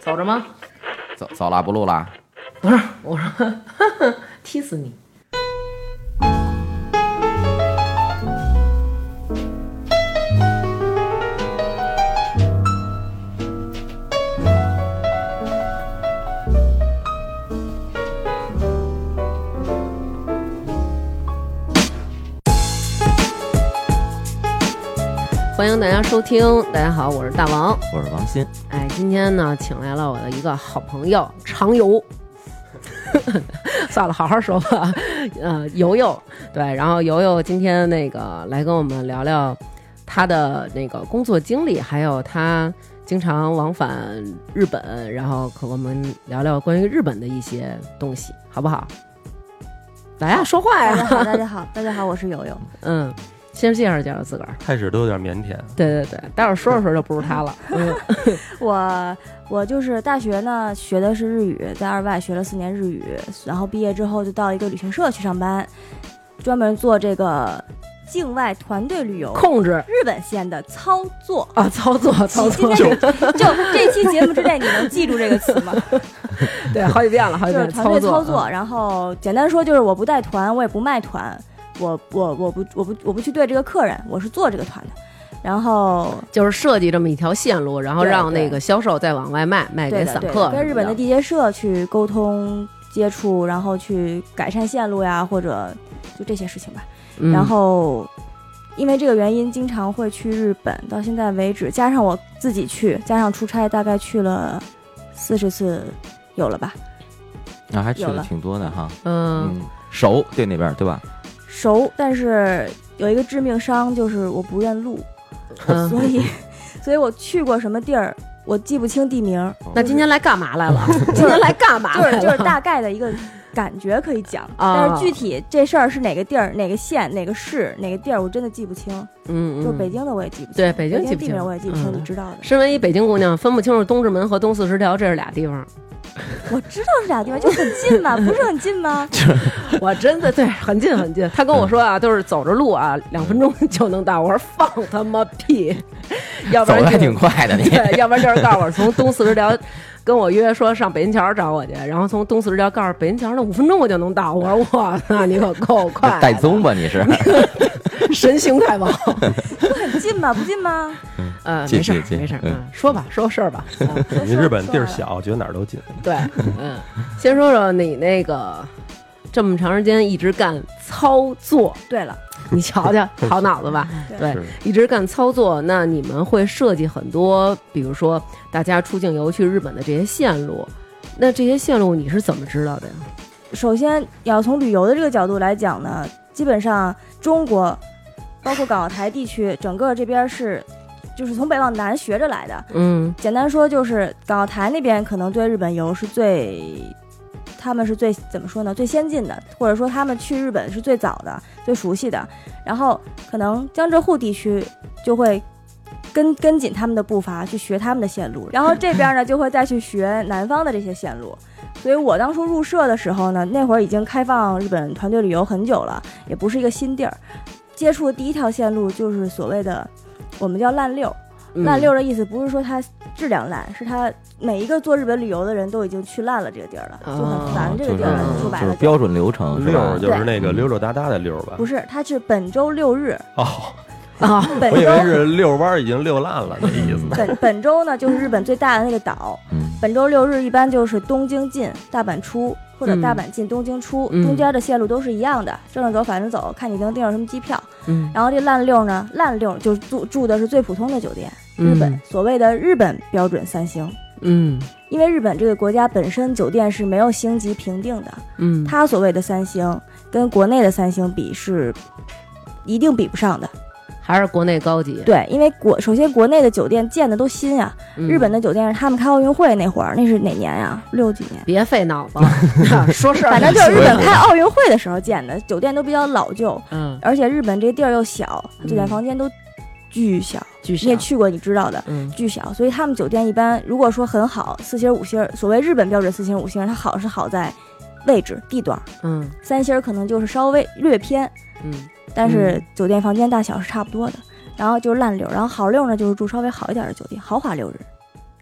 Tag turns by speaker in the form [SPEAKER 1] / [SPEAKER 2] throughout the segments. [SPEAKER 1] 走着吗？
[SPEAKER 2] 走走啦，不录啦。
[SPEAKER 1] 不是，我说 呵呵踢死你！欢迎大家收听，大家好，我是大王。
[SPEAKER 2] 我是王鑫，
[SPEAKER 1] 哎，今天呢，请来了我的一个好朋友常游。 算了，好好说吧。呃，游游，对，然后游游今天那个来跟我们聊聊他的那个工作经历，还有他经常往返日本，然后和我们聊聊关于日本的一些东西，好不好？来啊，说话
[SPEAKER 3] 大
[SPEAKER 1] 呀，
[SPEAKER 3] 家好，大家好，大家好，我是友友。
[SPEAKER 1] 嗯，先介绍介绍自个儿。
[SPEAKER 4] 开始都有点腼腆，
[SPEAKER 1] 对对对，待会儿说着说着就不是他了。嗯，
[SPEAKER 3] 我我就是大学呢学的是日语，在二外学了四年日语，然后毕业之后就到一个旅行社去上班，专门做这个境外团队旅游
[SPEAKER 1] 控制
[SPEAKER 3] 日本线的操作。
[SPEAKER 1] 啊，操作操作，
[SPEAKER 3] 今天就这期节目之内，你能记住这个词 吗？
[SPEAKER 1] 对，好几遍了，好几
[SPEAKER 3] 就是
[SPEAKER 1] 遍
[SPEAKER 3] 团队
[SPEAKER 1] 操嗯
[SPEAKER 3] 操作。然后简单说，就是我不带团，我也不卖团，我我我不我不我不去对这个客人，我是做这个团的。然后
[SPEAKER 1] 就是设计这么一条线路，然后
[SPEAKER 3] 对
[SPEAKER 1] 让
[SPEAKER 3] 对
[SPEAKER 1] 那个销售再往外卖，卖
[SPEAKER 3] 对
[SPEAKER 1] 给
[SPEAKER 3] 的，
[SPEAKER 1] 散
[SPEAKER 3] 对的
[SPEAKER 1] 客。
[SPEAKER 3] 跟日本的，地接社去沟通接触，然后去改善线路呀，或者就这些事情吧。
[SPEAKER 1] 嗯、
[SPEAKER 3] 然后因为这个原因，经常会去日本，到现在为止，加上我自己去，加上出差，大概去了四十次。有了吧，
[SPEAKER 2] 啊，还去
[SPEAKER 3] 有
[SPEAKER 2] 的
[SPEAKER 3] 了
[SPEAKER 2] 挺多的哈。
[SPEAKER 1] 嗯，
[SPEAKER 2] 嗯，熟对那边对吧？
[SPEAKER 3] 熟，但是有一个致命伤就是我不认路，
[SPEAKER 1] 嗯
[SPEAKER 3] 所以， 所以我去过什么地儿，我记不清地名儿，
[SPEAKER 1] 那今天来干嘛来 了？今天来干嘛
[SPEAKER 3] 就
[SPEAKER 1] 来了？
[SPEAKER 3] 是就是大概的一个感觉可以讲，
[SPEAKER 1] 啊
[SPEAKER 3] 但是具体这事儿是哪个地儿、哪个县、哪个市、哪个地儿，我真的记不清。
[SPEAKER 1] 嗯，嗯，
[SPEAKER 3] 就是北京的我也记不清，
[SPEAKER 1] 对北京
[SPEAKER 3] 北
[SPEAKER 1] 记
[SPEAKER 3] 京
[SPEAKER 1] 不
[SPEAKER 3] 地
[SPEAKER 1] 清
[SPEAKER 3] 名我也记不清，你
[SPEAKER 1] 嗯
[SPEAKER 3] 知道的。
[SPEAKER 1] 身为一北京姑娘，分不清楚东直门和东四十条这是俩地方。
[SPEAKER 3] 我知道是俩地方，就很近嘛，不是很近吗？
[SPEAKER 1] 我真的对，很近很近。他跟我说啊，都是走着路啊，两分钟就能到。我说放他妈屁，要不
[SPEAKER 2] 走
[SPEAKER 1] 然
[SPEAKER 2] 的
[SPEAKER 1] 就
[SPEAKER 2] 还挺快的你。
[SPEAKER 1] 对，要不然就是告诉我从东四十条跟我约说上北新桥找我去，然后从东四十条告诉北新桥那五分钟我就能到。我说我操，你可 够快的，
[SPEAKER 2] 带宗吧你是？
[SPEAKER 1] 神行太 保。
[SPEAKER 3] 很近嘛，不近 吗？
[SPEAKER 1] 呃，
[SPEAKER 2] 进
[SPEAKER 1] 没事儿
[SPEAKER 2] 进进
[SPEAKER 1] 没事儿，
[SPEAKER 2] 嗯
[SPEAKER 1] 嗯，说吧，说事儿吧。嗯
[SPEAKER 3] 说
[SPEAKER 4] 你
[SPEAKER 3] 错了
[SPEAKER 4] 日本地
[SPEAKER 3] 说错
[SPEAKER 4] 儿，
[SPEAKER 3] 了
[SPEAKER 4] 小，觉得哪儿都近。
[SPEAKER 1] 对，嗯，先说说你那个这么长时间一直干操作，
[SPEAKER 3] 对了，
[SPEAKER 1] 你瞧瞧，好脑子吧？对
[SPEAKER 4] 是，
[SPEAKER 1] 一直干操作，那你们会设计很多，比如说大家出境游去日本的这些线路，那这些线路你是怎么知道的呀？
[SPEAKER 3] 首先要从旅游的这个角度来讲呢，基本上中国，包括港澳台地区，整个这边是，就是从北往南学着来的。
[SPEAKER 1] 嗯
[SPEAKER 3] 简单说就是港澳台那边可能对日本游是最，他们是最怎么说呢？最先进的，或者说他们去日本是最早的、最熟悉的。然后可能江浙沪地区就会跟跟紧他们的步伐去学他们的线路，然后这边呢就会再去学南方的这些线路。所以我当初入社的时候呢，那会儿已经开放日本团队旅游很久了，也不是一个新地儿。接触的第一条线路就是所谓的我们叫烂六，
[SPEAKER 1] 嗯
[SPEAKER 3] 烂六的意思不是说它质量烂，是它每一个做日本旅游的人都已经去烂了这个地儿了，就很烦这个地儿了。
[SPEAKER 1] 哦
[SPEAKER 3] 说白
[SPEAKER 2] 啊就是
[SPEAKER 3] 了，
[SPEAKER 2] 标准流程是
[SPEAKER 4] 溜
[SPEAKER 2] 吧
[SPEAKER 4] 儿？就是那个
[SPEAKER 2] 对
[SPEAKER 4] 溜溜达达的溜儿吧
[SPEAKER 3] 不？是，它是本周六日，
[SPEAKER 4] 哦，
[SPEAKER 1] 啊，
[SPEAKER 3] 本
[SPEAKER 4] 我以
[SPEAKER 3] 周
[SPEAKER 4] 为是遛弯儿已经遛烂了那意思。
[SPEAKER 3] 本本周呢就是日本最大的那个岛，
[SPEAKER 2] 嗯，
[SPEAKER 3] 本周六日一般就是东京进大阪出，或者
[SPEAKER 1] 嗯
[SPEAKER 3] 大阪进东京出，
[SPEAKER 1] 嗯
[SPEAKER 3] 中间的线路都是一样的，正着走反着走，看你能订上什么机票。
[SPEAKER 1] 嗯，
[SPEAKER 3] 然后这烂六呢，烂六就是住住的是最普通的酒店，日本、
[SPEAKER 1] 嗯
[SPEAKER 3] 所谓的日本标准三星。
[SPEAKER 1] 嗯
[SPEAKER 3] 因为日本这个国家本身酒店是没有星级评定的，
[SPEAKER 1] 嗯，
[SPEAKER 3] 它所谓的三星跟国内的三星比是一定比不上的。
[SPEAKER 1] 还是国内高级。
[SPEAKER 3] 对，因为国首先国内的酒店建的都新呀、
[SPEAKER 1] 嗯
[SPEAKER 3] 日本的酒店是他们开奥运会那会儿，那是哪年呀、六几年？
[SPEAKER 1] 别费 脑子了，说事儿
[SPEAKER 3] 反正就是日
[SPEAKER 2] 对
[SPEAKER 3] 本开奥运会的时候建的，酒店都比较老旧，
[SPEAKER 1] 嗯，
[SPEAKER 3] 而且日本这地儿又小，
[SPEAKER 1] 嗯
[SPEAKER 3] 酒店房间都巨小，
[SPEAKER 1] 巨
[SPEAKER 3] 你也
[SPEAKER 1] 小，
[SPEAKER 3] 去过，你知道的。
[SPEAKER 1] 嗯
[SPEAKER 3] 巨小，所以他们酒店一般如果说很好，四星儿五星儿，所谓日本标准四星儿五星儿，它好是好在位置地段儿，
[SPEAKER 1] 嗯
[SPEAKER 3] 三星儿可能就是稍微略偏，
[SPEAKER 1] 嗯
[SPEAKER 3] 但是
[SPEAKER 1] 嗯
[SPEAKER 3] 酒店房间大小是差不多的。然后就是烂溜儿，然后好溜儿呢就是住稍微好一点儿的酒店，豪华六日。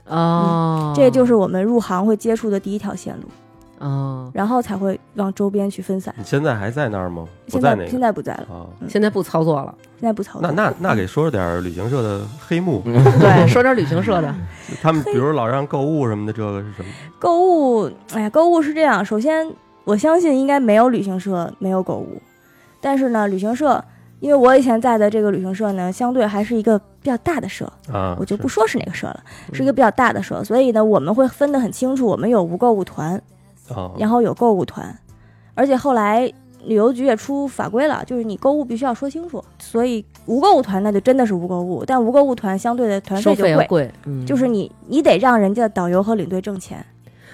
[SPEAKER 1] 哦，哦，
[SPEAKER 3] 嗯这就是我们入行会接触的第一条线路，
[SPEAKER 1] 哦，
[SPEAKER 3] 然后才会往周边去分散。
[SPEAKER 4] 你现在还在那儿吗？不
[SPEAKER 3] 现
[SPEAKER 4] 在
[SPEAKER 3] 在
[SPEAKER 4] 那
[SPEAKER 3] 现
[SPEAKER 4] 个
[SPEAKER 3] 在不在了，
[SPEAKER 4] 啊。
[SPEAKER 1] 现在不操作了。
[SPEAKER 3] 现在不操作。
[SPEAKER 4] 那那那给说说点儿旅行社的黑幕，
[SPEAKER 3] 嗯
[SPEAKER 1] 对， 说点旅行社的，
[SPEAKER 4] 他们比如老让购物什么的，这个是什么？
[SPEAKER 3] 购物，哎呀，购物是这样。首先，我相信应该没有旅行社没有购物，但是呢，旅行社，因为我以前在的这个旅行社呢，相对还是一个比较大的社，
[SPEAKER 4] 啊，
[SPEAKER 3] 我就是不说是哪个社了，是一个比较大的社，所以呢，我们会分得很清楚，我们有无购物团，
[SPEAKER 4] 啊，
[SPEAKER 3] 然后有购物团，而且后来。旅游局也出法规了，就是你购物必须要说清楚，所以无购物团那就真的是无购物，但无购物团相对的团
[SPEAKER 1] 收
[SPEAKER 3] 就
[SPEAKER 1] 费
[SPEAKER 3] 贵，
[SPEAKER 1] 也贵，嗯，
[SPEAKER 3] 就是你你得让人家导游和领队挣钱，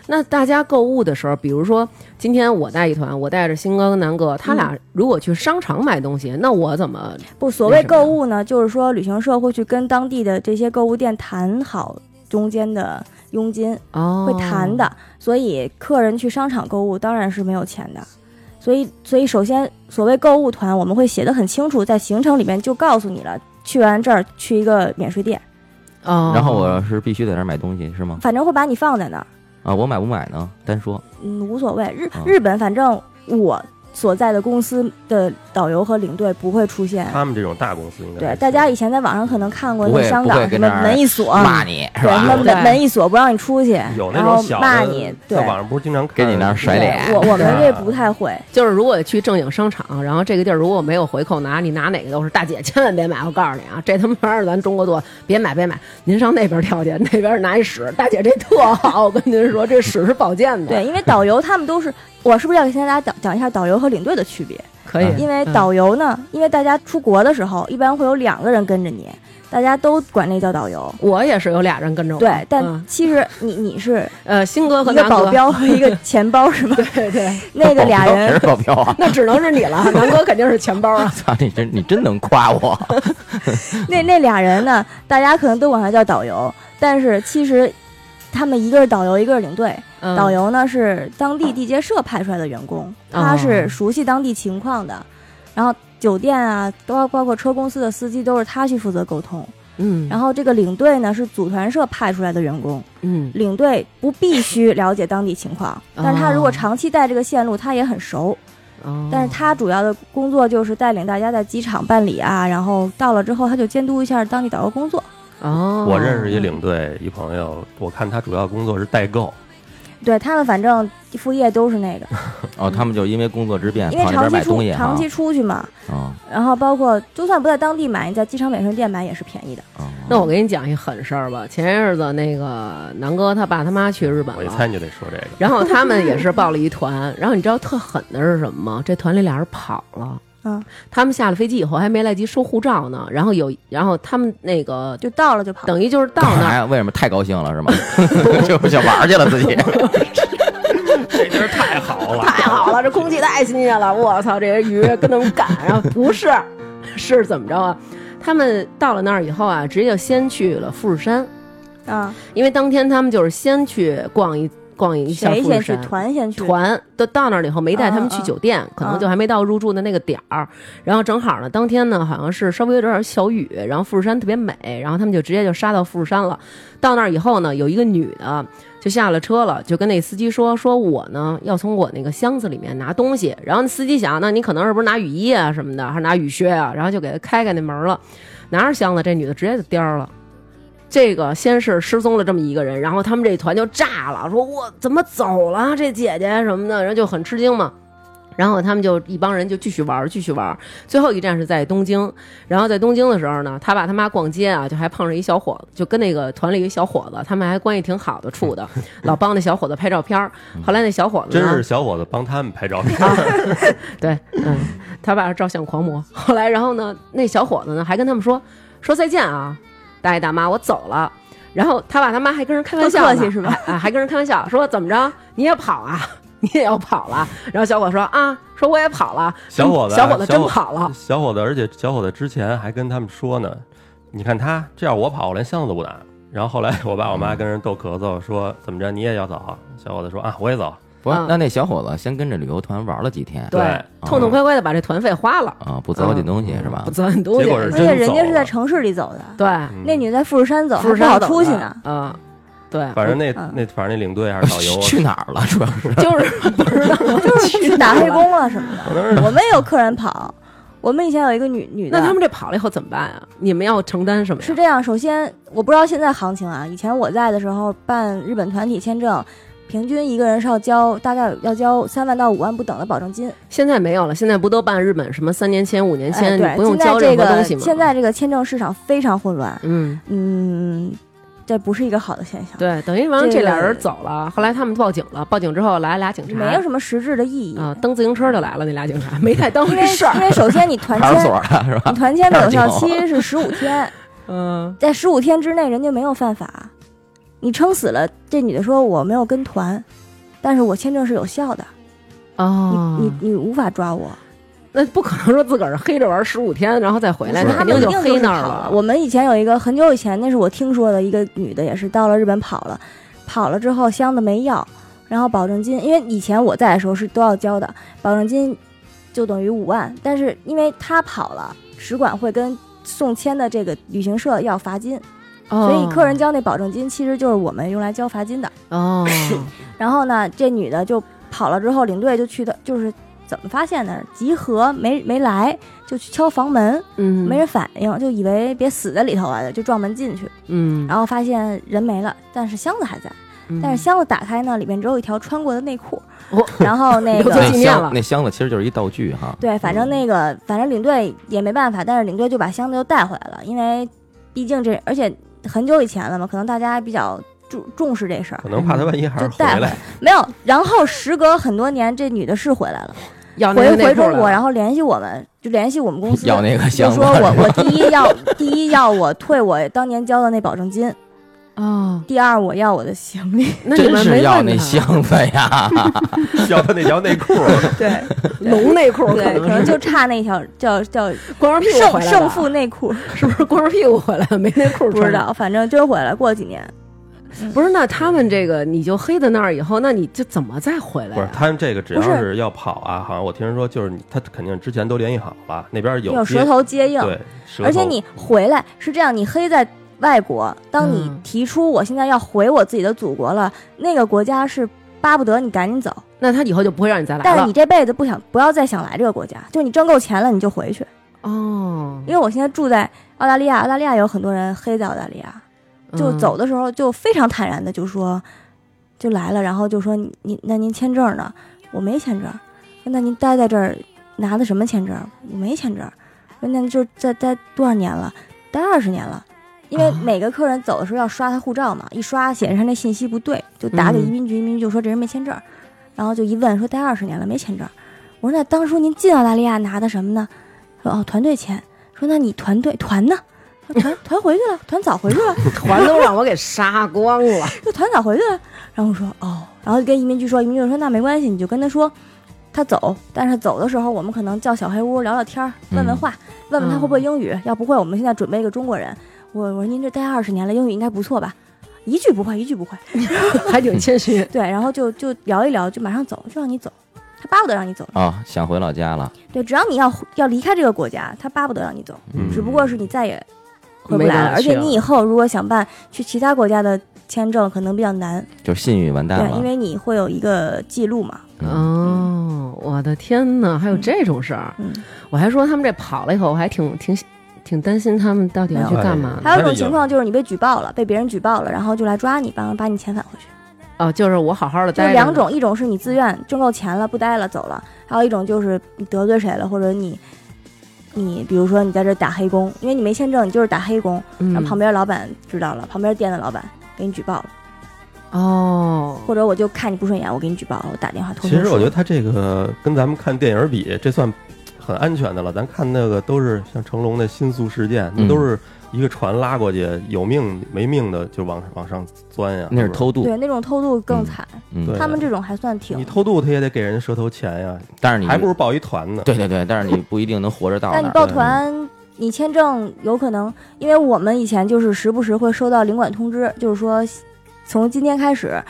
[SPEAKER 1] 那大家购物的时候，比如说今天我带一团，我带着新哥跟南哥，他
[SPEAKER 3] 嗯
[SPEAKER 1] 俩如果去商场买东西，那我怎么
[SPEAKER 3] 不，所
[SPEAKER 1] 为
[SPEAKER 3] 谓
[SPEAKER 1] 什么
[SPEAKER 3] 购
[SPEAKER 1] 呀
[SPEAKER 3] 物呢，就是说旅行社会去跟当地的这些购物店谈好中间的佣金，
[SPEAKER 1] 哦
[SPEAKER 3] 会谈的。所以客人去商场购物当然是没有钱的。所以，所以首先，所谓购物团，我们会写的很清楚，在行程里面就告诉你了。去完这儿去一个免税店，
[SPEAKER 1] 哦？
[SPEAKER 2] 然后我是必须在那儿买东西是吗？
[SPEAKER 3] 反正会把你放在那儿，
[SPEAKER 2] 啊，我买不买呢？单说
[SPEAKER 3] 嗯，无所谓。日
[SPEAKER 2] 啊
[SPEAKER 3] 日本，反正我所在的公司的导游和领队不会出现。
[SPEAKER 4] 他们这种大公司应该
[SPEAKER 3] 对
[SPEAKER 4] 还，
[SPEAKER 3] 大家
[SPEAKER 4] 行
[SPEAKER 3] 以前在网上可能看过
[SPEAKER 2] 啊不
[SPEAKER 3] 那
[SPEAKER 2] 会
[SPEAKER 3] 香
[SPEAKER 2] 不会
[SPEAKER 3] 港什
[SPEAKER 2] 跟
[SPEAKER 3] 么
[SPEAKER 2] 那儿
[SPEAKER 3] 门一锁，
[SPEAKER 2] 骂你是
[SPEAKER 3] 对，
[SPEAKER 2] 吧？
[SPEAKER 3] 什么
[SPEAKER 1] 对
[SPEAKER 3] 门门一锁不让你出去，
[SPEAKER 4] 有那
[SPEAKER 3] 然后
[SPEAKER 4] 种小
[SPEAKER 3] 骂
[SPEAKER 4] 的
[SPEAKER 3] 你，对
[SPEAKER 4] 在，网上不是经常
[SPEAKER 2] 给你
[SPEAKER 4] 看
[SPEAKER 2] 那儿甩
[SPEAKER 3] 对
[SPEAKER 2] 脸啊
[SPEAKER 3] 我我们这
[SPEAKER 4] 对
[SPEAKER 3] 不太会，
[SPEAKER 1] 就是如果去正经商场，然后这个地儿如果没有回扣拿，你拿哪个都是大姐，千万别买！我告诉你啊， 这他妈玩意儿咱中国做，别买别买！您上那边跳去， 那边拿一屎，大姐这特好，我跟您说，这屎是保健的，，
[SPEAKER 3] 对，因为导游他们都是，我是不是要先给大家讲讲一下导游和领队的区别？
[SPEAKER 1] 可以。
[SPEAKER 3] 因为
[SPEAKER 1] 嗯
[SPEAKER 3] 导游呢，因为大家出国的时候，一般会有两个人跟着你，大家都管那叫导游。
[SPEAKER 1] 我也是有俩人跟着我，
[SPEAKER 3] 对，但
[SPEAKER 1] 嗯
[SPEAKER 3] 其实你你是
[SPEAKER 1] 呃，新哥和
[SPEAKER 3] 一个
[SPEAKER 1] 南
[SPEAKER 3] 保
[SPEAKER 1] 哥，
[SPEAKER 3] 镖和一个钱包是吗？
[SPEAKER 1] 对对，
[SPEAKER 3] 那个俩
[SPEAKER 2] 谁
[SPEAKER 3] 人
[SPEAKER 2] 是保镖啊？
[SPEAKER 1] 那只能是你了， 南哥肯定是钱包啊。
[SPEAKER 2] 操，你真你真能夸我，
[SPEAKER 3] 那那俩人呢，大家可能都管他叫导游，但是其实他们一个是导游，一个是领队。
[SPEAKER 1] 嗯
[SPEAKER 3] 导游呢是当地地接社派出来的员工，
[SPEAKER 2] 哦
[SPEAKER 3] 他是熟悉当地情况的，然后酒店啊，包包括车公司的司机都是他去负责沟通。
[SPEAKER 1] 嗯，
[SPEAKER 3] 然后这个领队呢是组团社派出来的员工，
[SPEAKER 1] 嗯，
[SPEAKER 3] 领队不必须了解当地情况，
[SPEAKER 2] 哦
[SPEAKER 3] 但是他如果长期带这个线路，他也很熟。
[SPEAKER 1] 哦
[SPEAKER 3] 但是他主要的工作就是带领大家在机场办理啊，然后到了之后他就监督一下当地导游工作。
[SPEAKER 1] 哦，
[SPEAKER 4] 我
[SPEAKER 3] 嗯
[SPEAKER 4] 认识一领队一朋友，我看他主要工作是代购，
[SPEAKER 3] 对他们反正副业都是那个，
[SPEAKER 2] 哦，他们就因为工作之便
[SPEAKER 3] 因为
[SPEAKER 2] 跑那
[SPEAKER 3] 长
[SPEAKER 2] 边买
[SPEAKER 3] 期
[SPEAKER 2] 东
[SPEAKER 3] 出
[SPEAKER 2] 西
[SPEAKER 3] 长
[SPEAKER 2] 哈
[SPEAKER 3] 期，出去嘛，
[SPEAKER 2] 啊
[SPEAKER 3] 然后包括就算不在当地买，你在机场免税店买也是便宜的。
[SPEAKER 2] 啊，
[SPEAKER 1] 那我给你讲一狠事儿吧。前些日子那个南哥他爸他妈去日本
[SPEAKER 4] 我一
[SPEAKER 1] 了，
[SPEAKER 4] 猜你就得说这个。
[SPEAKER 1] 然后他们也是报了一团，然后你知道特狠的是什么吗？这团里俩人跑了。
[SPEAKER 3] 嗯，
[SPEAKER 1] 他们下了飞机以后还没来及收护照呢，然后有，然后他们那个
[SPEAKER 3] 就到了就跑。
[SPEAKER 1] 等于就是到
[SPEAKER 2] 干
[SPEAKER 1] 那
[SPEAKER 2] 嘛
[SPEAKER 1] 儿，
[SPEAKER 2] 呀？为什么太高兴了是 吗？ 就不想玩儿去了自己，
[SPEAKER 4] 这真是太好 了，
[SPEAKER 1] 太好了，这空气太新鲜了，我操，这些鱼跟他们赶，然后不是， 是怎么着啊？他们到了那儿以后啊，直接就先去了富士山，
[SPEAKER 3] 啊，
[SPEAKER 1] 因为当天他们就是先去逛一逛一下
[SPEAKER 3] 谁
[SPEAKER 1] 富士
[SPEAKER 3] 先去？
[SPEAKER 1] 山，
[SPEAKER 3] 团先去。
[SPEAKER 1] 团都到那儿了以后没带他们去酒店，可能就还没到入住的那个点儿。然后正好呢，当天呢好像是稍微有点小雨，然后富士山特别美，然后他们就直接就杀到富士山了。到那儿以后呢，有一个女的就下了车了，就跟那司机说：“说我呢要从我那个箱子里面拿东西。”然后那司机想，那你可能是不是拿雨衣啊什么的，还是拿雨靴啊？然后就给他开开那门了，拿着箱子，这女的直接就颠儿了。这个先是失踪了这么一个人，然后他们这团就炸了，说我怎么走了这姐姐什么的，然后就很吃惊嘛。然后他们就一帮人就继续玩，继续玩。最后一站是在东京，然后在东京的时候呢，他爸他妈逛街啊，就还碰上一小伙子，就跟那个团里一小伙子，他们还关系挺好的处的，老帮那小伙子拍照片儿。后来那小伙子
[SPEAKER 4] 真
[SPEAKER 1] 呢，
[SPEAKER 4] 是小伙子帮他们拍照
[SPEAKER 3] 啊
[SPEAKER 4] 片，
[SPEAKER 1] 对，嗯，他爸是照相狂魔。后来，然后呢，那小伙子呢还跟他们说说再见啊，大爷大妈，我走了。然后他爸他妈还跟人开玩笑呢，
[SPEAKER 3] 多客气是吧
[SPEAKER 1] 还啊，还跟人开玩笑说怎么着你也跑啊，你也要跑了。然后小伙说啊，说我也跑了。
[SPEAKER 4] 小伙子啊
[SPEAKER 1] 小伙子
[SPEAKER 4] 小
[SPEAKER 1] 真
[SPEAKER 4] 伙
[SPEAKER 1] 跑
[SPEAKER 3] 哦
[SPEAKER 1] 了。
[SPEAKER 4] 小伙子，而且小伙子之前还跟他们说呢，你看他这样，我跑我连箱子都不拿。然后后 来我爸我
[SPEAKER 3] 嗯
[SPEAKER 4] 妈跟人逗咳嗽，说怎么着你也要走啊？小伙子说啊我也走，
[SPEAKER 2] 不是
[SPEAKER 1] 嗯？
[SPEAKER 2] 那那小伙子先跟着旅游团玩了几天，
[SPEAKER 1] 对，
[SPEAKER 4] 对啊
[SPEAKER 1] 痛痛快快的把这团费花了，
[SPEAKER 2] 啊，不糟践东西是吧
[SPEAKER 1] 不？攒很多
[SPEAKER 4] 结果是
[SPEAKER 3] 而
[SPEAKER 1] 钱。
[SPEAKER 3] 且人家
[SPEAKER 4] 真走
[SPEAKER 3] 是
[SPEAKER 4] 了
[SPEAKER 3] 在城市里走的，
[SPEAKER 1] 对，
[SPEAKER 4] 嗯
[SPEAKER 3] 那女的在富士山走，
[SPEAKER 1] 富士
[SPEAKER 3] 还
[SPEAKER 1] 山
[SPEAKER 3] 不好出去呢。
[SPEAKER 1] 啊、嗯对，
[SPEAKER 4] 反正那
[SPEAKER 3] 嗯
[SPEAKER 4] 那反正那领队还是导 游，
[SPEAKER 2] 去哪儿了？主要是
[SPEAKER 1] 就是不知道
[SPEAKER 3] 去
[SPEAKER 1] 去
[SPEAKER 3] 打
[SPEAKER 1] 哪
[SPEAKER 3] 黑
[SPEAKER 1] 儿了。
[SPEAKER 3] 工了什么
[SPEAKER 4] 可能是
[SPEAKER 3] 的。我们也有客人跑，我们以前有一个女女的，
[SPEAKER 1] 那他们这跑了以后怎么办啊？你们要承担什么呀？
[SPEAKER 3] 是这样，首先我不知道现在行情啊，以前我在的时候办日本团体签证，平均一个人是要交大概要交三万到五万不等的保证金。
[SPEAKER 1] 现在没有了，现在不都办日本什么三年签、五年
[SPEAKER 3] 哎，
[SPEAKER 1] 签，
[SPEAKER 3] 对，
[SPEAKER 1] 你不用
[SPEAKER 3] 现在
[SPEAKER 1] 交
[SPEAKER 3] 这
[SPEAKER 1] 任何
[SPEAKER 3] 个
[SPEAKER 1] 东西吗？
[SPEAKER 3] 现在这个签证市场非常混乱，
[SPEAKER 1] 嗯，
[SPEAKER 3] 嗯，这不是一个好的现象，
[SPEAKER 1] 对，等于完了
[SPEAKER 3] 这
[SPEAKER 1] 这俩
[SPEAKER 3] 个
[SPEAKER 1] 人走了，后来他们报警了，报警之后来俩警察，
[SPEAKER 3] 没有什么实质的意义。
[SPEAKER 1] 啊、蹬自行车就来了，那俩警察没太当
[SPEAKER 3] 因
[SPEAKER 1] 回
[SPEAKER 3] 为
[SPEAKER 1] 事儿
[SPEAKER 3] 因。为首先你团
[SPEAKER 2] 派出
[SPEAKER 3] 签，
[SPEAKER 2] 所啊的是吧？
[SPEAKER 3] 你团签的有效
[SPEAKER 2] 派
[SPEAKER 3] 期是十五 天，
[SPEAKER 1] 嗯，
[SPEAKER 3] 在十五天之内人家没有犯法，你撑死了，这女的说我没有跟团，但是我签证是有效的，
[SPEAKER 1] 哦，
[SPEAKER 3] 你你你无法抓我。
[SPEAKER 1] 那不可能说自个儿黑着玩十五天，然后再回来，
[SPEAKER 3] 不
[SPEAKER 1] 那
[SPEAKER 3] 是他
[SPEAKER 1] 肯
[SPEAKER 3] 们
[SPEAKER 1] 定
[SPEAKER 3] 一定
[SPEAKER 1] 黑那儿
[SPEAKER 3] 跑了。我们以前有一个很久以前，那是我听说的一个女的，也是到了日本跑了，跑了之后箱子没要，然后保证金，因为以前我在的时候是都要交的，保证金就等于五万，但是因为她跑了，使馆会跟送签的这个旅行社要罚金，
[SPEAKER 1] 哦
[SPEAKER 3] 所以客人交那保证金其实就是我们用来交罚金的。
[SPEAKER 1] 哦，
[SPEAKER 3] 然后呢，这女的就跑了之后，领队就去的，就是怎么发现的？集合没没来，就去敲房门。
[SPEAKER 1] 嗯，
[SPEAKER 3] 没人反应，就以为别死在里头了，就撞门进去，
[SPEAKER 1] 嗯，
[SPEAKER 3] 然后发现人没了，但是箱子还在，
[SPEAKER 1] 嗯，
[SPEAKER 3] 但是箱子打开呢，里面只有一条穿过的内裤
[SPEAKER 1] 哦，
[SPEAKER 3] 然后那
[SPEAKER 1] 留作
[SPEAKER 2] 那
[SPEAKER 1] 纪
[SPEAKER 3] 个。
[SPEAKER 1] 念了
[SPEAKER 2] 箱那箱子其实就是一道具哈。
[SPEAKER 3] 对，反正那个，反正领队也没办法，但是领队就把箱子又带回来了，因为毕竟这，而且很久以前了嘛，可能大家比较注重视这事儿
[SPEAKER 4] 可，能怕他万一还 是
[SPEAKER 3] 就
[SPEAKER 4] 回
[SPEAKER 3] 带
[SPEAKER 4] 来，
[SPEAKER 3] 没有。然后时隔很多年，这女的是回来了，
[SPEAKER 1] 要那
[SPEAKER 3] 回
[SPEAKER 1] 个内
[SPEAKER 3] 回
[SPEAKER 1] 裤
[SPEAKER 3] 中
[SPEAKER 1] 了
[SPEAKER 3] 国，然后联系我们，就联系我们公司，
[SPEAKER 2] 要那个
[SPEAKER 3] 就
[SPEAKER 2] 箱子
[SPEAKER 3] 说， 我我第一要第一要我退我当年交的那保证金，
[SPEAKER 1] 哦，
[SPEAKER 3] 第二我要我的行 李。
[SPEAKER 1] 那你
[SPEAKER 2] 真
[SPEAKER 1] 们
[SPEAKER 2] 是
[SPEAKER 1] 没
[SPEAKER 2] 要
[SPEAKER 1] 问
[SPEAKER 2] 那
[SPEAKER 1] 他
[SPEAKER 2] 箱子呀！
[SPEAKER 4] 要他那条内裤，
[SPEAKER 3] 对
[SPEAKER 1] 龙内裤，可
[SPEAKER 3] 对，可能
[SPEAKER 1] 能
[SPEAKER 3] 就是差那条叫叫
[SPEAKER 1] 光着屁股
[SPEAKER 3] 胜
[SPEAKER 1] 回来
[SPEAKER 3] 胜
[SPEAKER 1] 了
[SPEAKER 3] 负内裤，
[SPEAKER 1] 是不是 光着屁股回来了没内裤
[SPEAKER 3] 不
[SPEAKER 1] 穿
[SPEAKER 3] 知？道，反正就是回来过了几年，
[SPEAKER 1] 不是，那他们这个你就黑在那儿以后，那你就怎么再回来
[SPEAKER 4] 不是
[SPEAKER 1] 呀？
[SPEAKER 4] 他们这个只要
[SPEAKER 3] 不是
[SPEAKER 4] 是要跑啊，好像我听人说就是你他肯定之前都联系好了，那边
[SPEAKER 3] 有
[SPEAKER 4] 接
[SPEAKER 3] 舌头接应，
[SPEAKER 4] 对，舌头
[SPEAKER 3] 而且你回来是这样，你黑在。外国，当你
[SPEAKER 1] 嗯
[SPEAKER 3] 提出我现在要回我自己的祖国了，那个国家是巴不得你赶紧走，
[SPEAKER 1] 那他以后就不会让你再来了。
[SPEAKER 3] 但是你这辈子不想不要再想来这个国家，就是你挣够钱了你就回去。
[SPEAKER 1] 哦，
[SPEAKER 3] 因为我现在住在澳大利亚，澳大利亚有很多人黑在澳大利亚，就
[SPEAKER 1] 嗯
[SPEAKER 3] 走的时候就非常坦然的就说，就来了，然后就说你你那您签证呢？我没签证。说那您待在这儿拿的什么签证？我没签证。说那就在待多少年了？待二十年了。因为
[SPEAKER 1] 啊
[SPEAKER 3] 每个客人走的时候要刷他护照嘛，一刷显示他那信息不对，就打给
[SPEAKER 1] 嗯
[SPEAKER 3] 移民局，移民局就说这人没签证，然后就一问说待二十年了没签证。我说那当初您进澳大利亚拿的什么呢？说哦团队签。说那你团队团呢？说团团回去了，团早回去 了。
[SPEAKER 1] 团都让我给杀光了。
[SPEAKER 3] 这团长回去了。然后我说哦，然后跟移民局说，移民局说那没关系，你就跟他说，他走，但是走的时候我们可能叫小黑屋聊聊天儿，问问
[SPEAKER 2] 嗯
[SPEAKER 3] 话，问问他
[SPEAKER 1] 嗯
[SPEAKER 3] 会不会英语，要不会我们现在准备一个中国人。我我说您这待二十年了，英语应该不错吧？一句不会，一句不会。
[SPEAKER 1] 还挺谦虚。
[SPEAKER 3] 对，然后就就聊一聊，就马上走，就让你走，他巴不得让你走。
[SPEAKER 2] 啊，想回老家了，
[SPEAKER 3] 对，只要你要要离开这个国家，他巴不得让你走，
[SPEAKER 4] 嗯
[SPEAKER 3] 只不过是你再也回不
[SPEAKER 1] 没啊
[SPEAKER 3] 来
[SPEAKER 1] 办
[SPEAKER 3] 了。
[SPEAKER 1] 法
[SPEAKER 3] 而
[SPEAKER 1] 去
[SPEAKER 3] 且
[SPEAKER 1] 了
[SPEAKER 3] 你以后如果想办去其他国家的签证，可能比较难。
[SPEAKER 2] 就是信誉完蛋
[SPEAKER 3] 对，
[SPEAKER 2] 了
[SPEAKER 3] 因。为你会有一个记录嘛。
[SPEAKER 2] 嗯
[SPEAKER 1] 哦，我的天哪，还有这种事儿！
[SPEAKER 3] 嗯，
[SPEAKER 1] 我还说他们这跑了以后，我还挺挺挺担心他们到底要去干嘛
[SPEAKER 4] 哎
[SPEAKER 1] 呢。
[SPEAKER 3] 还有一种
[SPEAKER 4] 那就
[SPEAKER 3] 情况就是你被举报了，被别人举报了，然后就来抓你，把把你遣返回
[SPEAKER 4] 嗯
[SPEAKER 3] 去。
[SPEAKER 1] 哦，就是我好好的
[SPEAKER 3] 就
[SPEAKER 1] 待着呢，
[SPEAKER 3] 两种，一种是你自愿挣够钱了不待了走了，还有一种就是你得罪谁了，或者你你比如说你在这打黑工，因为你没签证，你就是打黑工，
[SPEAKER 1] 嗯，
[SPEAKER 3] 让旁边老板知道了，旁边店的老板给你举报了，
[SPEAKER 1] 哦，
[SPEAKER 3] 或者我就看你不顺眼，我给你举报了，我打电话偷偷
[SPEAKER 4] 其实我觉
[SPEAKER 3] 说。
[SPEAKER 4] 得他这个跟咱们看电影比，这算很安全的了。咱看那个都是像成龙的新宿事件，那
[SPEAKER 2] 嗯
[SPEAKER 4] 都是一个船拉过去，有命没命的就往往上钻呀。
[SPEAKER 2] 那是
[SPEAKER 4] 不
[SPEAKER 2] 偷渡，
[SPEAKER 3] 对，那种偷渡更惨，
[SPEAKER 2] 嗯，
[SPEAKER 4] 对
[SPEAKER 3] 他们这种还算
[SPEAKER 4] 你
[SPEAKER 3] 挺，
[SPEAKER 4] 偷渡他也得给人舌头钱呀，
[SPEAKER 2] 但是你
[SPEAKER 4] 还不如报一团呢。
[SPEAKER 2] 对对对，但是你不一定能活着到那
[SPEAKER 3] 但你
[SPEAKER 2] 儿。
[SPEAKER 3] 抱团，你签证有可能，因为我们以前就是时不时会收到领馆通知，就是说从今天开始，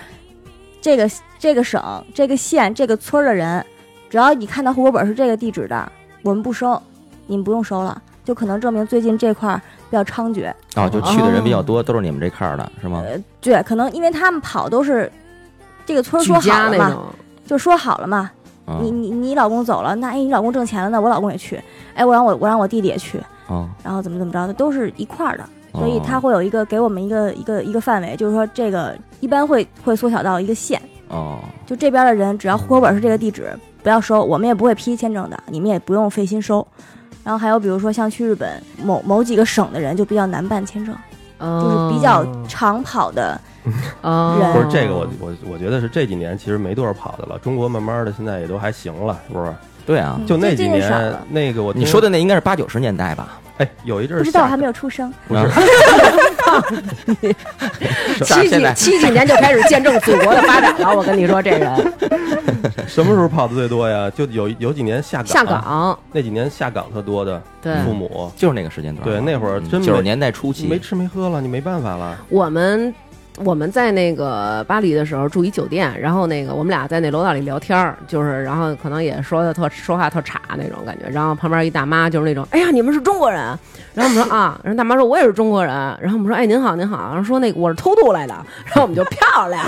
[SPEAKER 3] 这个这个省、这个县、这个村儿的人，只要你看到户口本是这个地址的，我们不收，你们不用收了，就可能证明最近这块儿比较猖獗。
[SPEAKER 2] 哦，就去的人比较多，都是你们这坎儿的是吗？
[SPEAKER 3] 呃，对，可能因为他们跑都是这个村儿
[SPEAKER 1] 举
[SPEAKER 3] 说好
[SPEAKER 1] 家
[SPEAKER 3] 了
[SPEAKER 1] 那
[SPEAKER 3] 嘛，
[SPEAKER 1] 种，
[SPEAKER 3] 就说好了嘛，
[SPEAKER 2] 啊
[SPEAKER 3] 呃你你你老公走了，那哎你老公挣钱了，那我老公也去，哎我让我我让我弟弟也去，
[SPEAKER 2] 啊，
[SPEAKER 3] 然后怎么怎么着的，都是一块儿的，所以
[SPEAKER 2] 哦
[SPEAKER 3] 他会有一个给我们一个一个一个范围，就是说这个一般会会缩小到一个县，
[SPEAKER 2] 哦
[SPEAKER 3] 就这边的人只要户口本是这个地址，不要收，我们也不会批签证的，你们也不用费心收。然后还有比如说像去日本某某几个省的人就比较难办签证，
[SPEAKER 1] 嗯
[SPEAKER 3] 就是比较长跑的，
[SPEAKER 1] 哦
[SPEAKER 3] 人
[SPEAKER 4] 不是这个我，我我觉得是这几年其实没多少跑的了，中国慢慢的现在也都还行了，是不是？
[SPEAKER 2] 对啊，
[SPEAKER 3] 嗯
[SPEAKER 4] 就那
[SPEAKER 3] 最
[SPEAKER 4] 几
[SPEAKER 3] 近少
[SPEAKER 4] 年
[SPEAKER 3] 了
[SPEAKER 4] 那个我听
[SPEAKER 2] 你说的那应该是八九十年代吧？
[SPEAKER 4] 哎，有一阵儿
[SPEAKER 3] 不知道我
[SPEAKER 4] 下
[SPEAKER 3] 还没有出生。
[SPEAKER 2] 不是， 是啊
[SPEAKER 1] 七
[SPEAKER 2] 现
[SPEAKER 1] 几
[SPEAKER 2] 在
[SPEAKER 1] 七几年就开始见证祖国的发展了。我跟你说，这人
[SPEAKER 4] 什么时候跑的最多呀？就有有几年下岗，啊
[SPEAKER 1] 下
[SPEAKER 2] 啊
[SPEAKER 1] 岗，
[SPEAKER 4] 那几年下岗特多的，
[SPEAKER 1] 对
[SPEAKER 4] 父母
[SPEAKER 2] 就是那个时间
[SPEAKER 3] 啊
[SPEAKER 2] 段。啊
[SPEAKER 4] 对那会儿
[SPEAKER 3] 嗯
[SPEAKER 4] 真没
[SPEAKER 2] 九十年代初期
[SPEAKER 4] 没吃没喝了，你没办法了。
[SPEAKER 1] 我们我们在那个巴黎的时候住一酒店，然后那个我们俩在那楼道里聊天儿，就是然后可能也说的特说话特岔那种感觉，然后旁边一大妈就是那种，哎呀你们是中国人，然后我们说啊，然 后大妈说我也是中国人，然后我们说哎您好您好，然后说那个我是偷渡来的，然后我们哎就漂亮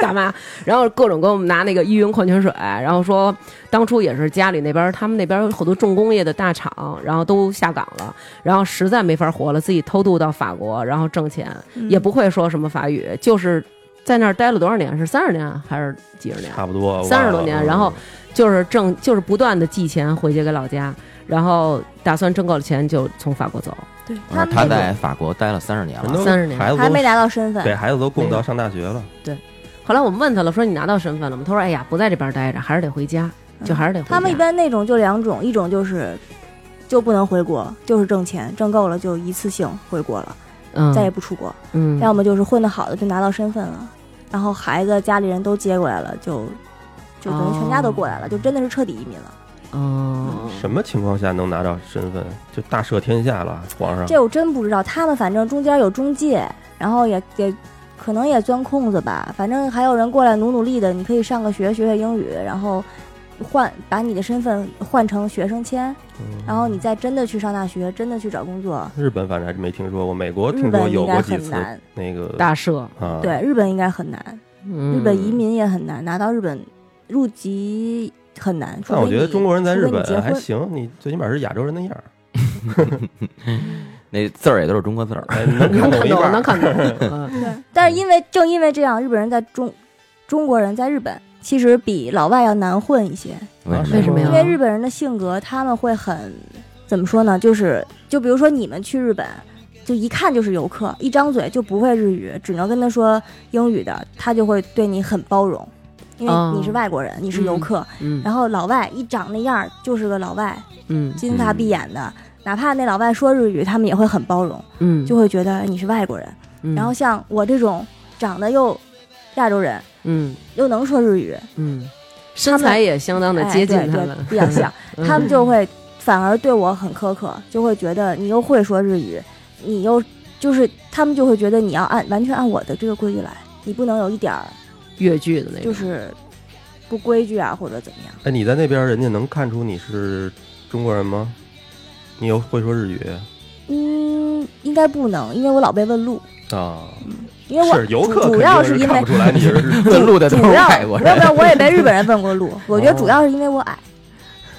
[SPEAKER 1] 大妈， 然后各种给我们拿那个依云矿泉水，然后说当初也是家里那边儿他们那边儿有好多重工业的大厂，然后都下岗了，然后实在没法活了，自己偷渡到法国，然后挣钱，
[SPEAKER 3] 嗯
[SPEAKER 1] 也不会说什么法语，就是在那儿待了多少年？是三十年还是几十年？
[SPEAKER 4] 差不多忘了
[SPEAKER 1] 30多年然后就是挣，就是不断的寄钱回去给老家，然后打算挣够了钱就从法国走。
[SPEAKER 3] 对
[SPEAKER 4] 嗯
[SPEAKER 2] 啊
[SPEAKER 3] 他们
[SPEAKER 2] 他
[SPEAKER 3] 那种
[SPEAKER 2] 在法国待了三十年
[SPEAKER 4] 全
[SPEAKER 2] 了
[SPEAKER 4] 都
[SPEAKER 1] 30年
[SPEAKER 4] 嗯孩子
[SPEAKER 3] 还没
[SPEAKER 4] 都
[SPEAKER 3] 拿到身份
[SPEAKER 4] 给，孩子都供到上大学了。
[SPEAKER 1] 后来我们问他了，说你拿到身份了吗？他说：“哎呀，不在这边待着，还是得回家，
[SPEAKER 3] 嗯
[SPEAKER 1] 就还是得回家。”
[SPEAKER 3] 他们一般那种就两种，一种就是就不能回国，就是挣钱，挣够了就一次性回国了，
[SPEAKER 1] 嗯
[SPEAKER 3] 再也不出国；
[SPEAKER 1] 嗯
[SPEAKER 3] 要么就是混得好的就拿到身份了，然后孩子家里人都接过来了，就就等于全
[SPEAKER 4] 哦
[SPEAKER 3] 家都过来了，就真的是彻底移民了。
[SPEAKER 4] 嗯
[SPEAKER 1] 哦
[SPEAKER 3] 嗯
[SPEAKER 4] 什么情况下能拿到身份？就大赦天下了，皇上。
[SPEAKER 3] 这我真不知道，他们反正中间有中介，然后也也可能也钻空子吧，反正还有人过来努努力的，你可以上个学，学学英语，然后换把你的身份换成学生签，
[SPEAKER 4] 嗯
[SPEAKER 3] 然后你再真的去上大学，真的去找工作。
[SPEAKER 4] 日本反正还是没听说过，美国
[SPEAKER 3] 日
[SPEAKER 4] 听说
[SPEAKER 3] 本
[SPEAKER 4] 有
[SPEAKER 3] 应
[SPEAKER 4] 过
[SPEAKER 3] 该
[SPEAKER 4] 几
[SPEAKER 3] 很
[SPEAKER 4] 次
[SPEAKER 3] 难，
[SPEAKER 4] 那个
[SPEAKER 1] 大赦，
[SPEAKER 4] 啊，
[SPEAKER 3] 对，日本应该很难，
[SPEAKER 1] 嗯、
[SPEAKER 3] 日本移民也很难，拿到日本入籍很难。除
[SPEAKER 4] 但我
[SPEAKER 3] 非
[SPEAKER 4] 觉得
[SPEAKER 3] 你
[SPEAKER 4] 中国人在
[SPEAKER 3] 除
[SPEAKER 4] 日
[SPEAKER 3] 非你结
[SPEAKER 4] 本还
[SPEAKER 3] 婚
[SPEAKER 4] 行，你最起码是亚洲人的样 儿，
[SPEAKER 2] 那字儿也都是中国字儿。
[SPEAKER 4] 哎能
[SPEAKER 1] 能
[SPEAKER 4] 看懂
[SPEAKER 1] 看
[SPEAKER 4] 一半
[SPEAKER 1] 懂，
[SPEAKER 4] 儿
[SPEAKER 1] 能。看懂。嗯
[SPEAKER 3] 但是因为正因为这样，日本人在中中国人在日本其实比老外要难混一些，
[SPEAKER 2] 为
[SPEAKER 1] 为什么呀
[SPEAKER 3] 因为日本人的性格他们会很怎么说呢？就是就比如说你们去日本。就一看就是游客，一张嘴就不会日语，只能跟他说英语的，他就会对你很包容，因为你是
[SPEAKER 1] 哦
[SPEAKER 3] 外国人，你是游
[SPEAKER 1] 嗯
[SPEAKER 3] 客，
[SPEAKER 1] 嗯
[SPEAKER 3] 然后老外一长那样儿就是个老外，
[SPEAKER 1] 嗯
[SPEAKER 3] 金发碧眼的，哪怕那老外说日语，他们也会很包容，
[SPEAKER 1] 嗯，
[SPEAKER 3] 就会觉得哎你是外国人。
[SPEAKER 1] 嗯
[SPEAKER 3] 然后像我这种长得又亚洲人，
[SPEAKER 1] 嗯
[SPEAKER 3] 又能说日语，
[SPEAKER 1] 嗯，身材也相当的接近
[SPEAKER 3] 哎、对
[SPEAKER 1] 他
[SPEAKER 3] 对
[SPEAKER 1] 们，
[SPEAKER 3] 比 较像，
[SPEAKER 1] 嗯
[SPEAKER 3] 他们就会反而对我很苛刻，就会觉得你又会说日语，你又就是他们就会觉得你要按完全按我的这个规矩来，你不能有一点儿
[SPEAKER 1] 嗯越剧的那
[SPEAKER 3] 就
[SPEAKER 1] 种。
[SPEAKER 3] 是不规矩啊或者怎么样。
[SPEAKER 4] 哎，你在那边人家能看出你是中国人吗？你有会说日语
[SPEAKER 3] 嗯，应该不能，因为我老被问路，
[SPEAKER 4] 啊？
[SPEAKER 3] 因为我
[SPEAKER 4] 是游客
[SPEAKER 3] 主
[SPEAKER 4] 肯
[SPEAKER 3] 主要
[SPEAKER 4] 定
[SPEAKER 3] 是
[SPEAKER 4] 是
[SPEAKER 3] 因
[SPEAKER 4] 看
[SPEAKER 3] 为
[SPEAKER 4] 不出来你是日
[SPEAKER 2] 问路的都
[SPEAKER 3] 主
[SPEAKER 2] 是
[SPEAKER 3] 要
[SPEAKER 2] 外国
[SPEAKER 3] 没有没
[SPEAKER 2] 人。
[SPEAKER 3] 有，我 也被日本人问过路。我觉
[SPEAKER 1] 哦
[SPEAKER 3] 得主要是因为我矮，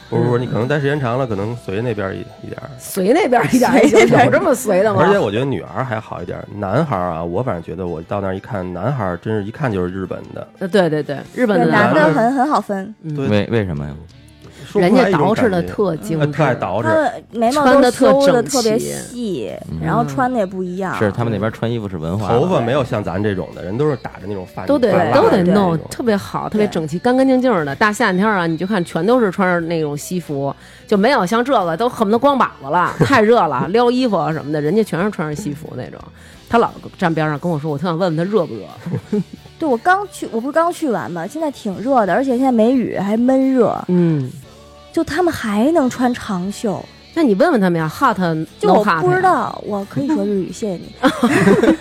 [SPEAKER 4] 不是不是，你可能待时间长了，可能随那边一一点儿。
[SPEAKER 1] 随那边一点儿也行，有这么随的吗？
[SPEAKER 4] 而且我觉得女孩儿还好一点儿，男孩儿啊，我反正觉得我到那儿一看，男孩儿真是一看就是日本的，
[SPEAKER 1] 呃，对对对，日本
[SPEAKER 3] 对
[SPEAKER 1] 的
[SPEAKER 3] 男
[SPEAKER 4] 男
[SPEAKER 3] 的
[SPEAKER 4] 的
[SPEAKER 3] 很很好分，
[SPEAKER 1] 嗯
[SPEAKER 4] 对
[SPEAKER 2] 为为什么呀？
[SPEAKER 4] 说
[SPEAKER 1] 人
[SPEAKER 4] 不出来
[SPEAKER 1] 家
[SPEAKER 4] 一
[SPEAKER 1] 捯
[SPEAKER 4] 种
[SPEAKER 1] 饬的
[SPEAKER 4] 感觉
[SPEAKER 1] 特精
[SPEAKER 4] 呃
[SPEAKER 1] 致，
[SPEAKER 4] 特爱捯
[SPEAKER 3] 他
[SPEAKER 4] 饬，
[SPEAKER 3] 们眉毛
[SPEAKER 1] 穿
[SPEAKER 3] 都
[SPEAKER 1] 得特
[SPEAKER 3] 修的
[SPEAKER 1] 整
[SPEAKER 3] 特别
[SPEAKER 1] 齐
[SPEAKER 3] 细，
[SPEAKER 2] 嗯
[SPEAKER 3] 然后穿的也不一样。
[SPEAKER 2] 是他们那边穿衣服是文化的，
[SPEAKER 4] 头发没有像咱这种的人都是打着那种发
[SPEAKER 1] 都得
[SPEAKER 4] 发蜡
[SPEAKER 1] 都得
[SPEAKER 4] 的那
[SPEAKER 1] 弄
[SPEAKER 4] 种
[SPEAKER 1] 特别好，特别整齐，干干净净的。大夏天啊，你就看全都是穿着那种西服，就没有像这个都恨不得光膀子了，太热了，撩衣服啊什么的，人家全是穿着西服那种。他老站边上跟我说，我特想问问他热不热。
[SPEAKER 3] 对我刚去，我不是刚去完吗？现在挺热的，而且现在没雨，还闷热。
[SPEAKER 1] 嗯，
[SPEAKER 3] 就他们还能穿长袖，
[SPEAKER 1] 那你问问他们呀，hot
[SPEAKER 3] 就
[SPEAKER 1] no
[SPEAKER 3] 我
[SPEAKER 1] hot
[SPEAKER 3] 不知
[SPEAKER 1] 呀，
[SPEAKER 3] 道。我可以说日语，谢谢你。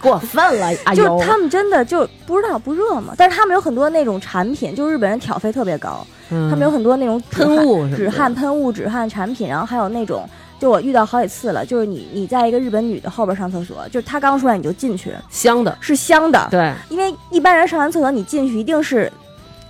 [SPEAKER 1] 过分了，哎
[SPEAKER 3] 就
[SPEAKER 1] 呦
[SPEAKER 3] 是他们真的就不知道不热吗？但是他们有很多那种产品，就日本人挑费特别高，
[SPEAKER 1] 他
[SPEAKER 3] 他们有很多那种止汗
[SPEAKER 1] 嗯喷雾什么的
[SPEAKER 3] 止汗喷雾、止汗产品，然后还有那种就我遇到好几次了，就是你你在一个日本女的后边上厕所，就是她刚出来你就进去，
[SPEAKER 1] 香的。
[SPEAKER 3] 是香的，
[SPEAKER 1] 对，
[SPEAKER 3] 因为一般人上完厕所你进去一 定是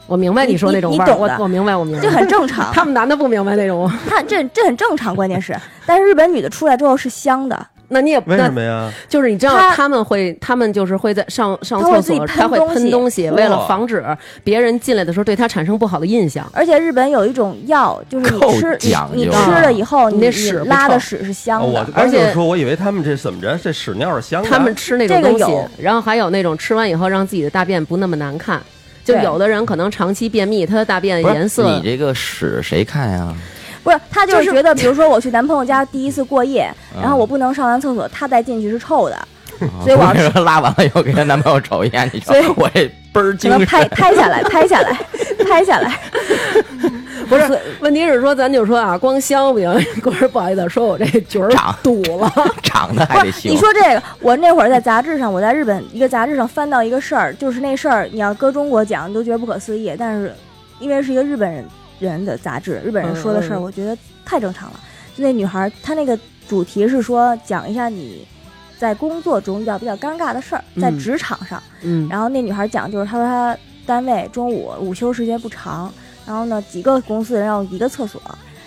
[SPEAKER 1] 我明白
[SPEAKER 3] 你
[SPEAKER 1] 说那种
[SPEAKER 3] 你
[SPEAKER 1] 味
[SPEAKER 3] 你
[SPEAKER 1] 儿，
[SPEAKER 3] 懂
[SPEAKER 1] 我
[SPEAKER 3] 的
[SPEAKER 1] 我明白，我明白，
[SPEAKER 3] 这很正常，
[SPEAKER 1] 他们男的不明白那种，
[SPEAKER 3] 他这这很正常，关键是， 但是日本女的出来之后是香的，
[SPEAKER 1] 那你也
[SPEAKER 4] 为
[SPEAKER 1] 那
[SPEAKER 4] 什么呀？
[SPEAKER 1] 就是你知道
[SPEAKER 3] 他
[SPEAKER 1] 他们会，他们就是会在上上
[SPEAKER 3] 他会
[SPEAKER 1] 厕
[SPEAKER 3] 自己
[SPEAKER 1] 所，
[SPEAKER 3] 喷
[SPEAKER 1] 他会
[SPEAKER 3] 东
[SPEAKER 1] 喷
[SPEAKER 3] 西
[SPEAKER 1] 东西，
[SPEAKER 4] 哇
[SPEAKER 1] 为了防止别人进来的时候对他产生不好的印象。
[SPEAKER 3] 而且日本有一种药，就是你
[SPEAKER 2] 够
[SPEAKER 3] 吃你
[SPEAKER 2] 讲
[SPEAKER 3] 你
[SPEAKER 2] 究啊
[SPEAKER 3] 吃了以后，
[SPEAKER 1] 你
[SPEAKER 3] 你
[SPEAKER 1] 那
[SPEAKER 3] 你
[SPEAKER 1] 屎不
[SPEAKER 3] 拉的
[SPEAKER 1] 臭
[SPEAKER 3] 屎是
[SPEAKER 4] 哦
[SPEAKER 3] 香
[SPEAKER 4] 我
[SPEAKER 3] 的，
[SPEAKER 4] 刚
[SPEAKER 1] 而且
[SPEAKER 4] 就说，我以为他们这怎么着，这屎尿是香的。
[SPEAKER 1] 他们吃那种
[SPEAKER 3] 这个
[SPEAKER 1] 东西
[SPEAKER 3] 有，
[SPEAKER 1] 然后还有那种吃完以后让自己的大便不那么难看。就
[SPEAKER 3] 对
[SPEAKER 1] 有的人可能长期便秘，他的大便
[SPEAKER 2] 不是
[SPEAKER 1] 颜色
[SPEAKER 2] 你这个屎谁看呀？啊
[SPEAKER 3] 不是他就
[SPEAKER 1] 就是是
[SPEAKER 3] 觉得，比如说我去男朋友家第一次过夜，然后
[SPEAKER 2] 嗯
[SPEAKER 3] 我不能上完厕所，他再进去是臭的，
[SPEAKER 2] 啊
[SPEAKER 3] 所以我要
[SPEAKER 2] 不是说拉完了以后给她男朋友瞅一眼，你说
[SPEAKER 3] 所以
[SPEAKER 2] 我这倍儿
[SPEAKER 3] 只
[SPEAKER 2] 精
[SPEAKER 3] 能
[SPEAKER 2] 神，
[SPEAKER 3] 拍拍下来，拍下来，拍下来，
[SPEAKER 1] 不是，问题是说，咱就说啊，光香不行， 光是不好意思，说我这角儿
[SPEAKER 2] 长
[SPEAKER 1] 堵了，
[SPEAKER 2] 长得还
[SPEAKER 3] 不
[SPEAKER 2] 得
[SPEAKER 3] 是
[SPEAKER 2] 行。
[SPEAKER 3] 你说这个，我那会儿在杂志上，我在日本一个杂志上翻到一个事儿，就是那事儿，你要搁中国讲，你都觉得不可思议。但是因为是一个日本人人的杂志，日本人说的事儿，
[SPEAKER 1] 嗯嗯
[SPEAKER 3] 我觉得太正常了。就那女孩儿，她那个主题是说讲一下你在工作中遇到比较尴尬的事儿，在
[SPEAKER 1] 嗯
[SPEAKER 3] 职场上。
[SPEAKER 1] 嗯，
[SPEAKER 3] 然后那女孩讲，就是她说她单位中午午休时间不长，然后呢几个公司人要一个厕所，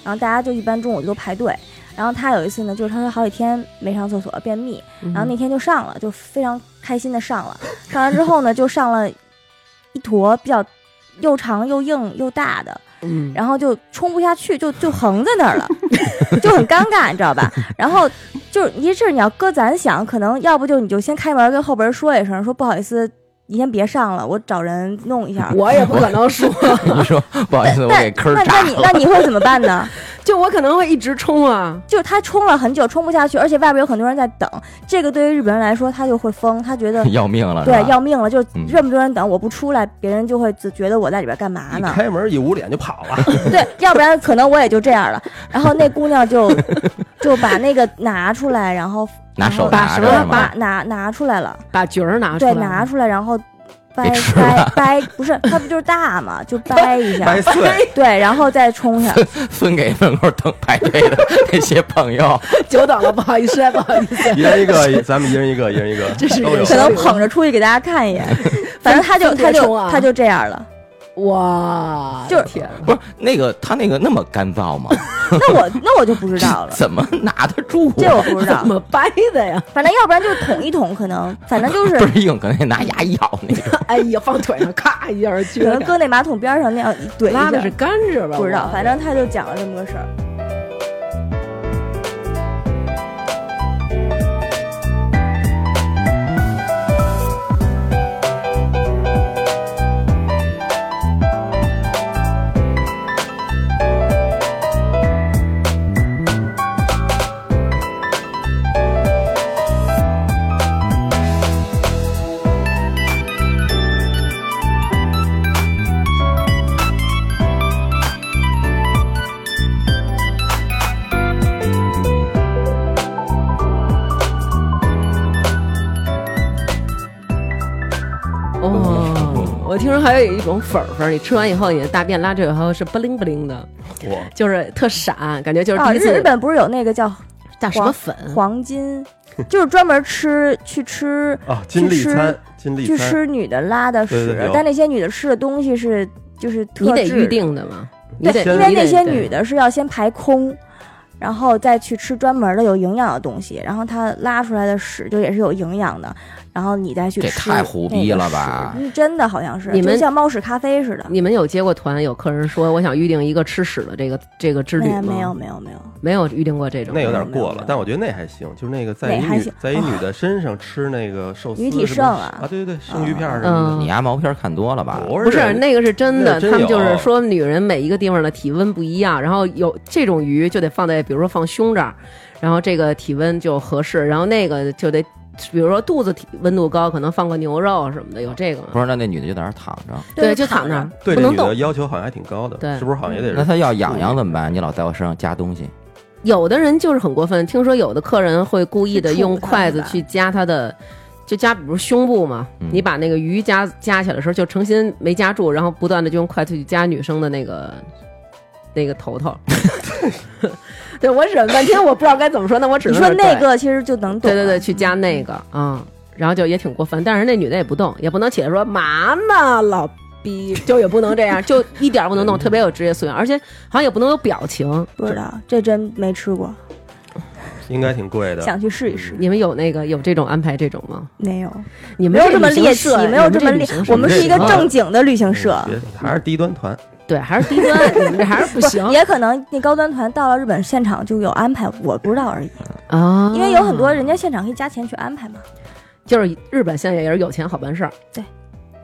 [SPEAKER 3] 然后大家就一般中午就都排队。然后她有一次呢，就是她说好几天没上厕所便秘，然后那天就上了，就非常开心的上了。上完之后呢，就上了一坨比较又长又硬又大的，
[SPEAKER 1] 嗯，
[SPEAKER 3] 然后就冲不下去，就就横在那儿了， 就很尴尬，你知道吧？然后就是一事儿你要搁咱想，可能要不就你就先开门跟后边说一声，说不好意思，你先别上了，我找人弄一下。
[SPEAKER 1] 我也不可能说，
[SPEAKER 2] 你说不好意思，我
[SPEAKER 3] 那
[SPEAKER 2] 给坑
[SPEAKER 3] 那
[SPEAKER 2] 炸
[SPEAKER 3] 那你那
[SPEAKER 2] 了。
[SPEAKER 3] 你会怎么办呢？
[SPEAKER 1] 就我可能会一直冲啊，
[SPEAKER 3] 就是他冲了很久，冲不下去，而且外边有很多人在等。这个对于日本人来说，他就会疯，他觉得
[SPEAKER 2] 要命了，是
[SPEAKER 3] 对
[SPEAKER 2] 吧
[SPEAKER 3] 要命了，就是
[SPEAKER 2] 哎嗯
[SPEAKER 3] 这么多人等，我不出来，别人就会就觉得我在里边干嘛
[SPEAKER 4] 一
[SPEAKER 3] 呢？
[SPEAKER 4] 开门一捂脸就跑了，
[SPEAKER 3] 对，要不然可能我也就这样了。然后那姑娘就就把那个拿出来，然后
[SPEAKER 2] 拿手
[SPEAKER 1] 把
[SPEAKER 2] 拿
[SPEAKER 1] 什
[SPEAKER 2] 着
[SPEAKER 1] 么
[SPEAKER 2] 是
[SPEAKER 3] 拿
[SPEAKER 2] 吗？
[SPEAKER 3] 拿拿出来了，
[SPEAKER 1] 把角儿拿出来，
[SPEAKER 3] 对，拿出来，然后掰
[SPEAKER 2] 吃
[SPEAKER 3] 掰
[SPEAKER 2] 了
[SPEAKER 3] 掰，不是，它不就是大嘛，就掰一下
[SPEAKER 4] 掰，碎。
[SPEAKER 3] 对，然后再冲下。
[SPEAKER 2] 分给门口等排队的那些朋友，
[SPEAKER 1] 久等了，不好意思， 不好意思，
[SPEAKER 4] 一人一个，咱们一人一个，一人一个，
[SPEAKER 1] 这是
[SPEAKER 4] 都有
[SPEAKER 1] 人。
[SPEAKER 3] 可
[SPEAKER 1] 生
[SPEAKER 3] 能捧着出去给大家看一眼，反正他就
[SPEAKER 1] 分别
[SPEAKER 3] 他
[SPEAKER 1] 冲
[SPEAKER 3] 就
[SPEAKER 1] 啊
[SPEAKER 3] 他就这样了。
[SPEAKER 1] 哇，
[SPEAKER 3] 就是
[SPEAKER 1] 天哪，
[SPEAKER 2] 不是那个他那个那么干燥吗？
[SPEAKER 3] 那我那我就不知道 了，
[SPEAKER 2] 怎么拿得住
[SPEAKER 3] 这我
[SPEAKER 2] 啊？
[SPEAKER 3] 不知道
[SPEAKER 1] 怎。么掰的呀？
[SPEAKER 3] 反正要不然就是捅一捅，可能反正就是
[SPEAKER 2] 不是硬，可能得拿牙咬 那个。
[SPEAKER 1] 哎呀，放腿上咔一下儿撅
[SPEAKER 3] 可能
[SPEAKER 1] 着，
[SPEAKER 3] 搁那马桶边上那样一怼一
[SPEAKER 1] 拉的是
[SPEAKER 3] 下，
[SPEAKER 1] 甘蔗吧？
[SPEAKER 3] 不知道。
[SPEAKER 1] 我
[SPEAKER 3] 反正他就讲了这么个事儿。
[SPEAKER 1] 哦，我听说还有一种粉儿粉儿，你吃完以后，你的大便拉出来以后是不灵不灵的，
[SPEAKER 4] 我
[SPEAKER 1] 就是特闪，感觉就是
[SPEAKER 3] 啊，
[SPEAKER 1] 第一
[SPEAKER 3] 日
[SPEAKER 1] 次
[SPEAKER 3] 日本不是有那个叫
[SPEAKER 1] 大什么粉？
[SPEAKER 3] 黄金，就是专门吃去吃
[SPEAKER 4] 啊，金立餐，金立
[SPEAKER 3] 去
[SPEAKER 4] 餐，
[SPEAKER 3] 吃女的拉的
[SPEAKER 4] 对对
[SPEAKER 3] 屎
[SPEAKER 4] 对，
[SPEAKER 3] 但那些女的吃的东西是就是特
[SPEAKER 1] 你得
[SPEAKER 3] 制
[SPEAKER 1] 预，定的嘛，你得
[SPEAKER 3] 对，
[SPEAKER 4] 先
[SPEAKER 3] 因为
[SPEAKER 1] 你得
[SPEAKER 3] 那些
[SPEAKER 1] 对
[SPEAKER 3] 女的是要先排空。然后再去吃专门的有营养的东西，然后她拉出来的屎就也是有营养的，然后你再去
[SPEAKER 2] 这
[SPEAKER 3] 吃。
[SPEAKER 2] 太胡逼了吧
[SPEAKER 3] 嗯真的好像是，
[SPEAKER 1] 啊你们
[SPEAKER 3] 就像猫屎咖啡似的。
[SPEAKER 1] 你们有接过团，有客人说我想预定一个吃屎的这个这个之旅
[SPEAKER 3] 哎没有
[SPEAKER 1] 吗？
[SPEAKER 3] 没有，没有没有，
[SPEAKER 1] 没有预定过这种。
[SPEAKER 4] 那有点
[SPEAKER 3] 没有
[SPEAKER 4] 过
[SPEAKER 3] 没有
[SPEAKER 4] 了，但我觉得那还行，就是那个在
[SPEAKER 3] 那
[SPEAKER 4] 一
[SPEAKER 3] 还
[SPEAKER 4] 女
[SPEAKER 3] 行
[SPEAKER 4] 在一女的身上吃那个寿司
[SPEAKER 3] 女体
[SPEAKER 4] 什
[SPEAKER 3] 盛
[SPEAKER 4] 么
[SPEAKER 3] 啊
[SPEAKER 4] 啊，对对对，生鱼片儿什
[SPEAKER 1] 嗯
[SPEAKER 4] 么
[SPEAKER 2] 你牙毛片看多了吧
[SPEAKER 4] 的，？
[SPEAKER 1] 不是那个是真的，
[SPEAKER 4] 那真
[SPEAKER 1] 他们就是
[SPEAKER 4] 有
[SPEAKER 1] 说女人每一个地方的体温不一样，然后有这种鱼就得放在比如说放胸这儿，然后这个体温就合适，然后那个就得比如说肚子体温度高，可能放个牛肉什么的，有这个吗
[SPEAKER 2] 不是，那那女的就在那儿躺着，
[SPEAKER 1] 对，
[SPEAKER 3] 就
[SPEAKER 1] 就躺着
[SPEAKER 3] 着。，
[SPEAKER 4] 对
[SPEAKER 1] 不
[SPEAKER 4] 这
[SPEAKER 1] 能
[SPEAKER 4] 女的
[SPEAKER 1] 动。
[SPEAKER 4] 要求好像还挺高的，
[SPEAKER 1] 对
[SPEAKER 4] 是不是好
[SPEAKER 3] 嗯
[SPEAKER 4] 像也
[SPEAKER 2] 那
[SPEAKER 4] 得是
[SPEAKER 2] 她要痒痒怎么办？你老在我身上加东西，
[SPEAKER 1] 有的人就是很过分，听说有的客人会故意的
[SPEAKER 3] 去触
[SPEAKER 1] 用
[SPEAKER 3] 它
[SPEAKER 1] 筷子
[SPEAKER 3] 是吧
[SPEAKER 1] 去夹他的，就夹比如胸部嘛，
[SPEAKER 2] 嗯
[SPEAKER 1] 你把那个鱼 夹夹起来的时候，就诚心没夹住，然后不断的就用筷子去夹女生的那个那个头头。对我忍半天，我不知道该怎么说，那我只
[SPEAKER 3] 你
[SPEAKER 1] 能
[SPEAKER 3] 说
[SPEAKER 1] 对
[SPEAKER 3] 那个其实就能懂
[SPEAKER 1] 对
[SPEAKER 3] 了，
[SPEAKER 1] 对对，去加那个啊、嗯然后就也挺过分，但是那女的也不动，也不能起来说嘛呢，老逼，就也不能这样，就一点儿不能动，特别有职业素养，而且好像也不能有表情。
[SPEAKER 3] 不知道，这真没吃过，
[SPEAKER 4] 应该挺贵的。嗯
[SPEAKER 3] 想去试一试。
[SPEAKER 1] 你们有那个有这种安排这种吗？
[SPEAKER 3] 没有，
[SPEAKER 1] 你们
[SPEAKER 3] 没有这么
[SPEAKER 1] 旅行
[SPEAKER 3] 猎奇
[SPEAKER 1] 社，
[SPEAKER 3] 没有这么
[SPEAKER 1] 你
[SPEAKER 3] 猎
[SPEAKER 1] 们旅行，社
[SPEAKER 3] 我们是一个
[SPEAKER 1] 你们这
[SPEAKER 3] 正经的旅行
[SPEAKER 4] 嗯
[SPEAKER 3] 社。
[SPEAKER 4] 别还是低端团，
[SPEAKER 1] 对，还是低端，你们这还是不
[SPEAKER 3] 不
[SPEAKER 1] 行
[SPEAKER 3] 也可能那高端团到了日本现场就有安排，我不知道而已。
[SPEAKER 1] 啊，
[SPEAKER 3] 因为有很多人家现场可以加钱去安排嘛，
[SPEAKER 1] 就是日本现在也是有钱好办事儿。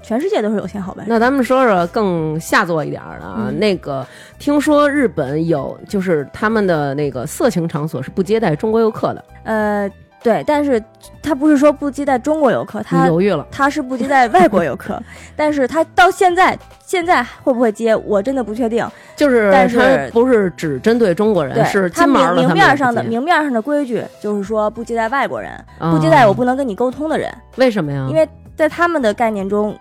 [SPEAKER 3] 全世界都是有钱好办事。
[SPEAKER 1] 那咱们说说更下作一点儿的啊，
[SPEAKER 3] 哎嗯
[SPEAKER 1] 那个听说日本有就是他们的那个色情场所是不接待中国游客的，
[SPEAKER 3] 呃，对，但是他不是说不接待中国游客，
[SPEAKER 1] 你
[SPEAKER 3] 他
[SPEAKER 1] 犹豫了。
[SPEAKER 3] 他是不接待外国 游客，但是他到现在现在会不会接，我真的不确定。
[SPEAKER 1] 就是，
[SPEAKER 3] 但是
[SPEAKER 1] 它不是只针对中国人，
[SPEAKER 3] 对，
[SPEAKER 1] 是
[SPEAKER 3] 他
[SPEAKER 1] 金毛
[SPEAKER 3] 明
[SPEAKER 1] 的
[SPEAKER 3] 明
[SPEAKER 1] 他们
[SPEAKER 3] 面
[SPEAKER 1] 也
[SPEAKER 3] 上的
[SPEAKER 1] 不接
[SPEAKER 3] 明面上的规矩就是说不接待外国人，
[SPEAKER 1] 啊
[SPEAKER 3] 不接待我不能跟你沟通的人，
[SPEAKER 1] 为什
[SPEAKER 2] 嗯
[SPEAKER 1] 么呀？
[SPEAKER 3] 因为在他们的概念中，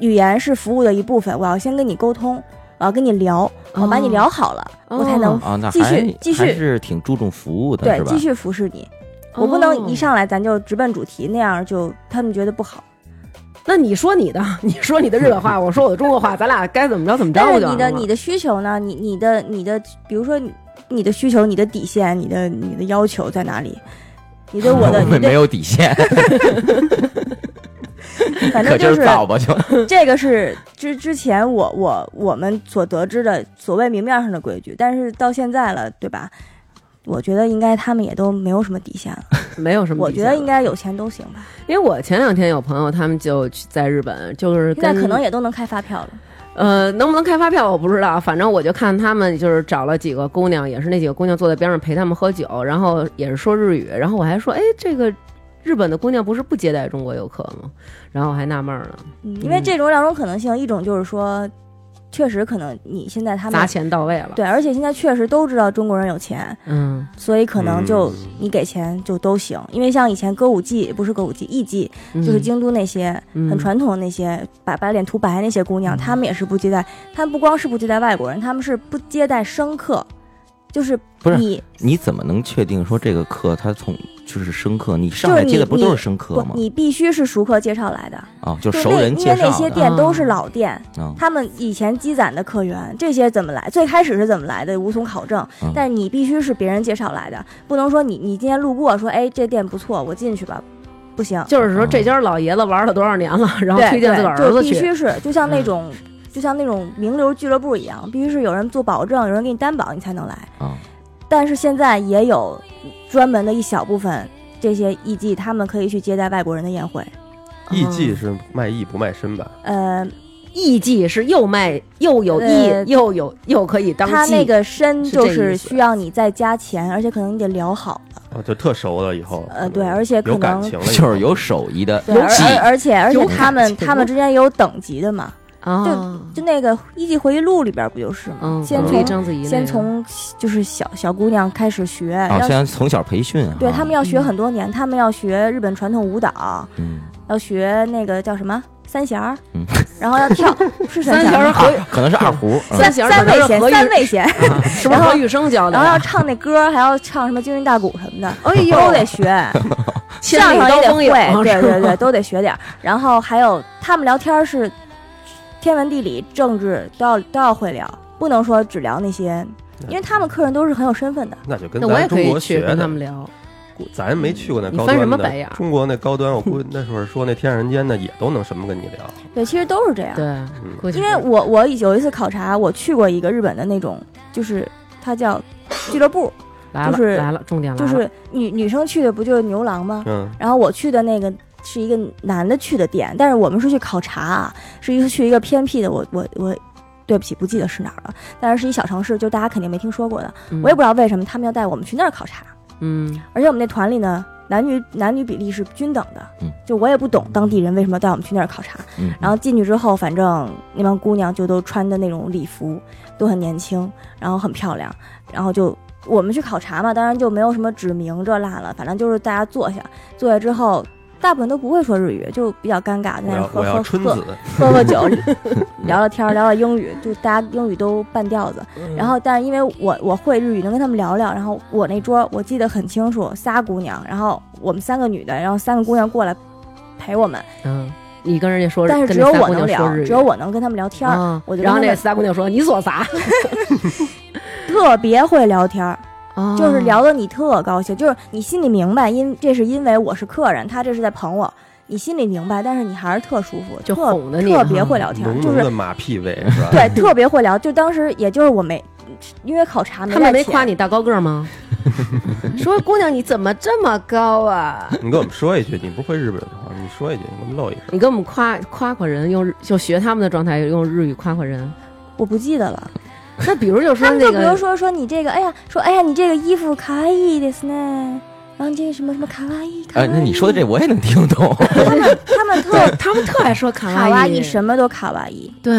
[SPEAKER 3] 语言是服务的一部分，我要先跟你沟通，我要跟你聊，我把你聊好了，
[SPEAKER 1] 哦
[SPEAKER 3] 我才能
[SPEAKER 1] 哦
[SPEAKER 2] 啊，那
[SPEAKER 3] 继续
[SPEAKER 2] 还
[SPEAKER 3] 继续
[SPEAKER 2] 还是挺注重服务的，
[SPEAKER 3] 对
[SPEAKER 2] 是吧
[SPEAKER 3] 继？续服侍你。我不能一上来咱就直奔主题，那样就他们觉得不好。
[SPEAKER 1] 哦那你说你的，你说你的日本 话，我说我的中国话，咱俩该怎么着怎么着
[SPEAKER 3] 但
[SPEAKER 1] 不
[SPEAKER 3] 是
[SPEAKER 1] 就
[SPEAKER 3] 你
[SPEAKER 1] 完
[SPEAKER 3] 的
[SPEAKER 1] 了
[SPEAKER 3] 你
[SPEAKER 1] 吗？
[SPEAKER 3] 的需求呢？你你的你的，比如说你你的需求、你的底线、你的你的要求在哪里？你 对我的，
[SPEAKER 2] 们
[SPEAKER 3] 你
[SPEAKER 2] 没
[SPEAKER 3] 对，
[SPEAKER 2] 有底线，
[SPEAKER 3] 反
[SPEAKER 2] 可劲
[SPEAKER 3] 正就
[SPEAKER 2] 儿
[SPEAKER 3] 是
[SPEAKER 2] 造吧就。
[SPEAKER 3] 这个是之之前我我我们所得知的所谓明面上的规矩，但是到现在了，对吧？我觉得应该他们也都没有什么底线了。
[SPEAKER 1] 没有什么
[SPEAKER 3] 我
[SPEAKER 1] 底
[SPEAKER 3] 觉
[SPEAKER 1] 线了，
[SPEAKER 3] 得应该有钱都行吧，
[SPEAKER 1] 因为我前两天有朋友，他们就去在日本，就是
[SPEAKER 3] 现在
[SPEAKER 1] 跟
[SPEAKER 3] 可能也都能开发票了。
[SPEAKER 1] 呃，能不能开发票我不知道，反正我就看他们就是找了几个姑娘，也是那几个姑娘坐在边上陪他们喝酒，然后也是说日语，然后我还说，哎，这个日本的姑娘不是不接待中国游客吗？然后我还纳闷儿呢，
[SPEAKER 3] 嗯，因为这种两种可能性，一种就是说，确实可能你现在他
[SPEAKER 1] 砸
[SPEAKER 3] 们
[SPEAKER 1] 钱到位了，
[SPEAKER 3] 对，而且现在确实都知道中国人有钱，
[SPEAKER 1] 嗯，
[SPEAKER 3] 所以可能就
[SPEAKER 4] 嗯
[SPEAKER 3] 你给钱就都行。因为像以前歌舞伎不是歌舞伎，艺伎就是京都那些
[SPEAKER 1] 嗯
[SPEAKER 3] 很传统的那些把把脸涂白那些
[SPEAKER 2] 嗯
[SPEAKER 3] 姑娘，她们也是不接待，她们不光是不接待外国人，她们是不接待生客，就是
[SPEAKER 2] 不是
[SPEAKER 3] 你
[SPEAKER 2] 你怎么能确定说这个课它从就是生客？你上
[SPEAKER 3] 就是
[SPEAKER 2] 来接的
[SPEAKER 3] 你
[SPEAKER 2] 不都
[SPEAKER 3] 你
[SPEAKER 2] 是生客
[SPEAKER 3] 不
[SPEAKER 2] 吗？
[SPEAKER 3] 你必须是熟客介绍来的，
[SPEAKER 2] 啊，就
[SPEAKER 3] 就
[SPEAKER 2] 熟
[SPEAKER 3] 那
[SPEAKER 2] 人
[SPEAKER 3] 因为
[SPEAKER 2] 介
[SPEAKER 3] 那
[SPEAKER 2] 绍
[SPEAKER 3] 些
[SPEAKER 2] 的
[SPEAKER 3] 店都是
[SPEAKER 1] 啊
[SPEAKER 3] 老店，
[SPEAKER 2] 啊，
[SPEAKER 3] 他们以前积攒的客源，这些怎么来？最开始是怎么来的，无从考证
[SPEAKER 2] 嗯。
[SPEAKER 3] 但你必须是别人介绍来的，不能说你你今天路过说，哎，这店不错，我进去吧，不行。
[SPEAKER 1] 就是说这家老爷子玩了多少年了，然后
[SPEAKER 3] 对
[SPEAKER 1] 推荐自个儿
[SPEAKER 3] 对
[SPEAKER 1] 儿
[SPEAKER 3] 就
[SPEAKER 1] 子
[SPEAKER 3] 必
[SPEAKER 1] 去，嗯
[SPEAKER 3] 须是就像那种、就像那种名流俱乐部一样，必须是有人做保证，有人给你担保，你才能来。
[SPEAKER 2] 啊
[SPEAKER 3] 但是现在也有专门的一小部分这些艺妓，他们可以去接待外国人的宴会。嗯
[SPEAKER 4] 艺伎是卖艺不卖身吧？
[SPEAKER 3] 呃，
[SPEAKER 1] 艺妓是又卖又有
[SPEAKER 3] 呃
[SPEAKER 1] 艺又有又可以当
[SPEAKER 3] 他
[SPEAKER 1] 妓，
[SPEAKER 3] 那个身
[SPEAKER 1] 是
[SPEAKER 3] 就
[SPEAKER 1] 这意
[SPEAKER 3] 是
[SPEAKER 1] 思
[SPEAKER 3] 需要你再加钱，而且可能你得聊好了。
[SPEAKER 4] 啊，就特熟了以后。
[SPEAKER 3] 呃对而且可
[SPEAKER 4] 有感
[SPEAKER 3] 能
[SPEAKER 4] 情了，
[SPEAKER 2] 就是有。手艺的
[SPEAKER 3] 对，而
[SPEAKER 2] 技
[SPEAKER 3] 而而且而且
[SPEAKER 1] 有
[SPEAKER 3] 他们
[SPEAKER 1] 感情
[SPEAKER 3] 他们之间有等级的嘛，
[SPEAKER 1] 啊，
[SPEAKER 3] 就那个《艺伎回忆录》里边不就是吗？
[SPEAKER 1] 嗯，
[SPEAKER 3] 先
[SPEAKER 1] 巩
[SPEAKER 3] 从
[SPEAKER 1] 俐章子怡那
[SPEAKER 3] 先
[SPEAKER 1] 个
[SPEAKER 3] 从就是小小姑娘开始学，
[SPEAKER 2] 啊，
[SPEAKER 3] 要
[SPEAKER 2] 虽然从小培训啊，
[SPEAKER 3] 对他们要学
[SPEAKER 1] 嗯
[SPEAKER 3] 很多年，他们要学日本传统舞蹈，
[SPEAKER 2] 嗯，
[SPEAKER 3] 要学那个叫什么三弦儿
[SPEAKER 2] 嗯，
[SPEAKER 3] 然后要 跳是
[SPEAKER 1] 三
[SPEAKER 3] 弦
[SPEAKER 1] 弦
[SPEAKER 3] 儿
[SPEAKER 1] 儿
[SPEAKER 3] 吗
[SPEAKER 1] 和
[SPEAKER 2] 可能是二 胡，
[SPEAKER 1] 三
[SPEAKER 2] 嗯
[SPEAKER 3] 三
[SPEAKER 1] 弦儿
[SPEAKER 3] 三
[SPEAKER 1] 可能
[SPEAKER 3] 味
[SPEAKER 1] 是
[SPEAKER 3] 弦
[SPEAKER 1] 和
[SPEAKER 3] 三
[SPEAKER 1] 乐
[SPEAKER 3] 味弦，
[SPEAKER 1] 啊是不是
[SPEAKER 3] 然后
[SPEAKER 1] 何玉生教的
[SPEAKER 3] 然后要
[SPEAKER 1] 呀？
[SPEAKER 3] 唱那歌儿，还要唱什么京韵大鼓什么的，
[SPEAKER 1] 哎呦
[SPEAKER 3] 都得学。
[SPEAKER 1] 千
[SPEAKER 3] 相
[SPEAKER 1] 里
[SPEAKER 3] 声也
[SPEAKER 1] 刀
[SPEAKER 3] 得
[SPEAKER 1] 锋
[SPEAKER 3] 会，
[SPEAKER 1] 也 不
[SPEAKER 3] 对
[SPEAKER 1] 是
[SPEAKER 3] 对
[SPEAKER 1] 吧
[SPEAKER 3] 对，都得学点儿。然后还有他们聊天儿是天文地理、政治都要都要会聊，不能说只聊那些，因为他们客人都是很有身份的。
[SPEAKER 4] 那 就跟
[SPEAKER 1] 那我也
[SPEAKER 4] 咱
[SPEAKER 1] 可
[SPEAKER 4] 中
[SPEAKER 1] 以
[SPEAKER 4] 国
[SPEAKER 1] 去
[SPEAKER 4] 学的
[SPEAKER 1] 跟他们聊，
[SPEAKER 4] 咱没去过那
[SPEAKER 1] 你
[SPEAKER 4] 高
[SPEAKER 1] 翻
[SPEAKER 4] 端
[SPEAKER 1] 什
[SPEAKER 4] 的，
[SPEAKER 1] 么白眼儿
[SPEAKER 4] 中国那高端，我估计那时候说那天上人间的也都能什么跟你聊。
[SPEAKER 3] 对，其实都是这样。
[SPEAKER 1] 对，
[SPEAKER 4] 嗯，
[SPEAKER 1] 估计
[SPEAKER 3] 因为我我有一次考察，我去过一个日本的那种，就是它叫俱乐部，
[SPEAKER 1] 来了
[SPEAKER 3] 就是
[SPEAKER 1] 来了，重点来
[SPEAKER 3] 就
[SPEAKER 1] 了，
[SPEAKER 3] 是女女生去的不就是牛郎吗？
[SPEAKER 4] 嗯，
[SPEAKER 3] 然后我去的那个是一个男的去的店，但是我们是去考察啊，是一个去一个偏僻的，我我我，对不起，不记得是哪儿了，但是是一小城市，就大家肯定没听说过的。
[SPEAKER 1] 嗯
[SPEAKER 3] 我也不知道为什么他们要带我们去那儿考察，
[SPEAKER 1] 嗯
[SPEAKER 3] 而且我们那团里呢。男女男女比例是均等的，
[SPEAKER 2] 嗯
[SPEAKER 3] 就我也不懂当地人为什么带我们去那儿考察。
[SPEAKER 2] 嗯，
[SPEAKER 3] 然后进去之后，反正那帮姑娘就都穿的那种礼服，都很年轻，然后很漂亮，然后就我们去考察嘛，当然就没有什么指明这那了，反正就是大家坐下，坐下之后，大部分都不会说日语，就比较尴尬，在
[SPEAKER 4] 我
[SPEAKER 3] 那
[SPEAKER 4] 要
[SPEAKER 3] 喝
[SPEAKER 4] 我要
[SPEAKER 3] 喝
[SPEAKER 4] 春
[SPEAKER 3] 喝
[SPEAKER 4] 子，
[SPEAKER 3] 喝喝 酒，聊聊天儿，聊聊英语，就大家英语都半吊子。然后，但是因为我我会日语，能跟他们聊聊。然后我那桌我记得很清楚，仨姑娘，然后我们三个女的，然后三个姑娘过来陪我们，
[SPEAKER 1] 嗯，你跟人家说，
[SPEAKER 3] 但是
[SPEAKER 1] 跟
[SPEAKER 3] 只
[SPEAKER 1] 那
[SPEAKER 3] 有
[SPEAKER 1] 仨
[SPEAKER 3] 我
[SPEAKER 1] 姑娘
[SPEAKER 3] 能聊
[SPEAKER 1] 说日，语
[SPEAKER 3] 只有我能跟他们聊天儿，
[SPEAKER 1] 啊
[SPEAKER 3] 我就跟
[SPEAKER 1] 然后
[SPEAKER 3] 他
[SPEAKER 1] 那
[SPEAKER 3] 们嗯
[SPEAKER 1] 仨姑娘说：“你说啥
[SPEAKER 3] 特别会聊天儿，？”
[SPEAKER 1] 啊
[SPEAKER 3] 嗯就是聊的你特高兴，就是你心里明白，因这是因为我是客人，他这是在捧我，你心里明白，但是你还是特舒服，
[SPEAKER 1] 就
[SPEAKER 3] 特
[SPEAKER 1] 哄得你
[SPEAKER 3] 特别
[SPEAKER 1] 哈
[SPEAKER 3] 会聊天
[SPEAKER 2] 嗯
[SPEAKER 3] 儿，
[SPEAKER 4] 浓
[SPEAKER 3] 就
[SPEAKER 4] 浓
[SPEAKER 3] 是
[SPEAKER 4] 的马屁味 是吧？
[SPEAKER 3] 对，特别会聊。就当时也就是我没，因为考察没
[SPEAKER 1] 他们没
[SPEAKER 3] 带
[SPEAKER 1] 夸
[SPEAKER 3] 钱，
[SPEAKER 1] 你大高个儿吗？ 说姑娘你怎么这么高啊？
[SPEAKER 4] 你跟我们说一句，你不是会日本话，你说一句，你给我们露一手。
[SPEAKER 1] 你跟我们夸夸夸人，用日就学他们的状态，用日语夸夸人。
[SPEAKER 3] 我不记得了。
[SPEAKER 1] 那比如就说
[SPEAKER 3] 他们
[SPEAKER 1] 那
[SPEAKER 3] 就比如
[SPEAKER 1] 个，
[SPEAKER 3] 说说你这个，哎呀，说哎呀，你这个衣服卡哇伊ですね，然后你这个什么什么卡哇伊，卡
[SPEAKER 2] 哎，
[SPEAKER 3] 哇伊
[SPEAKER 2] 那你说的这我也能听 懂，，
[SPEAKER 3] 他们他 们特
[SPEAKER 1] 对他们特爱说卡
[SPEAKER 3] 卡哇伊，
[SPEAKER 1] 声，
[SPEAKER 3] 什么都卡哇伊。
[SPEAKER 1] 对，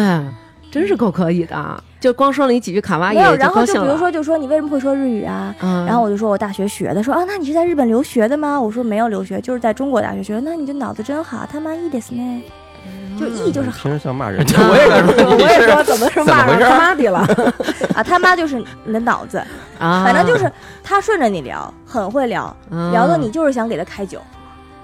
[SPEAKER 1] 真是够可以的。就光说了你几句卡哇伊
[SPEAKER 3] 没有，
[SPEAKER 1] 就
[SPEAKER 3] 然
[SPEAKER 1] 高
[SPEAKER 3] 后就
[SPEAKER 1] 兴
[SPEAKER 3] 比如
[SPEAKER 1] 了。
[SPEAKER 3] 说就说你为什么会说日语啊？
[SPEAKER 1] 嗯，
[SPEAKER 3] 然后我就说我大学学的，说啊，那你是在日本留学的吗？我说没有留学，就是在中国大学学的。那你这脑子真好，他妈一ですね，
[SPEAKER 1] 嗯
[SPEAKER 3] 就一就是好
[SPEAKER 4] 听着像骂人
[SPEAKER 2] 我也敢 说
[SPEAKER 1] 我
[SPEAKER 2] 你
[SPEAKER 1] 也
[SPEAKER 2] 是
[SPEAKER 1] 说怎么是
[SPEAKER 2] 怎么
[SPEAKER 1] 骂
[SPEAKER 2] 回
[SPEAKER 1] 上
[SPEAKER 2] 事儿
[SPEAKER 1] 他妈的了
[SPEAKER 3] 啊，他妈就是你的脑子，
[SPEAKER 1] 啊？
[SPEAKER 3] 反正就是他顺着你聊，很会聊，
[SPEAKER 1] 啊
[SPEAKER 3] 聊的你就是想给他开酒。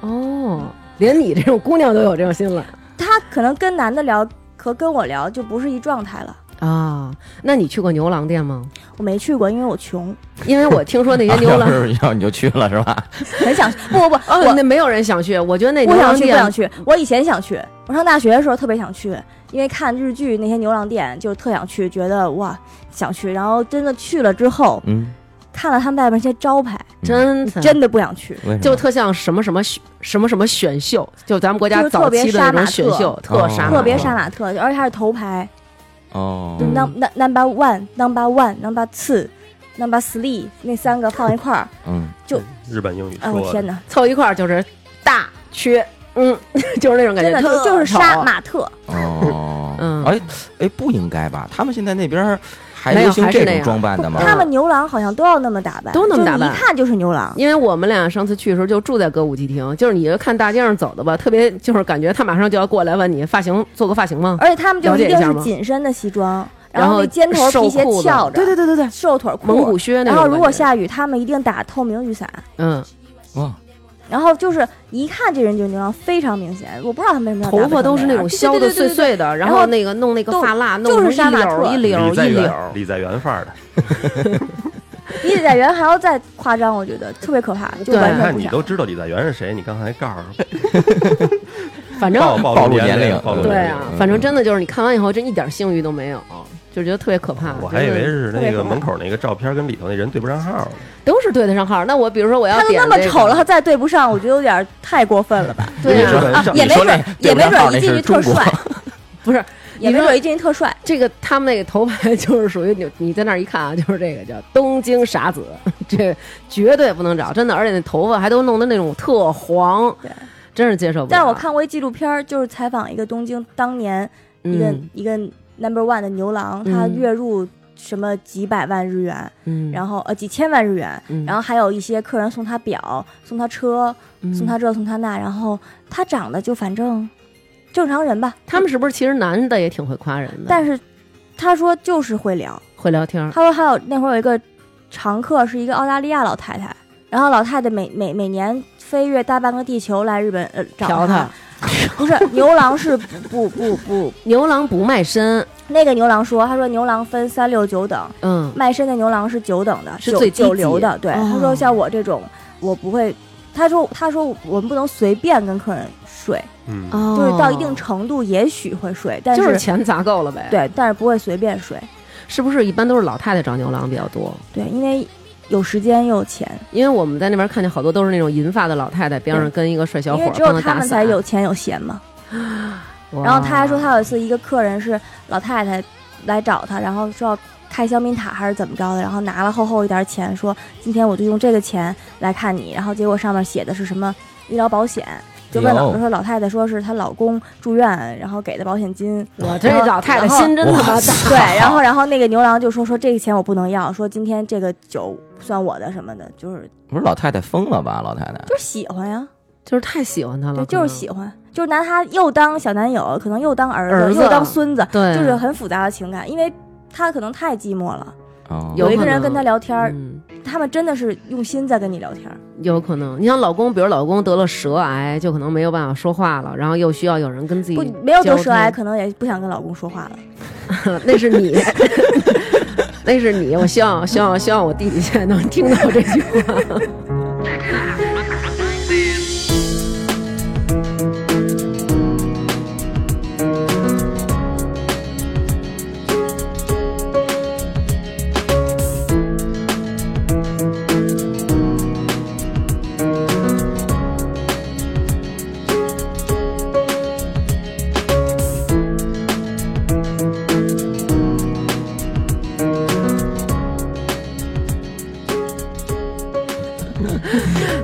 [SPEAKER 1] 哦，连你这种姑娘都有这种心了
[SPEAKER 3] 他可能跟男的聊和跟我聊就不是一状态了。
[SPEAKER 1] 啊？那你去过牛郎店吗？
[SPEAKER 3] 我没去过，因为我穷，
[SPEAKER 1] 因为我听说 那些牛郎
[SPEAKER 2] 啊要是要你就去了是吧？
[SPEAKER 3] 很想不不不，
[SPEAKER 1] 哦，
[SPEAKER 3] 我
[SPEAKER 1] 那没有人想去。我觉得那
[SPEAKER 3] 不
[SPEAKER 1] 牛
[SPEAKER 3] 想
[SPEAKER 1] 郎
[SPEAKER 3] 去，不
[SPEAKER 1] 店
[SPEAKER 3] 想去。我以前想去，我上大学的时候特别想去，因为看日剧那些牛郎店就特想去，觉得哇想去。然后真的去了之后，
[SPEAKER 2] 嗯，
[SPEAKER 3] 看了他们外边那些招牌，
[SPEAKER 1] 真的
[SPEAKER 3] 真的不想去。
[SPEAKER 2] 为什么
[SPEAKER 1] 就特像什么什么选什么什么选秀，就咱们国家
[SPEAKER 3] 就是
[SPEAKER 1] 早
[SPEAKER 3] 特别
[SPEAKER 1] 期的那
[SPEAKER 3] 杀
[SPEAKER 1] 种
[SPEAKER 3] 马
[SPEAKER 1] 选
[SPEAKER 3] 特
[SPEAKER 1] 秀，特杀
[SPEAKER 2] 啊
[SPEAKER 1] 马
[SPEAKER 3] 特别
[SPEAKER 1] 特
[SPEAKER 3] 杀马特，而且还是头牌，
[SPEAKER 2] 哦
[SPEAKER 3] 就
[SPEAKER 1] 嗯
[SPEAKER 3] num number one number one number two number three 那三个放一块儿，
[SPEAKER 2] 嗯，
[SPEAKER 3] 就
[SPEAKER 4] 日本英语
[SPEAKER 3] 哎我
[SPEAKER 4] 说
[SPEAKER 3] 天
[SPEAKER 4] 的，
[SPEAKER 3] 哪，
[SPEAKER 1] 凑一块儿就是大缺，嗯， 就是那种感
[SPEAKER 3] 真
[SPEAKER 1] 觉，
[SPEAKER 3] 的
[SPEAKER 1] 特
[SPEAKER 3] 就就是
[SPEAKER 1] 丑
[SPEAKER 3] 杀马特，
[SPEAKER 2] 哦，
[SPEAKER 1] 嗯
[SPEAKER 2] 哎哎，不应该吧？他们现在那边儿还
[SPEAKER 1] 没有
[SPEAKER 2] 流行
[SPEAKER 1] 还是
[SPEAKER 2] 这
[SPEAKER 1] 那
[SPEAKER 2] 种
[SPEAKER 1] 样
[SPEAKER 2] 装扮的吗？
[SPEAKER 3] 他们牛郎好像都要那么打扮，
[SPEAKER 1] 都那么打扮
[SPEAKER 3] 就你一看就是牛郎。
[SPEAKER 1] 因为我们俩上次去的时候就住在歌舞伎町，就是你就看大街上走的吧，特别就是感觉他马上就要过来问你发型做个发型吗？
[SPEAKER 3] 而且他们
[SPEAKER 1] 嗯
[SPEAKER 3] 就
[SPEAKER 1] 了
[SPEAKER 3] 一
[SPEAKER 1] 解一
[SPEAKER 3] 定
[SPEAKER 1] 下
[SPEAKER 3] 是
[SPEAKER 1] 吗
[SPEAKER 3] 紧身的西装，
[SPEAKER 1] 然后
[SPEAKER 3] 那尖头
[SPEAKER 1] 瘦
[SPEAKER 3] 皮鞋
[SPEAKER 1] 裤子
[SPEAKER 3] 翘着，
[SPEAKER 1] 对对
[SPEAKER 3] 对对对，瘦腿裤，
[SPEAKER 1] 蒙古靴那种
[SPEAKER 3] 然后如果
[SPEAKER 1] 感觉
[SPEAKER 3] 下雨，他们一定打透明雨伞。
[SPEAKER 1] 嗯，
[SPEAKER 2] 哇，
[SPEAKER 3] 然后就是一看这人就牛郎，非常明显。我不知道他们为什么要打
[SPEAKER 1] 头
[SPEAKER 3] 扮
[SPEAKER 1] 发
[SPEAKER 3] 成
[SPEAKER 1] 都是
[SPEAKER 3] 那
[SPEAKER 1] 那
[SPEAKER 3] 样
[SPEAKER 1] 种
[SPEAKER 3] 对对
[SPEAKER 1] 削的
[SPEAKER 3] 对
[SPEAKER 1] 碎
[SPEAKER 3] 对对对
[SPEAKER 1] 碎的，然
[SPEAKER 3] 然
[SPEAKER 1] 后
[SPEAKER 3] 后
[SPEAKER 1] 那个弄那个
[SPEAKER 3] 都
[SPEAKER 1] 发蜡，
[SPEAKER 3] 就
[SPEAKER 1] 弄
[SPEAKER 3] 是杀
[SPEAKER 1] 成一
[SPEAKER 3] 马
[SPEAKER 1] 绺
[SPEAKER 3] 特
[SPEAKER 1] 一绺
[SPEAKER 4] 李在
[SPEAKER 1] 一绺
[SPEAKER 4] 元，。李在元范儿的。
[SPEAKER 3] 李在元还要再夸张，我觉得特别可怕，就
[SPEAKER 1] 对
[SPEAKER 3] 完
[SPEAKER 4] 你
[SPEAKER 3] 全
[SPEAKER 4] 看
[SPEAKER 3] 不
[SPEAKER 4] 你
[SPEAKER 3] 想。
[SPEAKER 4] 都知道李在元是谁，你刚才还告诉
[SPEAKER 1] 反正
[SPEAKER 4] 暴
[SPEAKER 2] 暴露
[SPEAKER 4] 露
[SPEAKER 2] 年龄
[SPEAKER 4] 暴露
[SPEAKER 1] 对
[SPEAKER 4] 年
[SPEAKER 1] 啊
[SPEAKER 2] 嗯，
[SPEAKER 1] 反正真的就是你看完以后，真一点性欲都没有，就觉得特别可怕。
[SPEAKER 4] 啊我还以为
[SPEAKER 1] 就是
[SPEAKER 4] 是那个门口那个照片跟里头那人对不上号呢。
[SPEAKER 1] 都是对得上号。那我比如说我要
[SPEAKER 3] 他都
[SPEAKER 1] 点
[SPEAKER 3] 那么
[SPEAKER 1] 这个
[SPEAKER 3] 丑了，他再对不上，我觉得有点太过分 了吧？
[SPEAKER 1] 对
[SPEAKER 2] 你说
[SPEAKER 1] 啊，
[SPEAKER 3] 啊
[SPEAKER 2] 上，
[SPEAKER 3] 也
[SPEAKER 2] 你
[SPEAKER 3] 没
[SPEAKER 2] 说
[SPEAKER 3] 准
[SPEAKER 2] 那
[SPEAKER 3] 儿，也没
[SPEAKER 2] 对
[SPEAKER 3] 准儿
[SPEAKER 2] 不上号那
[SPEAKER 3] 一进
[SPEAKER 2] 是
[SPEAKER 3] 去特
[SPEAKER 2] 中国
[SPEAKER 3] 帅，
[SPEAKER 1] 不是
[SPEAKER 3] 也没准儿一进去特帅。
[SPEAKER 1] 这个他们那个头牌就是属于你，你在那儿一看啊，就是这个叫东京傻子， 这绝对不能找，真的，而且那头发还都弄得那种特黄
[SPEAKER 3] 对，
[SPEAKER 1] 真是接受不了。
[SPEAKER 3] 但是我看过一纪录片儿，就是采访一个东京当年一个、
[SPEAKER 1] 嗯
[SPEAKER 3] 一个 number one 的牛郎，他
[SPEAKER 1] 嗯
[SPEAKER 3] 月入什么几百万日元，
[SPEAKER 1] 嗯，
[SPEAKER 3] 然后呃几千万日元，
[SPEAKER 1] 嗯
[SPEAKER 3] 然后还有一些客人送他表、送他车、
[SPEAKER 1] 嗯
[SPEAKER 3] 送他这送他那，然后他长得就反正正常人吧，
[SPEAKER 1] 他们是不是其实男的也挺会夸人的，
[SPEAKER 3] 但是他说就是会聊，
[SPEAKER 1] 会聊天儿
[SPEAKER 3] 他说还有那会儿有一个常客是一个澳大利亚老太太，然后老太太每每每年飞越大半个地球来日本呃
[SPEAKER 1] 嫖
[SPEAKER 3] 找
[SPEAKER 1] 他。
[SPEAKER 3] 不是牛郎是不不不不，
[SPEAKER 1] 牛郎不卖身，
[SPEAKER 3] 那个牛郎说，他说牛郎分三六九等，
[SPEAKER 1] 嗯，
[SPEAKER 3] 卖身的牛郎是九等的，
[SPEAKER 1] 是
[SPEAKER 3] 九
[SPEAKER 1] 最低级
[SPEAKER 3] 九流的。对，
[SPEAKER 1] 哦
[SPEAKER 3] 他说像我这种，我不会。他说他说我们不能随便跟客人睡，
[SPEAKER 4] 嗯，
[SPEAKER 1] 哦，
[SPEAKER 3] 就是到一定程度也许会睡，但
[SPEAKER 1] 就是
[SPEAKER 3] 是
[SPEAKER 1] 钱砸够了呗。，
[SPEAKER 3] 对，但是不会随便睡，
[SPEAKER 1] 是不是一般都是老太太找牛郎比较多？
[SPEAKER 3] 对，因为有时间又有钱，
[SPEAKER 1] 因为我们在那边看见好多都是那种银发的老太太，边上跟一个帅小
[SPEAKER 3] 因
[SPEAKER 1] 伙
[SPEAKER 3] 为
[SPEAKER 1] 儿
[SPEAKER 3] 只
[SPEAKER 1] 帮
[SPEAKER 3] 有
[SPEAKER 1] 她
[SPEAKER 3] 他
[SPEAKER 1] 打
[SPEAKER 3] 们
[SPEAKER 1] 伞啊
[SPEAKER 3] 才。有钱有闲嘛。
[SPEAKER 1] 哇
[SPEAKER 3] 然后他还说，他有一次一个客人是老太太来找他，然后说要开香槟塔还是怎么着的，然后拿了厚厚一沓钱，说今天我就用这个钱来看你，然后结果上面写的是什么医疗保险，就问老
[SPEAKER 2] 哟
[SPEAKER 3] 说老太太说是她老公住院，然后给的保险金。
[SPEAKER 1] 我这老太太
[SPEAKER 3] 然后
[SPEAKER 1] 心真他妈
[SPEAKER 2] 哇
[SPEAKER 1] 大。
[SPEAKER 3] 对，然后然后那个牛郎就说说这个钱我不能要，说今天这个酒算我的什么的，就是
[SPEAKER 2] 不是老太太疯了吧？老太太
[SPEAKER 3] 就是喜欢呀，
[SPEAKER 1] 就是太喜欢他了，
[SPEAKER 3] 对，就是喜欢，就是拿他又当小男友，可能又当儿
[SPEAKER 1] 儿子嗯
[SPEAKER 3] 又当孙子，
[SPEAKER 1] 对
[SPEAKER 3] 就是很复杂的情感，因为他可能太寂寞了，
[SPEAKER 2] 哦
[SPEAKER 1] 有
[SPEAKER 3] 一个
[SPEAKER 1] 可
[SPEAKER 3] 人
[SPEAKER 1] 能
[SPEAKER 3] 跟他聊天
[SPEAKER 1] 欢
[SPEAKER 3] 儿，
[SPEAKER 1] 嗯。
[SPEAKER 3] 他们真的是用心在跟你聊天儿，
[SPEAKER 1] 有可能，你像老公，比如老公得了舌癌，就可能没有办法说话了，然后又需要有人跟自己
[SPEAKER 3] 不没有
[SPEAKER 1] 交
[SPEAKER 3] 得舌癌，
[SPEAKER 1] 通，
[SPEAKER 3] 可能也不想跟老公说话了。
[SPEAKER 1] 那是你，那是你。我希望，希望，希望我弟弟现在能听到这句话。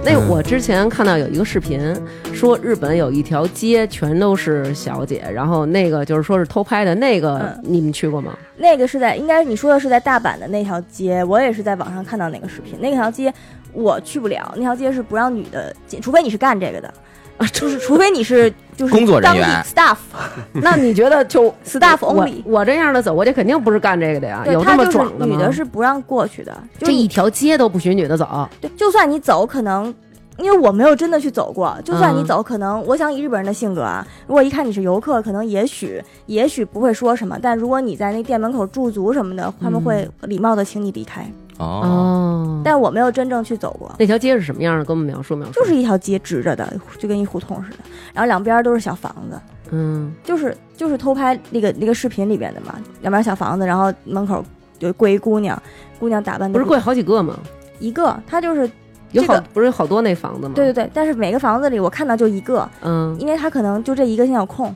[SPEAKER 1] 那我之前看到有一个视频，说日本有一条街全都是小姐，然后那个就是说是偷拍的那个，
[SPEAKER 3] 嗯
[SPEAKER 1] 你们去过吗？
[SPEAKER 3] 那个是在，应该你说的是在大阪的那条街，我也是在网上看到那个视频。那条街我去不了，那条街是不让女的进，除非你是干这个的，呃就是除非你是就是
[SPEAKER 2] 工作人
[SPEAKER 3] 当地
[SPEAKER 2] 员
[SPEAKER 3] staff，
[SPEAKER 1] 那 你觉得就
[SPEAKER 3] Staff
[SPEAKER 1] 我
[SPEAKER 3] only
[SPEAKER 1] 我这样的走过去肯定不是干这个的呀，
[SPEAKER 3] 对
[SPEAKER 1] 有那
[SPEAKER 3] 他
[SPEAKER 1] 么
[SPEAKER 3] 就是
[SPEAKER 1] 壮的吗？
[SPEAKER 3] 女的是不让过去的，就
[SPEAKER 1] 这
[SPEAKER 3] 是你
[SPEAKER 1] 一条街都不许女的走，
[SPEAKER 3] 对，就算你走，可能因为我没有真的去走过，就算你
[SPEAKER 1] 嗯
[SPEAKER 3] 走，可能我想以日本人的性格啊，如果一看你是游客，可能也许也许不会说什么，但如果你在那店门口驻足什么的，他
[SPEAKER 1] 嗯
[SPEAKER 3] 们会礼貌的请你离开。
[SPEAKER 2] 哦，
[SPEAKER 1] 哦
[SPEAKER 3] 但我没有真正去走过，
[SPEAKER 1] 那条街是什么样的？给我们描述描述。
[SPEAKER 3] 就是一条街直着的，就跟一胡同似的，然后两边都是小房子，
[SPEAKER 1] 嗯，
[SPEAKER 3] 就是就是偷拍那个那个视频里边的嘛，两边小房子，然后门口有跪一姑娘，姑娘打扮
[SPEAKER 1] 不
[SPEAKER 3] 得
[SPEAKER 1] 是贵好几个吗？
[SPEAKER 3] 一个，她就是
[SPEAKER 1] 有好、
[SPEAKER 3] 这个
[SPEAKER 1] 不是有好多那房子吗？
[SPEAKER 3] 对对，对，但是每个房子里我看到就一个，
[SPEAKER 1] 嗯，
[SPEAKER 3] 因为他可能就这一个现在有空，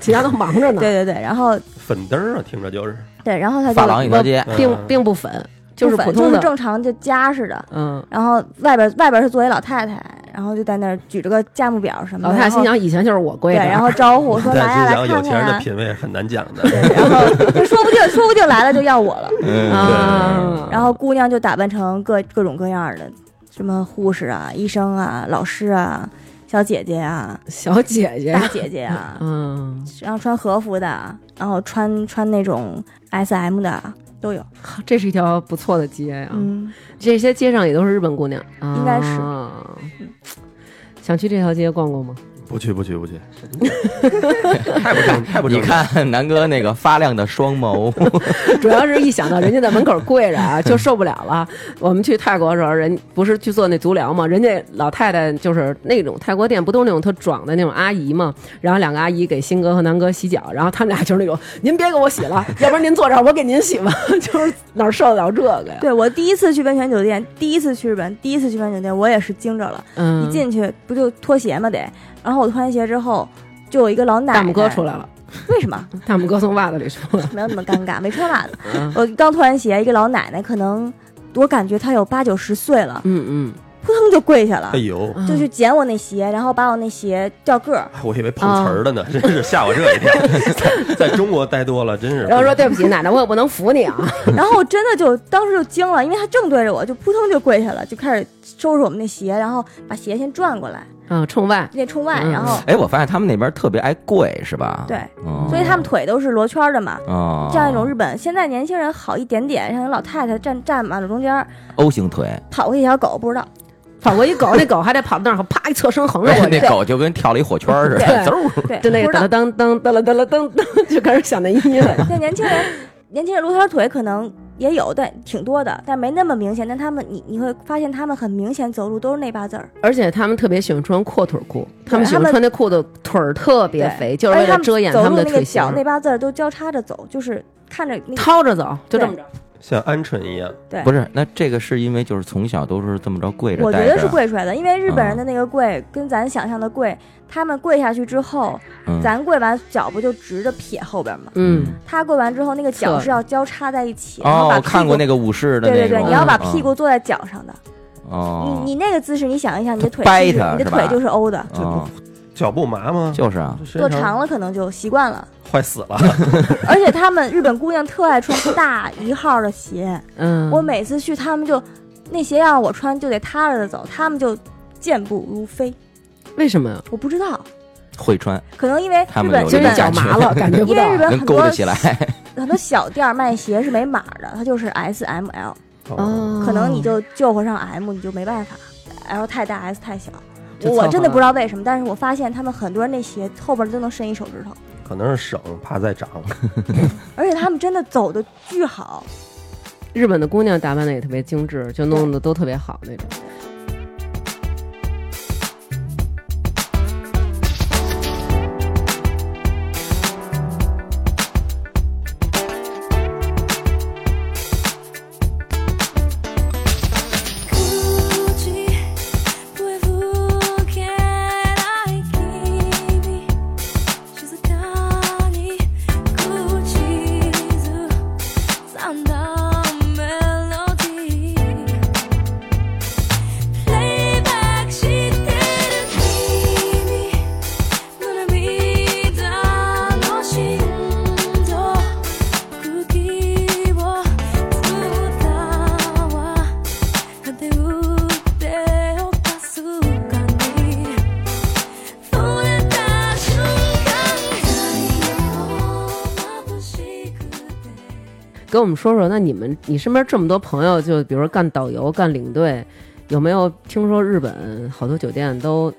[SPEAKER 1] 其他都忙着呢。
[SPEAKER 3] 对对对，然后
[SPEAKER 4] 粉灯儿啊，听着就是。
[SPEAKER 3] 对，然后他就
[SPEAKER 2] 发廊一条街，
[SPEAKER 4] 嗯
[SPEAKER 1] 并并不粉，就是
[SPEAKER 3] 不
[SPEAKER 1] 普
[SPEAKER 3] 粉
[SPEAKER 1] 通
[SPEAKER 3] 就
[SPEAKER 1] 的。
[SPEAKER 3] 是正常就家似的，
[SPEAKER 1] 嗯，
[SPEAKER 3] 然后外边外边是坐一老太太，然后就在那儿举着个价目表什么
[SPEAKER 1] 老
[SPEAKER 3] 的，
[SPEAKER 1] 太太
[SPEAKER 3] 然后
[SPEAKER 1] 心想，以前就是我
[SPEAKER 3] 对，
[SPEAKER 1] 贵的，
[SPEAKER 3] 然后招 呼说来
[SPEAKER 4] 但心
[SPEAKER 3] 呀、
[SPEAKER 4] 想
[SPEAKER 3] 来
[SPEAKER 4] 有
[SPEAKER 3] 看
[SPEAKER 4] 钱
[SPEAKER 3] 看
[SPEAKER 4] 人
[SPEAKER 3] 啊
[SPEAKER 4] 的
[SPEAKER 3] 呀、
[SPEAKER 4] 品味很难讲的。
[SPEAKER 3] 然后就说不定说不定来了就要我了，
[SPEAKER 2] 嗯，
[SPEAKER 1] 啊，
[SPEAKER 3] 哦然后姑娘就打扮成各各种各样的，什么护士啊、医生啊、老师啊、小姐姐啊、
[SPEAKER 1] 小姐姐，
[SPEAKER 3] 大姐姐啊，
[SPEAKER 1] 嗯，
[SPEAKER 3] 然后穿和服的，然后穿穿那种 S M 的都有，
[SPEAKER 1] 这是一条不错的街呀、
[SPEAKER 3] 嗯。
[SPEAKER 1] 这些街上也都是日本姑娘，
[SPEAKER 3] 应该是嗯
[SPEAKER 1] 啊想去这条街逛 逛吗？
[SPEAKER 4] 不去不去不去， 太不正太不正
[SPEAKER 2] 你看南哥那个发亮的双眸，
[SPEAKER 1] 主要是一想到人家在门口跪着 啊，就受不了了。我们去泰国的时候，人不是去做那足疗嘛，人家老太太就是那种泰国店，不都是那种特壮的那种阿姨嘛？然后两个阿姨给新哥和南哥洗脚，然后他们俩就是那种， 您别给我洗 了，要不然您坐这儿，我给您洗吧， 就是哪儿受得了这个呀？
[SPEAKER 3] 对我第一次去温泉酒店，第一次去日本，第一次去温泉酒店，我也是惊着了。
[SPEAKER 1] 嗯，
[SPEAKER 3] 一进去不就脱鞋嘛得，然后我脱完鞋之后，就有一个老奶奶，
[SPEAKER 1] 大拇哥出来了，
[SPEAKER 3] 为什么？
[SPEAKER 1] 大拇哥从袜子里出来了。
[SPEAKER 3] 没有那么尴尬，没穿袜子。
[SPEAKER 1] 嗯
[SPEAKER 3] 我刚脱完鞋，一个老奶奶，可能我感觉她有八九十岁了，
[SPEAKER 1] 嗯
[SPEAKER 3] 扑腾就跪下了
[SPEAKER 4] 哎，呦，
[SPEAKER 1] 嗯，
[SPEAKER 3] 就去捡我那鞋，然后把我那鞋掉个儿。
[SPEAKER 4] 我以为碰
[SPEAKER 3] 哦
[SPEAKER 4] 瓷儿的呢，真是吓我这一跳。 在在中国待多了，真是。
[SPEAKER 1] 然后说对不起，奶奶，我也不能扶你啊。
[SPEAKER 3] 然后我真的就当时就惊了，因为她正对着我，就扑腾就跪下了，就开始收拾我们那鞋，然后把鞋先转过来，
[SPEAKER 1] 嗯，冲外，
[SPEAKER 3] 那冲外，
[SPEAKER 1] 嗯
[SPEAKER 3] 然后
[SPEAKER 2] 哎，我发现他们那边特别爱跪，是吧？
[SPEAKER 3] 对
[SPEAKER 2] 哦，
[SPEAKER 3] 所以他们腿都是罗圈儿的嘛。
[SPEAKER 2] 哦，
[SPEAKER 3] 这样一种日本，现在年轻人好一点点，像有老太太站站马路中间儿，
[SPEAKER 2] O 型腿，
[SPEAKER 3] 跑过去一条狗不 知道，
[SPEAKER 1] 跑过一狗，那狗还得跑到那儿，啪一侧身横着我这
[SPEAKER 2] 哎那。狗就跟跳了一火圈似的，
[SPEAKER 1] 对
[SPEAKER 2] 滋儿
[SPEAKER 3] 对，
[SPEAKER 1] 就那
[SPEAKER 3] 不
[SPEAKER 1] 个
[SPEAKER 3] 知
[SPEAKER 1] 噔
[SPEAKER 3] 道。
[SPEAKER 1] 噔噔噔了噔了噔噔，就开始响那音乐。
[SPEAKER 3] 对年轻人，年轻人罗圈腿可能也有，但挺多的，但没那么明显。但他们你你会发现他们很明显走路都是那八字儿，
[SPEAKER 1] 而且他们特别喜欢穿阔腿裤，他们喜
[SPEAKER 3] 他
[SPEAKER 1] 欢
[SPEAKER 3] 们
[SPEAKER 1] 穿那裤子腿儿特别肥，就是为
[SPEAKER 3] 而且
[SPEAKER 1] 了
[SPEAKER 3] 他们
[SPEAKER 1] 遮掩
[SPEAKER 3] 走
[SPEAKER 1] 他
[SPEAKER 3] 路
[SPEAKER 1] 们的
[SPEAKER 3] 那个
[SPEAKER 1] 腿型
[SPEAKER 3] 脚，那八字儿都交叉着走，就是看着那个
[SPEAKER 1] 掏着走，就这么着。
[SPEAKER 4] 像鹌鹑一样，
[SPEAKER 3] 对
[SPEAKER 2] 不。是，那这个是因为就是从小都是这么着跪着
[SPEAKER 3] 我觉
[SPEAKER 2] 待
[SPEAKER 3] 得
[SPEAKER 2] 着，
[SPEAKER 3] 是跪出来的，因为日本人
[SPEAKER 2] 嗯
[SPEAKER 3] 的那个跪跟咱想象的跪，他们跪下去之后，
[SPEAKER 2] 嗯
[SPEAKER 3] 咱跪完脚不就直着撇后边吗？
[SPEAKER 1] 嗯，
[SPEAKER 3] 他跪完之后，那个脚
[SPEAKER 1] 侧
[SPEAKER 3] 是要交叉在一起，然
[SPEAKER 2] 哦
[SPEAKER 3] 后把，
[SPEAKER 2] 我
[SPEAKER 3] 屁
[SPEAKER 2] 看过
[SPEAKER 3] 股
[SPEAKER 2] 那个武士的
[SPEAKER 3] 对
[SPEAKER 2] 那
[SPEAKER 3] 对
[SPEAKER 2] 种，
[SPEAKER 3] 对，你要把
[SPEAKER 2] 嗯
[SPEAKER 3] 屁股坐在脚上的，
[SPEAKER 2] 哦，
[SPEAKER 3] 你你那个姿势，你想一想，你的腿
[SPEAKER 2] 掰
[SPEAKER 3] 是
[SPEAKER 2] 它
[SPEAKER 3] 你
[SPEAKER 2] 是
[SPEAKER 3] 的
[SPEAKER 2] 吧
[SPEAKER 3] 腿就是欧的，
[SPEAKER 2] 哦，
[SPEAKER 4] 脚不麻吗？
[SPEAKER 2] 就是啊，
[SPEAKER 4] 这
[SPEAKER 3] 做
[SPEAKER 4] 身
[SPEAKER 3] 长了可能就习惯了。
[SPEAKER 4] 坏死了。
[SPEAKER 3] 而且他们日本姑娘特爱穿大一号的鞋，
[SPEAKER 1] 嗯，
[SPEAKER 3] 我每次去他们就那鞋要让我穿就得塌着的走，他们就健步如飞。
[SPEAKER 1] 为什么呀？
[SPEAKER 3] 我不知道，
[SPEAKER 2] 会穿，
[SPEAKER 3] 可能因为
[SPEAKER 2] 他
[SPEAKER 3] 日
[SPEAKER 2] 们
[SPEAKER 3] 本
[SPEAKER 2] 有
[SPEAKER 3] 日
[SPEAKER 1] 今
[SPEAKER 2] 这
[SPEAKER 1] 儿
[SPEAKER 2] 个
[SPEAKER 3] 本
[SPEAKER 1] 脚麻了，感觉不
[SPEAKER 3] 因
[SPEAKER 1] 到
[SPEAKER 3] 为。日本
[SPEAKER 2] 能
[SPEAKER 3] 很
[SPEAKER 2] 勾
[SPEAKER 3] 多
[SPEAKER 2] 搭起来。
[SPEAKER 3] 很多小店儿卖鞋是没码的，它就是 S M L，
[SPEAKER 1] 哦
[SPEAKER 3] 可能你就救活上 M，你就没办法，L 太大，S 太小。
[SPEAKER 1] 就
[SPEAKER 3] 我
[SPEAKER 1] 凑合
[SPEAKER 3] 真的
[SPEAKER 1] 了
[SPEAKER 3] 不知道为什么，但是我发现他们很多人那鞋后边都能伸一手指头，
[SPEAKER 4] 可能是省，怕再长。
[SPEAKER 3] 哦而且他们真的走的巨好。
[SPEAKER 1] 日本的姑娘打扮的也特别精致，就弄得都特别好那种。
[SPEAKER 5] 口笛吹けない君静かに口ずさんだメロディープレイバックしてる君の涙の振動空気を伝わ果て腕をかすかに触れた瞬間太陽眩しくて
[SPEAKER 1] 跟我们说说，那你们你身边这么多朋友，就比如说干导游、干领队，有没有听说日本好多酒店都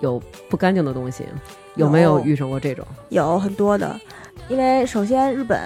[SPEAKER 1] 有不干净的东西？有没有
[SPEAKER 3] 有
[SPEAKER 1] 遇上过这种？
[SPEAKER 3] 有很多的，因为首先日本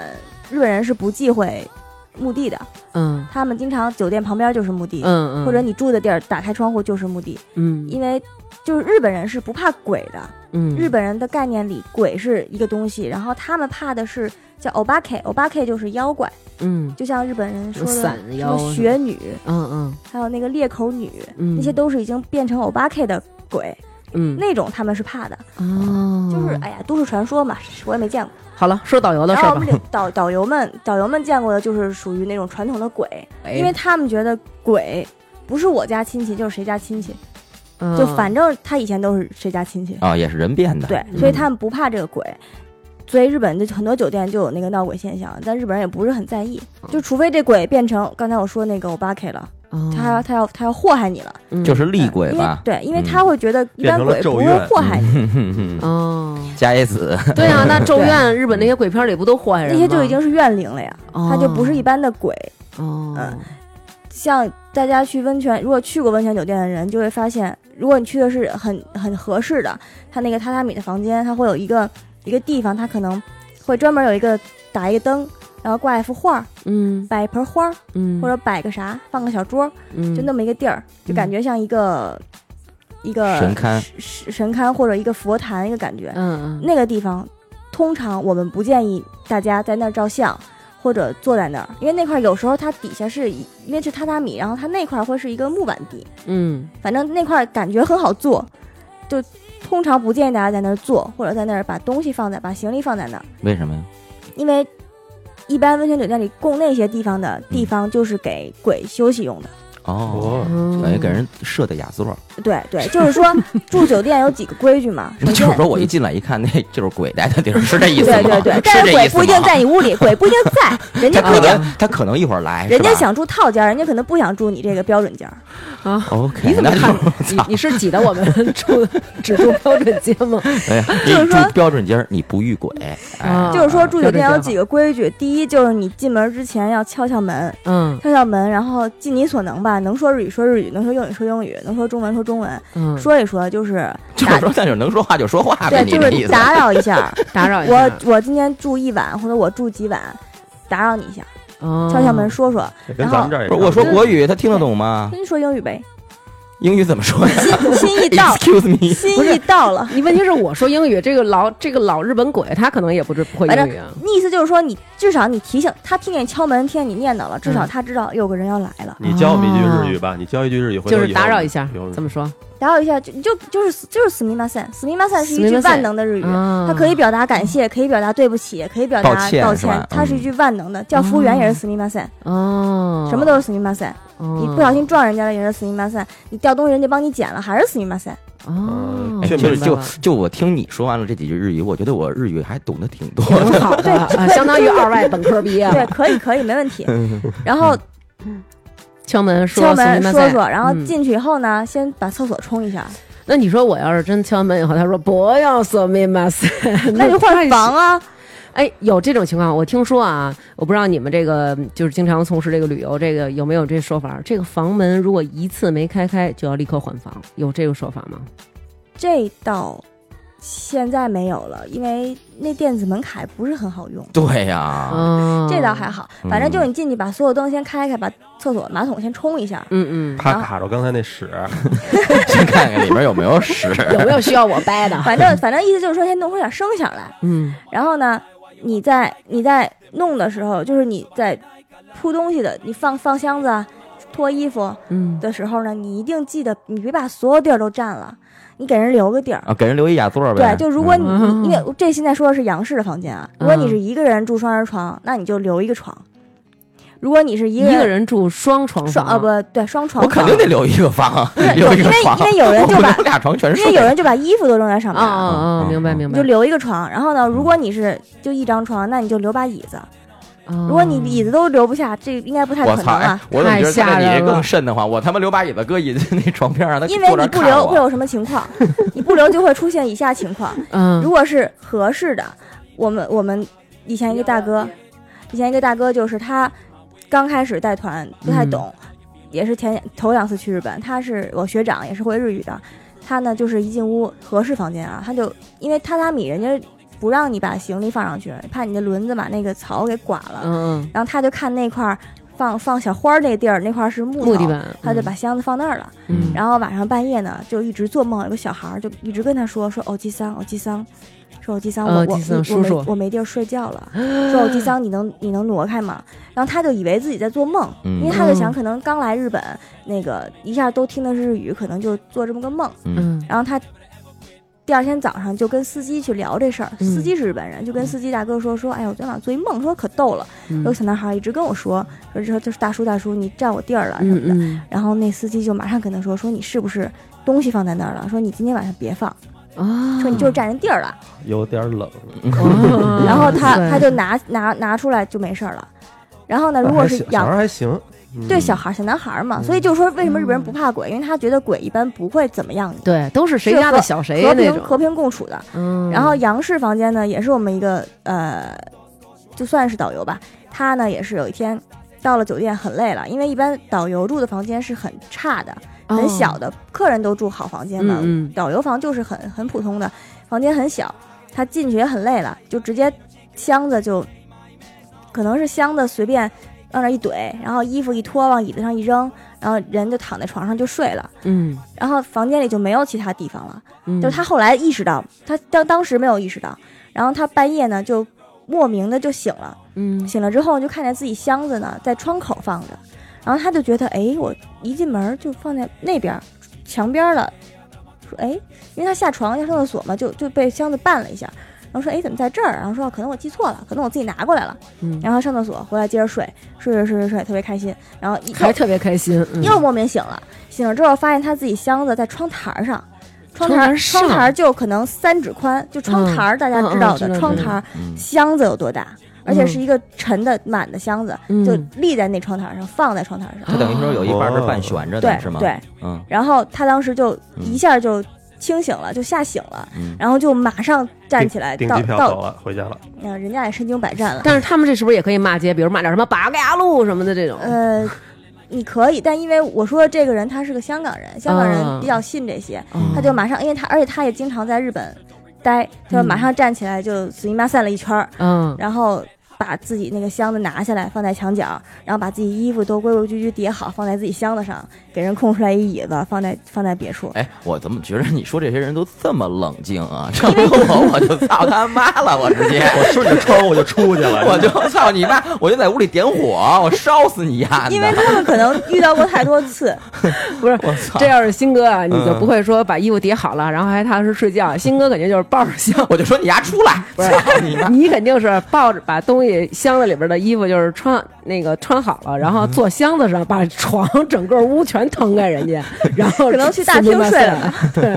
[SPEAKER 3] 日本人是不忌讳墓地的，
[SPEAKER 1] 嗯
[SPEAKER 3] 他们经常酒店旁边就是墓地，
[SPEAKER 1] 嗯嗯，
[SPEAKER 3] 或者你住的地儿打开窗户就是墓地，
[SPEAKER 1] 嗯
[SPEAKER 3] 因为就是日本人是不怕鬼的，
[SPEAKER 1] 嗯
[SPEAKER 3] 日本人的概念里鬼是一个东西，然后他们怕的是叫欧巴 K，欧巴 K 就是妖怪，
[SPEAKER 1] 嗯
[SPEAKER 3] 就像日本人说的
[SPEAKER 1] 有
[SPEAKER 3] 什
[SPEAKER 1] 伞妖
[SPEAKER 3] 么雪女，
[SPEAKER 1] 嗯嗯
[SPEAKER 3] 还有那个裂口女，
[SPEAKER 1] 嗯，
[SPEAKER 3] 那些都是已经变成欧巴 K 的鬼，
[SPEAKER 1] 嗯
[SPEAKER 3] 那种他们是怕的，
[SPEAKER 1] 哦，
[SPEAKER 3] 就是哎呀，都市传说嘛，我也没见过。
[SPEAKER 1] 好了，说导游的
[SPEAKER 3] 然
[SPEAKER 1] 事
[SPEAKER 3] 后
[SPEAKER 1] 儿
[SPEAKER 3] 我
[SPEAKER 1] 吧
[SPEAKER 3] 们。领导导游们导游们见过的就是属于那种传统的鬼，
[SPEAKER 1] 哎
[SPEAKER 3] 因为他们觉得鬼不是我家亲戚就是谁家亲戚，
[SPEAKER 1] 嗯哎
[SPEAKER 3] 就反正他以前都是谁家亲戚，
[SPEAKER 2] 啊、也是人变的。
[SPEAKER 3] 对，所以他们不怕这个鬼。所以日本就很多酒店就有那个闹鬼现象，但日本人也不是很在意，
[SPEAKER 1] 嗯
[SPEAKER 3] 就除非这鬼变成刚才我说那个欧巴 K 了，他要
[SPEAKER 1] 他
[SPEAKER 3] 他要他要祸害你了，
[SPEAKER 1] 嗯
[SPEAKER 2] 就是厉鬼
[SPEAKER 3] 因为
[SPEAKER 2] 吧？
[SPEAKER 3] 对，因为
[SPEAKER 2] 嗯
[SPEAKER 3] 他会觉得一般
[SPEAKER 4] 变成了
[SPEAKER 3] 鬼不
[SPEAKER 4] 咒
[SPEAKER 3] 会
[SPEAKER 4] 怨
[SPEAKER 3] 祸 害你，
[SPEAKER 1] 哦，
[SPEAKER 2] 加一子，
[SPEAKER 1] 对 啊，那《咒怨》日本那些鬼片里不都祸害人
[SPEAKER 3] 那
[SPEAKER 1] 吗？
[SPEAKER 3] 些就已经是怨灵了呀，
[SPEAKER 1] 哦
[SPEAKER 3] 他就不是一般的鬼，
[SPEAKER 1] 哦
[SPEAKER 3] 嗯，像大家去温泉，如果去过温泉酒店的人，就会发现，如果你去的是很很合适的，它那个榻榻米的房间，它会有一个一个地方，它可能会专门有一个打一个灯，然后挂一幅画，
[SPEAKER 1] 嗯
[SPEAKER 3] 摆一盆花，
[SPEAKER 1] 嗯，
[SPEAKER 3] 或者摆个啥，放个小桌，
[SPEAKER 1] 嗯
[SPEAKER 3] 就那么一个地儿，就感觉像一个一个
[SPEAKER 2] 神龛
[SPEAKER 3] 神神龛或者一个佛坛一个感觉。
[SPEAKER 1] 嗯嗯
[SPEAKER 3] 那个地方，通常我们不建议大家在那儿照相或者坐在那儿，因为那块儿有时候它底下是一因为是榻榻米，然后它那块儿会是一个木板地，
[SPEAKER 1] 嗯
[SPEAKER 3] 反正那块儿感觉很好坐，就通常不建议大家在那儿坐或者在那儿把东西放在把行李放在那儿，
[SPEAKER 2] 为什么呀？
[SPEAKER 3] 因为。一般温泉酒店里供那些地方的地方，就是给鬼休息用的。
[SPEAKER 2] 哦，
[SPEAKER 4] 哦，
[SPEAKER 1] 嗯，
[SPEAKER 2] 等于给人设的雅座儿，
[SPEAKER 3] 对对，就是说住酒店有几个规矩嘛。首
[SPEAKER 2] 那就是
[SPEAKER 3] 先
[SPEAKER 2] 说我一进来一看，那就是鬼待的地儿，是这意思吗？
[SPEAKER 3] 对对对，但
[SPEAKER 2] 是
[SPEAKER 3] 是
[SPEAKER 2] 这
[SPEAKER 3] 鬼
[SPEAKER 2] 意思
[SPEAKER 3] 不一定
[SPEAKER 2] 吗
[SPEAKER 3] 在你屋里，鬼不一定 在，人家
[SPEAKER 2] 他
[SPEAKER 3] 不一
[SPEAKER 2] 可
[SPEAKER 3] 定
[SPEAKER 2] 能他可能一会儿来，
[SPEAKER 3] 人家
[SPEAKER 2] 是吧
[SPEAKER 3] 想住套间儿，人家可能不想住你这个标准间儿。
[SPEAKER 2] OK，
[SPEAKER 1] 你怎么
[SPEAKER 2] 那就
[SPEAKER 1] 看？你 你是挤得我们住只住标准街吗？
[SPEAKER 2] 哎呀，
[SPEAKER 3] 就
[SPEAKER 2] 你
[SPEAKER 3] 是说嗯
[SPEAKER 2] 住标准间儿，你不遇鬼，哎
[SPEAKER 1] 啊
[SPEAKER 3] 就是说住酒店有
[SPEAKER 1] 标准间儿
[SPEAKER 3] 几个规矩，第一就是你进门之前要敲敲门，
[SPEAKER 1] 嗯
[SPEAKER 3] 敲敲门，然后尽你所能吧，能说日语说日语，能说英语说英语，能说中文说中文，
[SPEAKER 1] 嗯，
[SPEAKER 3] 说一说就是
[SPEAKER 2] 就是说那就能说话就说话呗，
[SPEAKER 3] 对，
[SPEAKER 2] 你
[SPEAKER 3] 就
[SPEAKER 2] 这意
[SPEAKER 3] 是
[SPEAKER 2] 思。
[SPEAKER 3] 打扰一下。
[SPEAKER 1] 打扰一下
[SPEAKER 3] 我我今天住一晚或者我住几晚，打扰你一下，
[SPEAKER 1] 哦
[SPEAKER 3] 敲敲门说说，
[SPEAKER 4] 这跟咱们这儿也
[SPEAKER 2] 不是我说国语，他听得懂吗？
[SPEAKER 3] 跟你说英语呗，
[SPEAKER 2] 英语怎么说呀
[SPEAKER 3] 心心意 到，
[SPEAKER 2] ？Excuse me，
[SPEAKER 1] 不
[SPEAKER 3] 心
[SPEAKER 1] 是
[SPEAKER 3] 意到了。
[SPEAKER 1] 你问题是我说英语，这个老这个老日本鬼他可能也不知不会英语啊。
[SPEAKER 3] 那意思就是说，你至少你提醒他听见你敲门，听见你念叨了，至少
[SPEAKER 1] 嗯他
[SPEAKER 3] 他知道有个人要来了。
[SPEAKER 4] 你教我们一句日语吧，你教一句日语，回头
[SPEAKER 1] 就是
[SPEAKER 4] 以后
[SPEAKER 1] 打扰一下
[SPEAKER 4] 以后，
[SPEAKER 1] 这么说，
[SPEAKER 3] 打扰一下，就就就是就是死命马散，死命马散是一句
[SPEAKER 1] sumimasen
[SPEAKER 3] 万能的日语，
[SPEAKER 1] 啊
[SPEAKER 3] 它可以表达感谢，可以表达对不起，可以表
[SPEAKER 2] 抱
[SPEAKER 3] 达
[SPEAKER 2] 歉
[SPEAKER 3] 抱
[SPEAKER 2] 是吧
[SPEAKER 3] 歉，它是一句万能的。叫服务员也是死命马散，
[SPEAKER 1] 哦，
[SPEAKER 3] 什么都是死命马散。
[SPEAKER 1] 哦，
[SPEAKER 3] 你不小心撞人家了也是死命马散，你掉东西人家帮你捡了还是死命马散。
[SPEAKER 1] 哦，
[SPEAKER 2] 哎
[SPEAKER 4] 呃确
[SPEAKER 2] 就
[SPEAKER 4] 实
[SPEAKER 1] 明
[SPEAKER 2] 是
[SPEAKER 1] 白
[SPEAKER 2] 就
[SPEAKER 1] 了
[SPEAKER 2] 就我听你说完了这几句日语，我觉得我日语还懂得挺多 的。
[SPEAKER 1] 挺好的， 啊相当于二外本科毕业
[SPEAKER 3] 对，
[SPEAKER 1] 了。
[SPEAKER 3] 可以可以，没问题。然后
[SPEAKER 1] 敲门说
[SPEAKER 3] 敲门
[SPEAKER 1] 斯密马
[SPEAKER 3] 说
[SPEAKER 1] 塞
[SPEAKER 3] 说，然后
[SPEAKER 1] 嗯
[SPEAKER 3] 进去以后呢，先把厕所冲一下。
[SPEAKER 1] 那你说我要是真敲完门以后，他说不要索命嘛，
[SPEAKER 3] 那就换房啊。
[SPEAKER 1] 哎，有这种情况，我听说啊，我不知道你们这个就是经常从事这个旅游，这个有没有这说法？这个房门如果一次没开开，就要立刻换房，有这个说法吗？
[SPEAKER 3] 这到现在没有了，因为那电子门卡不是很好用。
[SPEAKER 2] 对呀、
[SPEAKER 1] 嗯，
[SPEAKER 3] 啊这倒还好，反正就是你进去把所有灯先开开，把厕所马桶先冲一下。
[SPEAKER 1] 嗯
[SPEAKER 4] 怕卡着刚才那屎，
[SPEAKER 2] 先看看里面有没有 屎。
[SPEAKER 1] 嗯，有没有需要我掰的？
[SPEAKER 3] 反正反正意思就是说先弄出点声响来，
[SPEAKER 1] 嗯
[SPEAKER 3] 然后呢，你在你在弄的时候，就是你在铺东西的，你放放箱子啊、脱衣服
[SPEAKER 1] 嗯，
[SPEAKER 3] 的时候呢，你一定记得你别把所有地儿都占了，你给人留个地儿。
[SPEAKER 2] 啊，给人留一雅座呗。
[SPEAKER 3] 对，就如果你、
[SPEAKER 1] 嗯
[SPEAKER 3] 你因为这现在说的是杨氏的房间啊，如果你是一个人住双人床，那你就留一个床；如果你是一
[SPEAKER 1] 一
[SPEAKER 3] 个
[SPEAKER 1] 个人住双床
[SPEAKER 3] 双
[SPEAKER 1] 房
[SPEAKER 3] 啊不对双床
[SPEAKER 2] 我
[SPEAKER 3] 房，
[SPEAKER 2] 肯定得留一个房
[SPEAKER 3] 不 是，
[SPEAKER 2] 留一个
[SPEAKER 3] 因为
[SPEAKER 2] 房，
[SPEAKER 3] 因为有人就 把
[SPEAKER 2] 我不能俩床全
[SPEAKER 3] 因
[SPEAKER 2] 睡。
[SPEAKER 3] 为有人就把衣服都扔在上
[SPEAKER 1] 啊
[SPEAKER 3] 面，
[SPEAKER 1] 啊啊！明白明
[SPEAKER 3] 你
[SPEAKER 1] 白
[SPEAKER 3] 嗯就。留一个床。然后呢，如果你是就一张床，那你就留把椅子。
[SPEAKER 1] 如
[SPEAKER 3] 如果你椅子都留不下，这应该不太
[SPEAKER 2] 我
[SPEAKER 3] 可能
[SPEAKER 2] 操！哎
[SPEAKER 3] 啊，，
[SPEAKER 2] 我怎么觉得
[SPEAKER 1] 太吓
[SPEAKER 2] 看着
[SPEAKER 1] 人
[SPEAKER 2] 你这
[SPEAKER 1] 了
[SPEAKER 2] 更瘆得慌？我他妈留把椅子搁椅子那床边儿，让他
[SPEAKER 3] 因为
[SPEAKER 2] 坐那
[SPEAKER 3] 你
[SPEAKER 2] 儿
[SPEAKER 3] 不
[SPEAKER 2] 看
[SPEAKER 3] 留
[SPEAKER 2] 我。
[SPEAKER 3] 会有什么情况？ 你不留就会出现以下情况：
[SPEAKER 1] 嗯
[SPEAKER 3] 如果是合适的，我们我们以前一个大哥，以前一个大哥就是他刚开始带团不
[SPEAKER 1] 嗯
[SPEAKER 3] 太懂，也是前头两次去日本，他是我学长，也是会日语的。他呢就是一进屋合适房间啊，他就因为榻榻米人家不让你把行李放上去，怕你的轮子把那个草给刮了，
[SPEAKER 1] 嗯
[SPEAKER 3] 然后他就看那块儿放放小花儿那地儿，那块儿是
[SPEAKER 1] 嗯，
[SPEAKER 3] 木头
[SPEAKER 1] 木地板，
[SPEAKER 3] 他就把箱子放那儿了。
[SPEAKER 1] 嗯
[SPEAKER 3] 然后晚上半夜呢，就一直做梦，有个小孩儿就一直跟他说说欧吉桑，欧吉桑，说欧吉桑，
[SPEAKER 1] 呃
[SPEAKER 3] 我
[SPEAKER 1] 欧
[SPEAKER 3] 我
[SPEAKER 1] 吉桑
[SPEAKER 3] 我
[SPEAKER 1] 叔
[SPEAKER 3] 没
[SPEAKER 1] 叔
[SPEAKER 3] 我没地儿睡觉了，说欧吉桑，你能你能挪开吗？然后他就以为自己在做梦，因为
[SPEAKER 2] 嗯
[SPEAKER 3] 他就想
[SPEAKER 1] 嗯
[SPEAKER 3] 可能刚来日本，那个一下都听的是日语，可能就做这么个梦。
[SPEAKER 2] 嗯，
[SPEAKER 1] 嗯
[SPEAKER 3] 然后他第二天早上就跟司机去聊这事儿，
[SPEAKER 1] 嗯
[SPEAKER 3] 司机是日本人，就跟司机大哥说说，哎呀，我昨天晚上做一梦，说可逗了，有个
[SPEAKER 1] 嗯
[SPEAKER 3] 小男孩一直跟我说说说就是大叔大叔，你占我地儿了什么的。
[SPEAKER 1] 嗯
[SPEAKER 3] 然后那司机就马上跟他说说你是不是东西放在那儿了？说你今天晚上别放，
[SPEAKER 1] 啊，
[SPEAKER 3] 说 你就是占人地儿了。
[SPEAKER 4] 有点冷。
[SPEAKER 1] 哦
[SPEAKER 3] 然后他
[SPEAKER 1] 对
[SPEAKER 3] 他就拿拿拿出来就没事儿了。然后呢，如果
[SPEAKER 4] 还
[SPEAKER 3] 是
[SPEAKER 4] 行小孩
[SPEAKER 3] 养
[SPEAKER 4] 儿还行，嗯
[SPEAKER 3] 对小孩儿小男孩儿
[SPEAKER 1] 嗯
[SPEAKER 3] 嘛，所以就是说为什么日本人不怕鬼，因为他觉得鬼一般不会怎么样你，
[SPEAKER 1] 对，都是谁
[SPEAKER 3] 是
[SPEAKER 1] 家的
[SPEAKER 3] 和
[SPEAKER 1] 小谁
[SPEAKER 3] 和
[SPEAKER 1] 哎那
[SPEAKER 3] 平
[SPEAKER 1] 种。
[SPEAKER 3] 和平共处的。
[SPEAKER 1] 嗯，
[SPEAKER 3] 然后杨氏房间呢，也是我们一个呃，就算是导游吧，他呢也是有一天到了酒店很累了，因为一般导游住的房间是很差的、很小的，客人都住好房间嘛，
[SPEAKER 1] 哦嗯嗯
[SPEAKER 3] 导游房就是很很普通的，房间很小，他进去也很累了，就直接箱子就可能是箱子随便往那一怼，然后衣服一脱往椅子上一扔，然后人就躺在床上就睡了，
[SPEAKER 1] 嗯，
[SPEAKER 3] 然后房间里就没有其他地方了。
[SPEAKER 1] 嗯
[SPEAKER 3] 就是他后来意识到，他当当时没有意识到，然后他半夜呢就莫名的就醒了，
[SPEAKER 1] 嗯
[SPEAKER 3] 醒了之后就看见自己箱子呢在窗口放着，然后他就觉得，哎，我一进门就放在那边儿墙边儿了，说，哎，因为他下床要上厕所嘛，就就被箱子绊了一下，然后说，哎，怎么在这儿？然后说，可能我记错了，可能我自己拿过来了，
[SPEAKER 1] 嗯
[SPEAKER 3] 然后上厕所回来接着睡，睡睡睡睡睡，特别开心，然后一
[SPEAKER 1] 还特别开心，嗯
[SPEAKER 3] 又莫名醒了，醒了之后发现他自己箱子在窗台上，窗
[SPEAKER 1] 窗台
[SPEAKER 3] 台
[SPEAKER 1] 上
[SPEAKER 3] 窗台就可能三指宽，就窗台儿大家知
[SPEAKER 1] 嗯
[SPEAKER 3] 道
[SPEAKER 1] 嗯嗯
[SPEAKER 3] 的
[SPEAKER 1] 知道
[SPEAKER 3] 窗台儿
[SPEAKER 2] 嗯
[SPEAKER 3] 箱子有多大，而且是一个沉的满的箱子，
[SPEAKER 1] 嗯
[SPEAKER 3] 就立在那窗台上，放在窗台上，
[SPEAKER 2] 就等于说有一半是半悬着
[SPEAKER 3] 对
[SPEAKER 2] 的，是吗？，
[SPEAKER 3] 对，
[SPEAKER 2] 嗯
[SPEAKER 3] 然后他当时就
[SPEAKER 2] 嗯
[SPEAKER 3] 一下就清醒了，就吓醒了，
[SPEAKER 2] 嗯，
[SPEAKER 3] 然后就马上站起来
[SPEAKER 4] 订
[SPEAKER 3] 到
[SPEAKER 4] 机票走
[SPEAKER 3] 到，
[SPEAKER 4] 了，回家了。
[SPEAKER 3] 呃人家也身经百战了，
[SPEAKER 1] 但是他们这是不是也可以骂街？比如骂点什么“八嘎呀路”什么的这种？
[SPEAKER 3] 呃。你可以，但因为我说这个人他是个香港
[SPEAKER 2] 嗯
[SPEAKER 3] 人，香港
[SPEAKER 1] 啊
[SPEAKER 3] 人比较信这些，
[SPEAKER 1] 哦
[SPEAKER 3] 他就马上，因为他而且他也经常在日本待，他就马上站起来就死尼玛散了一圈儿，
[SPEAKER 1] 嗯
[SPEAKER 3] 然后把自己那个箱子拿下来放在墙角，然后把自己衣服都规规矩矩叠好放在自己箱子上，给人空出来一椅子放在放在别处。
[SPEAKER 2] 哎，我怎么觉得你说这些人都这么冷静啊？这么我我就操他妈了，我直接
[SPEAKER 4] 我顺着窗户就出去 了，
[SPEAKER 2] 我就操你妈，我就在屋里点火，我烧死你丫的！
[SPEAKER 3] 因为他们可能遇到过太多次，
[SPEAKER 1] 不是，
[SPEAKER 2] 我操
[SPEAKER 1] 这，要是新哥啊，你就
[SPEAKER 2] 嗯
[SPEAKER 1] 不会说把衣服叠好了，然后还踏实睡觉。新哥肯定就是抱着箱，
[SPEAKER 2] 我就说你丫出来，
[SPEAKER 1] 不是
[SPEAKER 2] 操你 妈！
[SPEAKER 1] 你肯定是抱着把东西箱子里边的衣服就是穿那个穿好了，然后坐箱子上，把床整个屋全腾给人家，然后
[SPEAKER 3] 可能去大厅睡了
[SPEAKER 1] 对，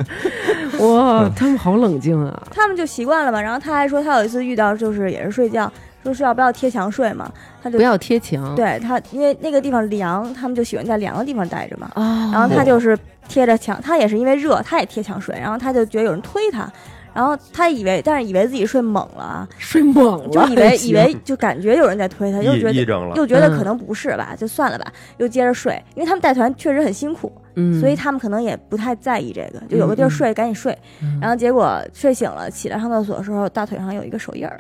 [SPEAKER 1] 哇，他们好冷静啊！
[SPEAKER 3] 他们就习惯了嘛。然后他还说，他有一次遇到就是也是睡觉，说是要不要贴墙睡嘛，他就
[SPEAKER 1] 不要贴墙。
[SPEAKER 3] 对他，因为那个地方凉，他们就喜欢在凉的地方待着嘛。
[SPEAKER 1] 啊，
[SPEAKER 3] 然后他就是贴着墙，他也是因为热，他也贴墙睡，然后他就觉得有人推他，然后他以为，但是以为自己睡猛了啊，
[SPEAKER 1] 睡猛
[SPEAKER 3] 就
[SPEAKER 1] 了，
[SPEAKER 3] 以为以为就感觉有人在推他， 又觉
[SPEAKER 4] 癔癔
[SPEAKER 3] 得
[SPEAKER 4] 症了，
[SPEAKER 3] 又觉得
[SPEAKER 1] 嗯
[SPEAKER 3] 可能不是吧，就算了吧，又接着睡，因为他们带团确实很辛苦，
[SPEAKER 1] 嗯，
[SPEAKER 3] 所以他们可能也不太在意这个，就有个地儿睡赶紧睡，然后结果睡醒了起来上厕所的时候，大腿上有一个手印儿，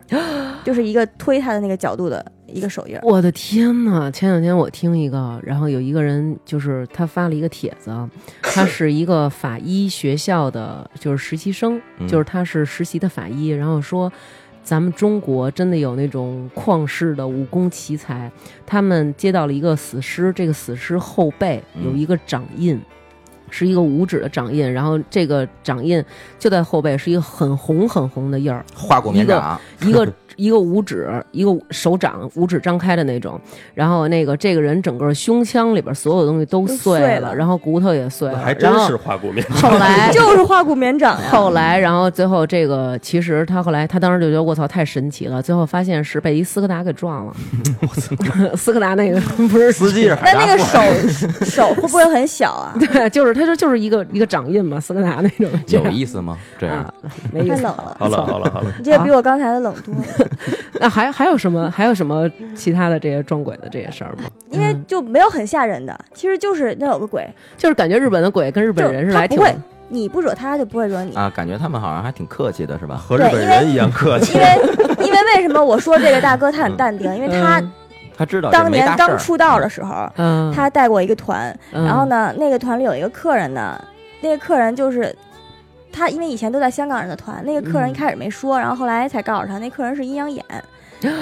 [SPEAKER 3] 就是一个推他的那个角度的一个手印儿。
[SPEAKER 1] 我的天呐！前两天我听一个，然后有一个人就是他发了一个帖子，他是一个法医学校的，就是实习生，
[SPEAKER 2] 嗯
[SPEAKER 1] 就是他是实习的法医，然后说。咱们中国真的有那种旷世的武功奇才，他们接到了一个死尸，这个死尸后背有一个掌印，是一个五指的掌印，然后这个掌印就在后背，是一个很红很红的印儿，
[SPEAKER 2] 画过棉掌，
[SPEAKER 1] 一个一个五指，一个手掌五指张开的那种，然后那个这个人整个胸腔里边所有东西都
[SPEAKER 3] 都
[SPEAKER 1] 碎
[SPEAKER 3] 碎
[SPEAKER 1] 了，
[SPEAKER 3] 了
[SPEAKER 1] 然后骨头也碎了，
[SPEAKER 4] 还真
[SPEAKER 1] 然后
[SPEAKER 4] 是 化骨面。
[SPEAKER 1] 后来
[SPEAKER 3] 就是化骨绵掌呀、
[SPEAKER 1] 后来，然后最后这个，其实他后来他当时就觉得我操太神奇了，最后发现是被一斯柯达给撞 了。斯柯达那个不是
[SPEAKER 2] 司机是海
[SPEAKER 3] 但
[SPEAKER 2] 大
[SPEAKER 3] 那个
[SPEAKER 2] 富。
[SPEAKER 3] 手手会不会很小啊？
[SPEAKER 1] 对，就是他说就是一个一个掌印嘛，斯柯达那种这
[SPEAKER 2] 有
[SPEAKER 1] 样
[SPEAKER 2] 意思吗？这样
[SPEAKER 3] 嗯
[SPEAKER 1] 啊，没意
[SPEAKER 3] 太
[SPEAKER 1] 思
[SPEAKER 3] 冷了啊
[SPEAKER 4] 好了好了好了，
[SPEAKER 3] 你这比我刚才的冷多了，
[SPEAKER 1] 那还还有什么还有什么其他的这些撞鬼的这些事儿吗？
[SPEAKER 3] 因为就没有很吓人的，其实就是那有个鬼，
[SPEAKER 1] 就是感觉日本的鬼跟日本人
[SPEAKER 3] 就是他
[SPEAKER 1] 来
[SPEAKER 3] 不
[SPEAKER 1] 挺
[SPEAKER 3] 会，你不惹他，他就不会惹你。
[SPEAKER 2] 啊，感觉他们好像还挺客气的，是吧？
[SPEAKER 4] 和日本人一样客气
[SPEAKER 3] 因。为因为为什么我说这个大哥他很淡定？因为他
[SPEAKER 1] 嗯
[SPEAKER 2] 他知道这
[SPEAKER 3] 当
[SPEAKER 2] 没
[SPEAKER 3] 年
[SPEAKER 2] 大事
[SPEAKER 3] 刚
[SPEAKER 2] 儿，
[SPEAKER 3] 出道的时候，
[SPEAKER 1] 嗯，
[SPEAKER 3] 他带过一个团，
[SPEAKER 1] 嗯
[SPEAKER 3] 然后呢，那个团里有一个客人呢，那个客人就是。他因为以前都在香港人的团，那个客人
[SPEAKER 1] 嗯
[SPEAKER 3] 一开始没说，然后后来才告诉他，那客人是阴阳眼。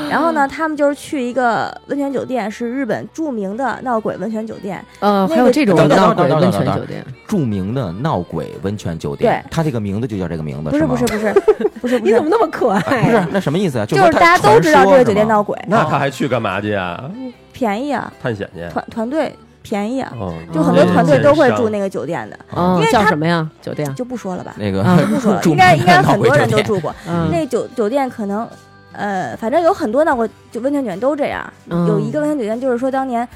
[SPEAKER 3] 然后呢，他们就是去一个温泉酒店，是日本著名的闹鬼温泉酒店。
[SPEAKER 1] 呃，
[SPEAKER 3] 那个
[SPEAKER 1] 还有这种
[SPEAKER 2] 等等
[SPEAKER 1] 闹
[SPEAKER 2] 等
[SPEAKER 1] 鬼
[SPEAKER 2] 等
[SPEAKER 1] 温
[SPEAKER 2] 等
[SPEAKER 1] 泉
[SPEAKER 2] 等
[SPEAKER 1] 酒店，
[SPEAKER 2] 著名的闹鬼温泉酒店
[SPEAKER 3] 对，
[SPEAKER 2] 他这个名字就叫这个名字，
[SPEAKER 3] 不是
[SPEAKER 2] 吗
[SPEAKER 3] 不是？不是不是不
[SPEAKER 1] 你
[SPEAKER 3] 是
[SPEAKER 1] 怎么，那么可
[SPEAKER 2] 不
[SPEAKER 1] 爱？
[SPEAKER 2] 是，那什么意思啊？
[SPEAKER 3] 就是
[SPEAKER 2] 说
[SPEAKER 3] 大家
[SPEAKER 2] 他
[SPEAKER 3] 都知道这个酒店
[SPEAKER 2] 传说
[SPEAKER 3] 闹鬼，
[SPEAKER 4] 那他还去干嘛去啊？
[SPEAKER 3] 便宜啊，
[SPEAKER 4] 探险去？
[SPEAKER 3] 团团队便宜啊，
[SPEAKER 4] 嗯，
[SPEAKER 3] 就很多
[SPEAKER 1] 哦
[SPEAKER 3] 团队都会住
[SPEAKER 4] 那。
[SPEAKER 3] 那个酒店的，
[SPEAKER 2] 是
[SPEAKER 1] 嗯
[SPEAKER 2] 吗
[SPEAKER 3] 因，为
[SPEAKER 1] 叫
[SPEAKER 3] 他
[SPEAKER 1] 什么呀？酒店？
[SPEAKER 3] 就不说了吧，
[SPEAKER 2] 那
[SPEAKER 1] 啊
[SPEAKER 2] 个
[SPEAKER 3] 不说 了，
[SPEAKER 2] 著
[SPEAKER 3] 应该
[SPEAKER 2] 名
[SPEAKER 3] 应
[SPEAKER 2] 的
[SPEAKER 3] 该
[SPEAKER 2] 闹
[SPEAKER 3] 很
[SPEAKER 2] 鬼
[SPEAKER 3] 多人
[SPEAKER 2] 酒
[SPEAKER 3] 都
[SPEAKER 2] 店
[SPEAKER 3] 住过。
[SPEAKER 1] 嗯，
[SPEAKER 3] 那酒酒店可能，呃，反正有很多闹鬼就温泉酒店都这样。
[SPEAKER 1] 嗯
[SPEAKER 3] 有一个温泉酒店就是说当年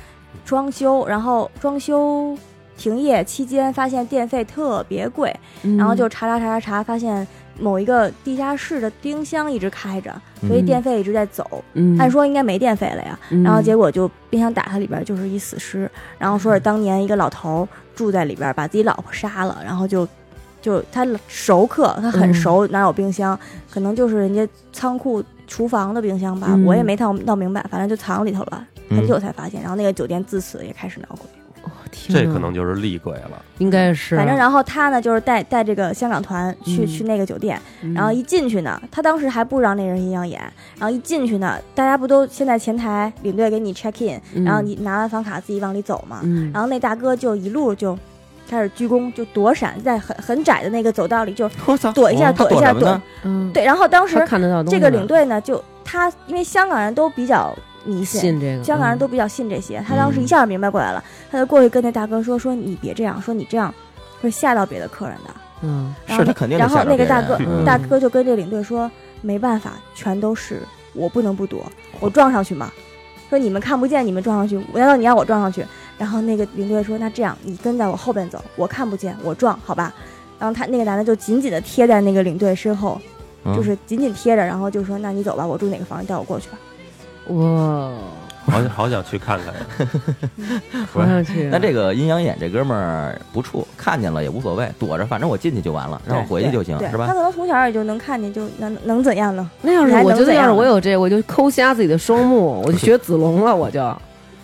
[SPEAKER 3] 装修，然后装修停业期间发现电费特别贵，
[SPEAKER 1] 嗯
[SPEAKER 3] 然后就查查查查查，发现某一个地下室的冰箱一直开着，所以
[SPEAKER 1] 嗯
[SPEAKER 3] 电费一直在走。
[SPEAKER 1] 嗯
[SPEAKER 3] 按说应该没电费了呀，
[SPEAKER 1] 嗯
[SPEAKER 3] 然后结果就冰箱打开里边就是一死尸，然后说是当年一个老头儿住在里边，把自己老婆杀了，然后就就他熟客，他
[SPEAKER 1] 嗯
[SPEAKER 3] 很熟，哪有冰箱？可能就是人家仓库、厨房的冰箱吧，
[SPEAKER 1] 嗯
[SPEAKER 3] 我也没闹闹明白，反正就藏里头了，
[SPEAKER 2] 嗯
[SPEAKER 3] 很久才发现。然后那个酒店自此也开始闹鬼，
[SPEAKER 1] 哦天
[SPEAKER 4] 这
[SPEAKER 1] 哪
[SPEAKER 4] 可能就是厉鬼了，
[SPEAKER 1] 应该是，啊
[SPEAKER 3] 反正然后他呢就是带带这个香港团去、
[SPEAKER 1] 嗯
[SPEAKER 3] 去那个酒店，
[SPEAKER 1] 嗯
[SPEAKER 3] 然后一进去呢，他当时还不知道那人是阴阳眼，然后一进去呢，大家不都先在前台领队给你 check in，
[SPEAKER 1] 嗯
[SPEAKER 3] 然后你拿完房卡自己往里走嘛。
[SPEAKER 1] 嗯
[SPEAKER 3] 然后那大哥就一路就开始鞠躬，就躲闪，在很很窄的那个走道里就
[SPEAKER 2] 我操，
[SPEAKER 3] 躲一下
[SPEAKER 2] 啊哦他
[SPEAKER 3] 躲一下
[SPEAKER 2] 什么呢？
[SPEAKER 1] 嗯
[SPEAKER 3] 对。然后当
[SPEAKER 1] 他
[SPEAKER 3] 时
[SPEAKER 1] 看得到东西
[SPEAKER 3] 这
[SPEAKER 1] 吗
[SPEAKER 3] 个领队呢，就他因为香港人都比较迷信。
[SPEAKER 1] 信这个，
[SPEAKER 3] 香港人
[SPEAKER 1] 嗯
[SPEAKER 3] 都比较信这些，他当时一下就明白过来了，他就过去跟那大哥说：“说你别这样，说你这样会吓到别的客人的。
[SPEAKER 1] 嗯”
[SPEAKER 3] 然
[SPEAKER 2] 是
[SPEAKER 3] 后
[SPEAKER 2] 他肯定得
[SPEAKER 3] 然后
[SPEAKER 2] 吓着
[SPEAKER 3] 那个
[SPEAKER 2] 别
[SPEAKER 3] 大
[SPEAKER 2] 人
[SPEAKER 3] 哥
[SPEAKER 2] 嗯
[SPEAKER 3] 大哥就跟这领队说：“没办法，全都是我不能不躲，我撞上去嘛。说你们看不见，你们撞上去，难道你让我撞上去？然后那个领队说：那这样，你跟在我后边走，我看不见，我撞，好吧？然后他那个男的就紧紧的贴在那个领队身后，
[SPEAKER 2] 嗯
[SPEAKER 3] 就是紧紧贴着，然后就说：那你走吧，我住哪个房，你带我过去吧。
[SPEAKER 1] 哇，
[SPEAKER 4] 好想好想去看看呀。
[SPEAKER 1] 好想去。啊
[SPEAKER 2] 那这个阴阳眼这哥们儿不怵，看见了也无所谓，躲着，反正我进去就完了，让我回去就行，
[SPEAKER 3] 对，
[SPEAKER 2] 是
[SPEAKER 3] 他
[SPEAKER 2] 吧？
[SPEAKER 3] 可能从小也就能看见，就能能怎样呢？
[SPEAKER 1] 那要是
[SPEAKER 3] 你还
[SPEAKER 1] 我觉
[SPEAKER 3] 能
[SPEAKER 1] 得
[SPEAKER 3] 怎
[SPEAKER 1] 要是
[SPEAKER 3] 样
[SPEAKER 1] 我有这，我就抠瞎自己的双目，我就学子龙了，我就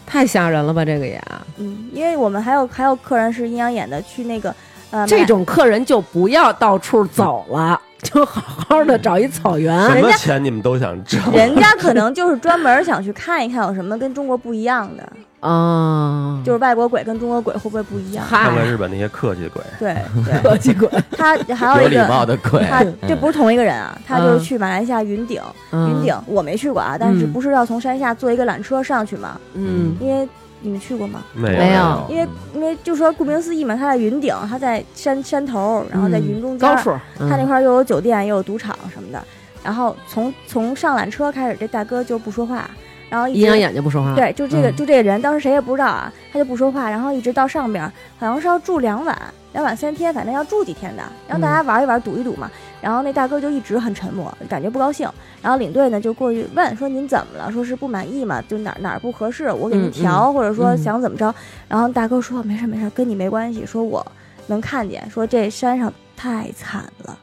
[SPEAKER 1] 太吓人了吧？这个也，
[SPEAKER 3] 嗯，因为我们还有还有客人是阴阳眼的，去那个呃
[SPEAKER 1] 这种客人就不要到处走 了，就好好的找一草
[SPEAKER 4] 什
[SPEAKER 1] 原。哎
[SPEAKER 4] 么钱你们都想 挣？
[SPEAKER 3] 人家可能就是专门想去看一看有什么跟中国不一样的，
[SPEAKER 1] 嗯啊，
[SPEAKER 3] 就是外国鬼跟中国鬼会不会不一样？
[SPEAKER 4] 看看
[SPEAKER 1] 嗨，
[SPEAKER 4] 日本那些客气鬼，
[SPEAKER 3] 对 对，
[SPEAKER 1] 科技鬼，
[SPEAKER 3] 他还
[SPEAKER 2] 有
[SPEAKER 3] 有一
[SPEAKER 2] 礼貌
[SPEAKER 3] 个，
[SPEAKER 2] 的鬼
[SPEAKER 3] 他，这
[SPEAKER 2] 嗯
[SPEAKER 3] 不是同一个人啊，他就
[SPEAKER 1] 嗯
[SPEAKER 3] 是去马来西亚云顶，云顶我没去过啊，但是
[SPEAKER 1] 嗯
[SPEAKER 3] 不是要从山下坐一个缆车上去嘛？
[SPEAKER 1] 嗯，
[SPEAKER 3] 因为你们去过吗？
[SPEAKER 2] 哎
[SPEAKER 4] 没
[SPEAKER 1] 没有
[SPEAKER 4] 有
[SPEAKER 3] 因为因为就说顾名思义嘛，它在云顶，它在山山头，然后在云中间，
[SPEAKER 1] 高处，嗯
[SPEAKER 3] 它那块儿又有酒店，又有赌场什么的。然后从从上缆车开始，这大哥就不说话，然后一直
[SPEAKER 1] 阴阳眼就不说话，
[SPEAKER 3] 对，就这个、
[SPEAKER 1] 嗯
[SPEAKER 3] 就这个人，当时谁也不知道啊，他就不说话，然后一直到上边儿，好像是要住两晚，两晚三天，反正要住几天的，让大家
[SPEAKER 1] 嗯
[SPEAKER 3] 玩一玩，赌一赌嘛。然后那大哥就一直很沉默，感觉不高兴。然后领队呢就过去问说：“您怎么了？说是不满意嘛？就哪儿哪儿不合适，我给您
[SPEAKER 1] 嗯
[SPEAKER 3] 调，或者说
[SPEAKER 1] 嗯
[SPEAKER 3] 想怎么着？”然后大哥说：“没事儿没事儿，跟你没关系。”说我能看见，说这山上太惨了，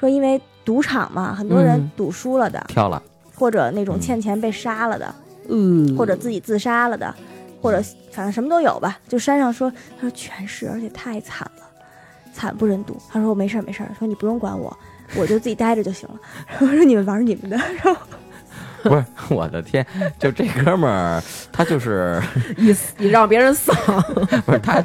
[SPEAKER 3] 说因为赌场嘛，很多人
[SPEAKER 1] 嗯
[SPEAKER 3] 赌输了的，
[SPEAKER 2] 飘了，
[SPEAKER 3] 或者那种
[SPEAKER 2] 嗯
[SPEAKER 3] 欠钱被杀了的。
[SPEAKER 1] 嗯，
[SPEAKER 3] 或者自己自杀了的，或者反正什么都有吧。就山上说，他说全是，而且太惨了，惨不忍睹。他说我没事儿没事儿，说你不用管我，我就自己待着就行了。 然后说你们玩你们的，然后
[SPEAKER 2] 不是我的天，就这哥们儿，他就是
[SPEAKER 1] 你你让别人扫，
[SPEAKER 2] 不是他，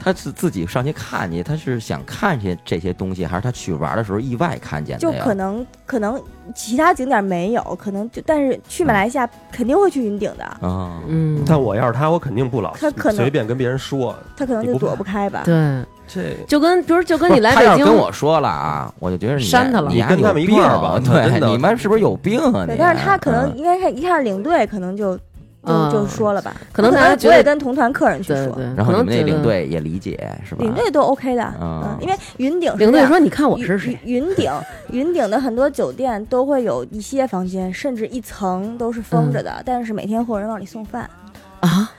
[SPEAKER 2] 他是自己上去看去，他是想看见这些东西，还是他去玩的时候意外看见
[SPEAKER 3] 就
[SPEAKER 1] 啊
[SPEAKER 2] 的呀？
[SPEAKER 3] 可能可能其他景点没有，可能就但是去马来西亚肯定会去云顶的，
[SPEAKER 2] 啊，
[SPEAKER 1] 嗯，
[SPEAKER 4] 但我要是他，我肯定不老
[SPEAKER 3] 他可能
[SPEAKER 4] 随便跟别人说
[SPEAKER 3] 他可能
[SPEAKER 4] 你
[SPEAKER 3] 就
[SPEAKER 4] 不怕
[SPEAKER 3] 躲不开吧。
[SPEAKER 1] 对，
[SPEAKER 4] 这。
[SPEAKER 1] 就跟比如就跟
[SPEAKER 2] 不
[SPEAKER 1] 你
[SPEAKER 2] 是
[SPEAKER 1] 来
[SPEAKER 2] 他要
[SPEAKER 1] 北
[SPEAKER 2] 是
[SPEAKER 1] 京，
[SPEAKER 2] 跟我说了啊，我就觉得你
[SPEAKER 1] 删他了
[SPEAKER 2] 你
[SPEAKER 4] 你跟他们一块儿
[SPEAKER 2] 还有病啊
[SPEAKER 4] 吧他真的
[SPEAKER 2] 对，你们是不是有病啊？
[SPEAKER 3] 对
[SPEAKER 2] 你，
[SPEAKER 3] 但是他可能
[SPEAKER 2] 嗯
[SPEAKER 3] 应该看一看领队，可能就就
[SPEAKER 1] 嗯
[SPEAKER 3] 就说了吧，
[SPEAKER 1] 可能
[SPEAKER 3] 他
[SPEAKER 1] 大家觉
[SPEAKER 3] 不会
[SPEAKER 1] 得
[SPEAKER 3] 跟同团客人去
[SPEAKER 1] 对
[SPEAKER 3] 说，
[SPEAKER 1] 对，
[SPEAKER 2] 然
[SPEAKER 1] 可
[SPEAKER 2] 后你
[SPEAKER 1] 能
[SPEAKER 2] 们那
[SPEAKER 1] 觉得
[SPEAKER 2] 领队也理解是吧？
[SPEAKER 3] 领队都 OK 的，
[SPEAKER 2] 嗯
[SPEAKER 3] 嗯，因为云顶是
[SPEAKER 1] 领
[SPEAKER 3] 这
[SPEAKER 1] 队啊
[SPEAKER 3] 样
[SPEAKER 1] 说你看我
[SPEAKER 3] 云
[SPEAKER 1] 是谁，
[SPEAKER 3] 云云顶， 云顶的很多酒店都会有一些房间，甚至一层都是封着的，
[SPEAKER 1] 嗯
[SPEAKER 3] 但是每天会有人往里送饭。
[SPEAKER 1] 啊，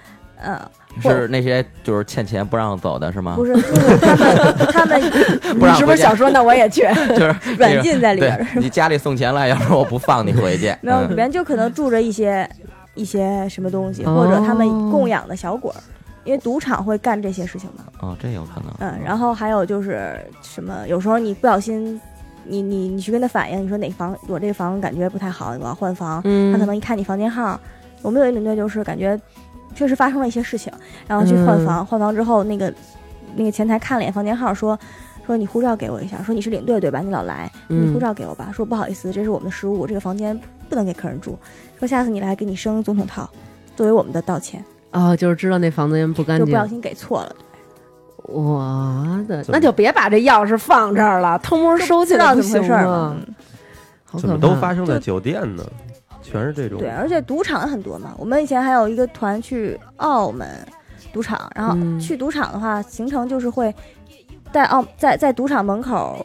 [SPEAKER 3] 嗯，或
[SPEAKER 2] 是那些就是欠钱不让走的是吗？
[SPEAKER 3] 不是，就是他们 他们
[SPEAKER 2] 不让
[SPEAKER 1] 你是不
[SPEAKER 2] 回
[SPEAKER 1] 是
[SPEAKER 2] 家
[SPEAKER 1] 想说那我也 去？
[SPEAKER 2] 就是
[SPEAKER 3] 软禁在里边
[SPEAKER 2] 对
[SPEAKER 3] 儿，，
[SPEAKER 2] 你家里送钱来，要是我不放你回去，
[SPEAKER 3] 没有里
[SPEAKER 2] 嗯
[SPEAKER 3] 边就可能住着一些一些什么东西，
[SPEAKER 1] 哦
[SPEAKER 3] 或者他们供养的小鬼儿。因为赌场会干这些事情嘛，
[SPEAKER 2] 哦，这有可能。
[SPEAKER 3] 嗯，然后还有就是什么，有时候你不小心，你你你去跟他反映，你说哪房我这房感觉不太好，我要换房，
[SPEAKER 1] 嗯，
[SPEAKER 3] 他可能一看你房间号，我们有一领队就是感觉确实发生了一些事情，然后去换房，
[SPEAKER 1] 嗯
[SPEAKER 3] 换房之后那个那个前台看了一眼房间号，说说你护照给我一下，说你是领队对吧？你老来，你
[SPEAKER 1] 嗯，
[SPEAKER 3] 护照给我吧。说不好意思，这是我们的失误，这个房间不能给客人住。说下次你来给你升总统套，作为我们的道歉，
[SPEAKER 1] 哦，就是知道那房子不干
[SPEAKER 3] 就不
[SPEAKER 1] 净
[SPEAKER 3] 小，心给错了，
[SPEAKER 1] 我的
[SPEAKER 4] 怎么
[SPEAKER 1] 那就别把这钥匙放这儿了，偷摸收
[SPEAKER 3] 不
[SPEAKER 1] 起
[SPEAKER 3] 知
[SPEAKER 1] 来
[SPEAKER 3] 道
[SPEAKER 1] 不
[SPEAKER 3] 怎么
[SPEAKER 1] 行
[SPEAKER 3] 回事儿嘛
[SPEAKER 1] 吗？。
[SPEAKER 3] 嗯
[SPEAKER 1] 好
[SPEAKER 4] 怎
[SPEAKER 1] 可
[SPEAKER 4] 么都
[SPEAKER 1] 怕
[SPEAKER 4] 发生在酒店呢？全是这种。
[SPEAKER 3] 对，而且赌场很多嘛。我们以前还有一个团去澳门赌场，然后
[SPEAKER 1] 嗯
[SPEAKER 3] 去赌场的话，行程就是会在澳在在赌场门口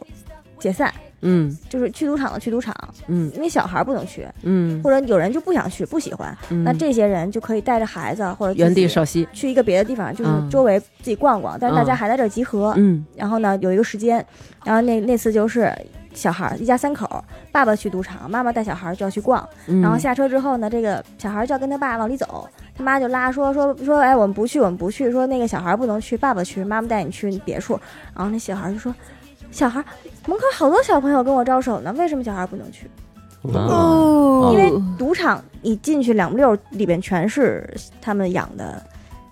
[SPEAKER 3] 解散，
[SPEAKER 1] 嗯
[SPEAKER 3] 就是去赌场的去赌场，
[SPEAKER 1] 嗯
[SPEAKER 3] 因为小孩不能去，
[SPEAKER 1] 嗯
[SPEAKER 3] 或，者有人就不想去，不喜欢，
[SPEAKER 1] 嗯
[SPEAKER 3] 那这些人就可以带着孩子啊或者自己
[SPEAKER 1] 原地稍息，
[SPEAKER 3] 去一个别的地方，就是
[SPEAKER 1] 嗯
[SPEAKER 3] 周围自己逛逛，但是大家
[SPEAKER 1] 嗯
[SPEAKER 3] 还在这儿集合，
[SPEAKER 1] 嗯
[SPEAKER 3] 然后呢有一个时间，然后那那次就是。小孩儿一家三口，爸爸去赌场，妈妈带小孩儿就要去逛，
[SPEAKER 1] 嗯，
[SPEAKER 3] 然后下车之后呢，这个小孩就要跟他爸往里走，他妈就拉说说说，哎，我们不去，我们不去，说那个小孩不能去，爸爸去，妈妈带你去别处。然后那小孩就说，小孩门口好多小朋友跟我招手呢，为什么小孩不能去？
[SPEAKER 4] 嗯
[SPEAKER 1] 哦
[SPEAKER 2] 哦，
[SPEAKER 3] 因为赌场你进去两不溜，里边全是他们养的